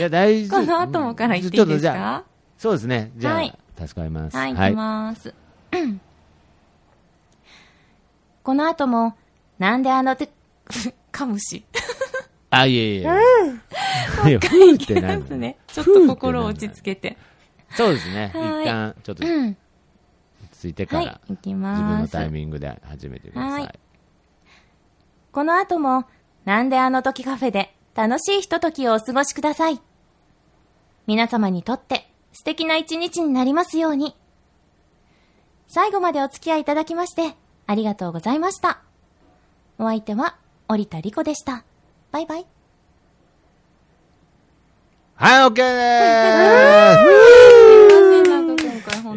Speaker 2: いや、大事
Speaker 5: この後もから言っていいで
Speaker 2: ちょっと
Speaker 5: す
Speaker 2: じゃあ
Speaker 5: か
Speaker 2: そうですね。じゃあ、
Speaker 5: はい
Speaker 2: 助かります。
Speaker 5: はい、行きます。 この後も、なんであのて、 かむし。
Speaker 2: あ、い えいえ。いやふ
Speaker 5: い
Speaker 2: ー
Speaker 5: きます ね。ちょっ
Speaker 2: ふー
Speaker 5: と
Speaker 2: て
Speaker 5: 心を
Speaker 2: なん
Speaker 5: 落
Speaker 2: だ
Speaker 5: ち着けて。
Speaker 2: そうですね。
Speaker 5: はい
Speaker 2: 一旦、ちょっと、
Speaker 5: うん。
Speaker 2: ついてか
Speaker 5: は
Speaker 2: ら、
Speaker 5: い、行き
Speaker 2: 自分
Speaker 5: ま
Speaker 2: の
Speaker 5: す
Speaker 2: タ。イミングで始めてください。
Speaker 5: はいこの後も、なんであの時カフェで楽しいひとときをお過ごしください。皆様にとって素敵な一日になりますように。最後までお付き合いいただきまして、ありがとうございました。お相手は、織田理子でした。バイバイ。
Speaker 2: はい、オッケ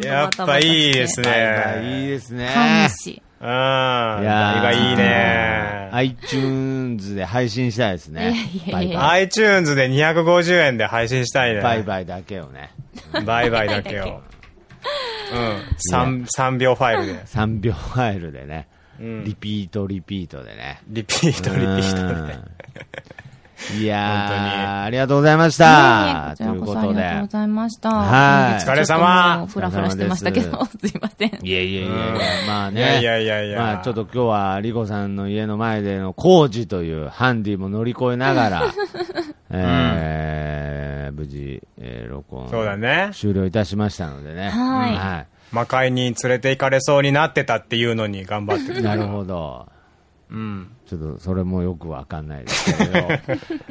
Speaker 2: ーです
Speaker 4: やっぱ いいです
Speaker 2: はい
Speaker 4: ね。
Speaker 2: いいですね。
Speaker 5: かむし。
Speaker 4: うん。
Speaker 2: い
Speaker 4: い
Speaker 2: ー
Speaker 4: がいいね。
Speaker 2: iTunes で配信したいですね。
Speaker 5: いや
Speaker 2: バ
Speaker 5: いやい
Speaker 2: イ
Speaker 5: や
Speaker 2: バイ。
Speaker 4: iTunes で250円で配信したいね。
Speaker 2: バイバイだけをね。
Speaker 4: イ。バイバイだ けを。うん。3、3秒ファイルで。
Speaker 2: 3秒ファイルでね。
Speaker 4: ん
Speaker 2: リピートリピートでね。
Speaker 4: リピート、リピートで。
Speaker 2: うんいや
Speaker 4: 本当に
Speaker 2: ー、ありがとうございまし
Speaker 5: は
Speaker 2: た。
Speaker 5: い
Speaker 2: とい
Speaker 5: えこちら
Speaker 2: う
Speaker 5: こ
Speaker 2: こ
Speaker 5: そあ
Speaker 2: と
Speaker 5: り
Speaker 2: で。
Speaker 5: がとうございました。
Speaker 2: はい
Speaker 5: 本日ちょっともうふらふらしてましたけ
Speaker 2: お疲れ
Speaker 5: ど、すいません。
Speaker 2: いやいやいやいやまあね。
Speaker 4: いやいやいやいや
Speaker 2: まあちょっと今日は、リコさんの家の前での工事というハンディも乗り越えなが ら、えー無事、えー録音。
Speaker 4: そうだね。
Speaker 2: 終了いたしましたのでね。
Speaker 5: はい
Speaker 4: 魔界に連れて行かれそうになってたっていうのに頑張って
Speaker 2: い
Speaker 4: る。
Speaker 2: なるほど。
Speaker 4: うん。
Speaker 2: ちょっとそれもよくわかんないですけれど、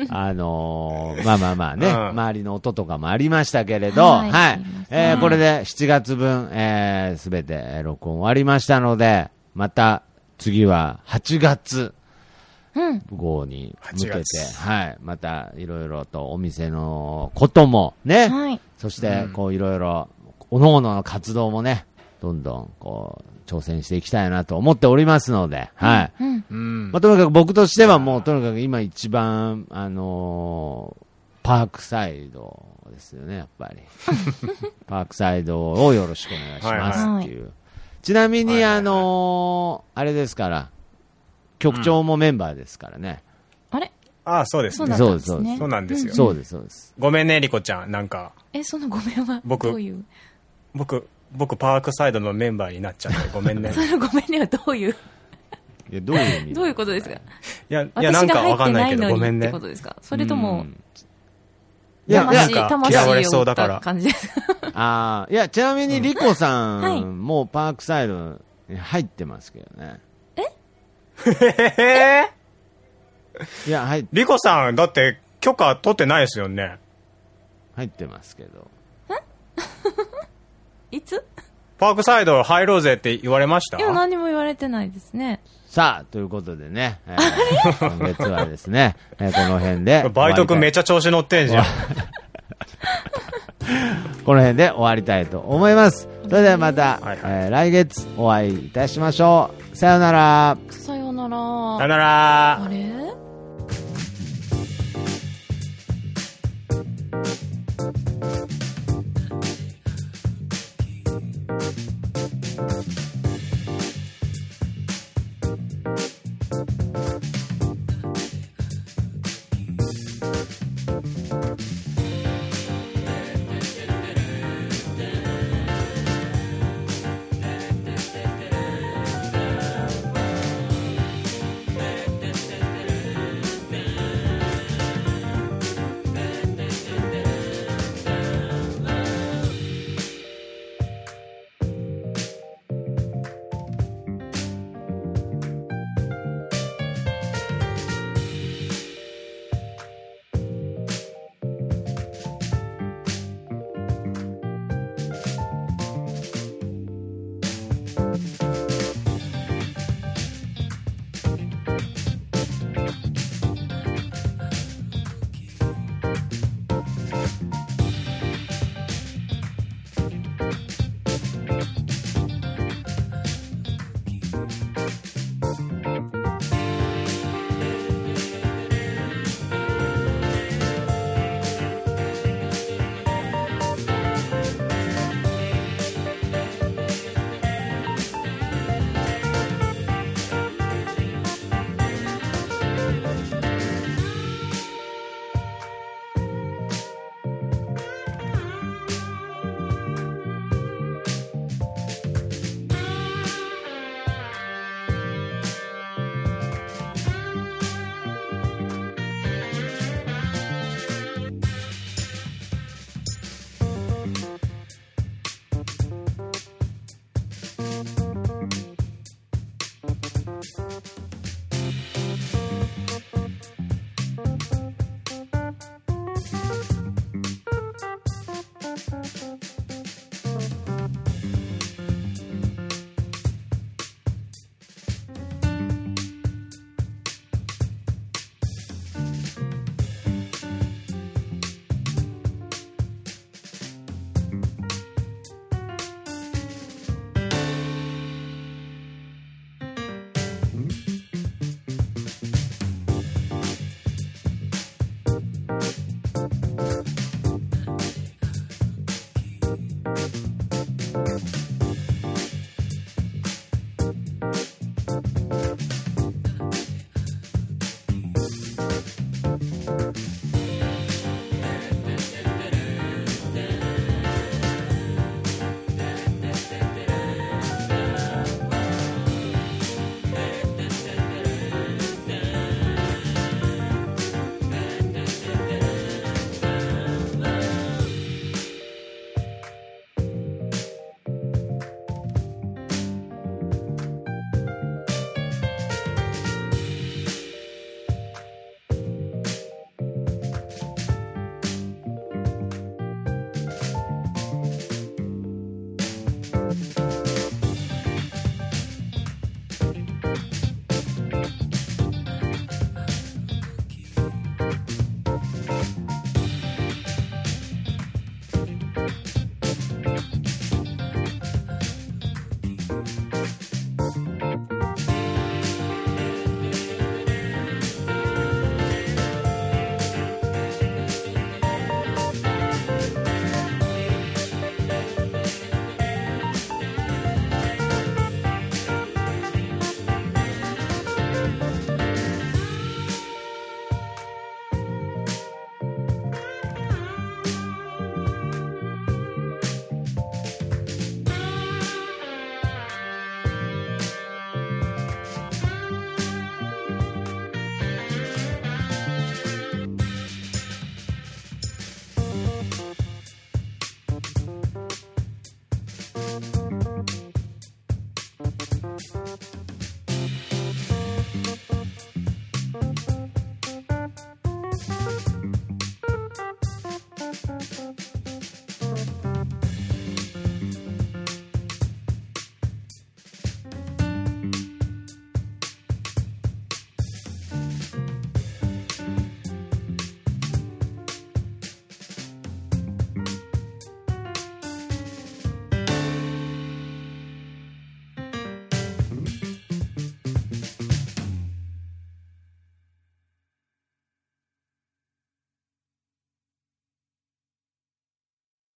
Speaker 2: あのーまあまあまあね、
Speaker 4: うん
Speaker 2: 周りの音とかもありましたけれど、は
Speaker 5: はい
Speaker 2: い、
Speaker 5: すいま
Speaker 2: えーこれで7月分、えーすべてえー録音終わりましたので、また次は8月
Speaker 5: うん。
Speaker 2: 号に向けて
Speaker 4: 8、月
Speaker 2: はい、またいろいろとお店のこともね、
Speaker 5: はい。
Speaker 2: そしてこういろいろ、各々の活動もね、どんどんこう挑戦していきたいなと思っておりますので、はい。
Speaker 5: うん。
Speaker 4: うん
Speaker 2: まあ、とにかく僕としてはもう、とにかく今一番、あのーパークサイドですよね、やっぱり。パークサイドをよろしくお願いしますっていう。ちなみに、あのーあれですから、局長もメンバーですからね。
Speaker 5: あれ
Speaker 4: ああ、そうです
Speaker 5: そう
Speaker 4: ね。
Speaker 5: だったんですね。
Speaker 4: そうなんですよ。
Speaker 2: そうです、そうです。
Speaker 4: ごめんね、リコちゃん。なんか、
Speaker 5: え、そのごめんは、
Speaker 4: 僕
Speaker 5: どういう
Speaker 4: 僕、僕、パークサイドのメンバーになっちゃって、ごめんね
Speaker 5: そ。のごめんねはどういう、
Speaker 2: いや、どういう意味
Speaker 5: どういうことですか
Speaker 4: いや、いや、なん
Speaker 5: 私
Speaker 4: か
Speaker 5: が入
Speaker 4: わ
Speaker 5: っ
Speaker 4: か
Speaker 5: て
Speaker 4: んな
Speaker 5: ない
Speaker 4: け
Speaker 5: い
Speaker 4: ど、ご
Speaker 5: の
Speaker 4: め
Speaker 5: に
Speaker 4: ん
Speaker 5: って
Speaker 4: ね
Speaker 5: こ。とですかそれとも、
Speaker 2: いや、いや
Speaker 5: 魂、
Speaker 4: なんか
Speaker 5: 魂
Speaker 4: 嫌われ
Speaker 5: を
Speaker 4: そ
Speaker 5: 売
Speaker 4: う
Speaker 5: っ
Speaker 4: だから
Speaker 5: た感じです。
Speaker 2: あーいや、ちなみに、リコ
Speaker 5: は
Speaker 2: さ
Speaker 5: い
Speaker 2: ん、もうパークサイドに入ってますけどね。
Speaker 4: え
Speaker 2: いや、入っ
Speaker 4: リコさん、だって、許可取ってないですよね。
Speaker 2: 入ってますけど。
Speaker 5: いつ
Speaker 4: パークサイド入ろうぜって言われました
Speaker 5: いや、何も言われてないですね。
Speaker 2: さあ、ということでね、えー 今月はですね、えーこの辺で、
Speaker 4: バイト君めっ
Speaker 2: ち
Speaker 4: ちゃ調子乗ってんじゃん。
Speaker 2: ゃ。この辺で終わりたいと思います。それではまた、
Speaker 4: はいはい
Speaker 2: えー来月お会いいたしましょう。さようなら。
Speaker 5: さような
Speaker 4: さよ
Speaker 5: ら。
Speaker 4: なら
Speaker 5: あ。れ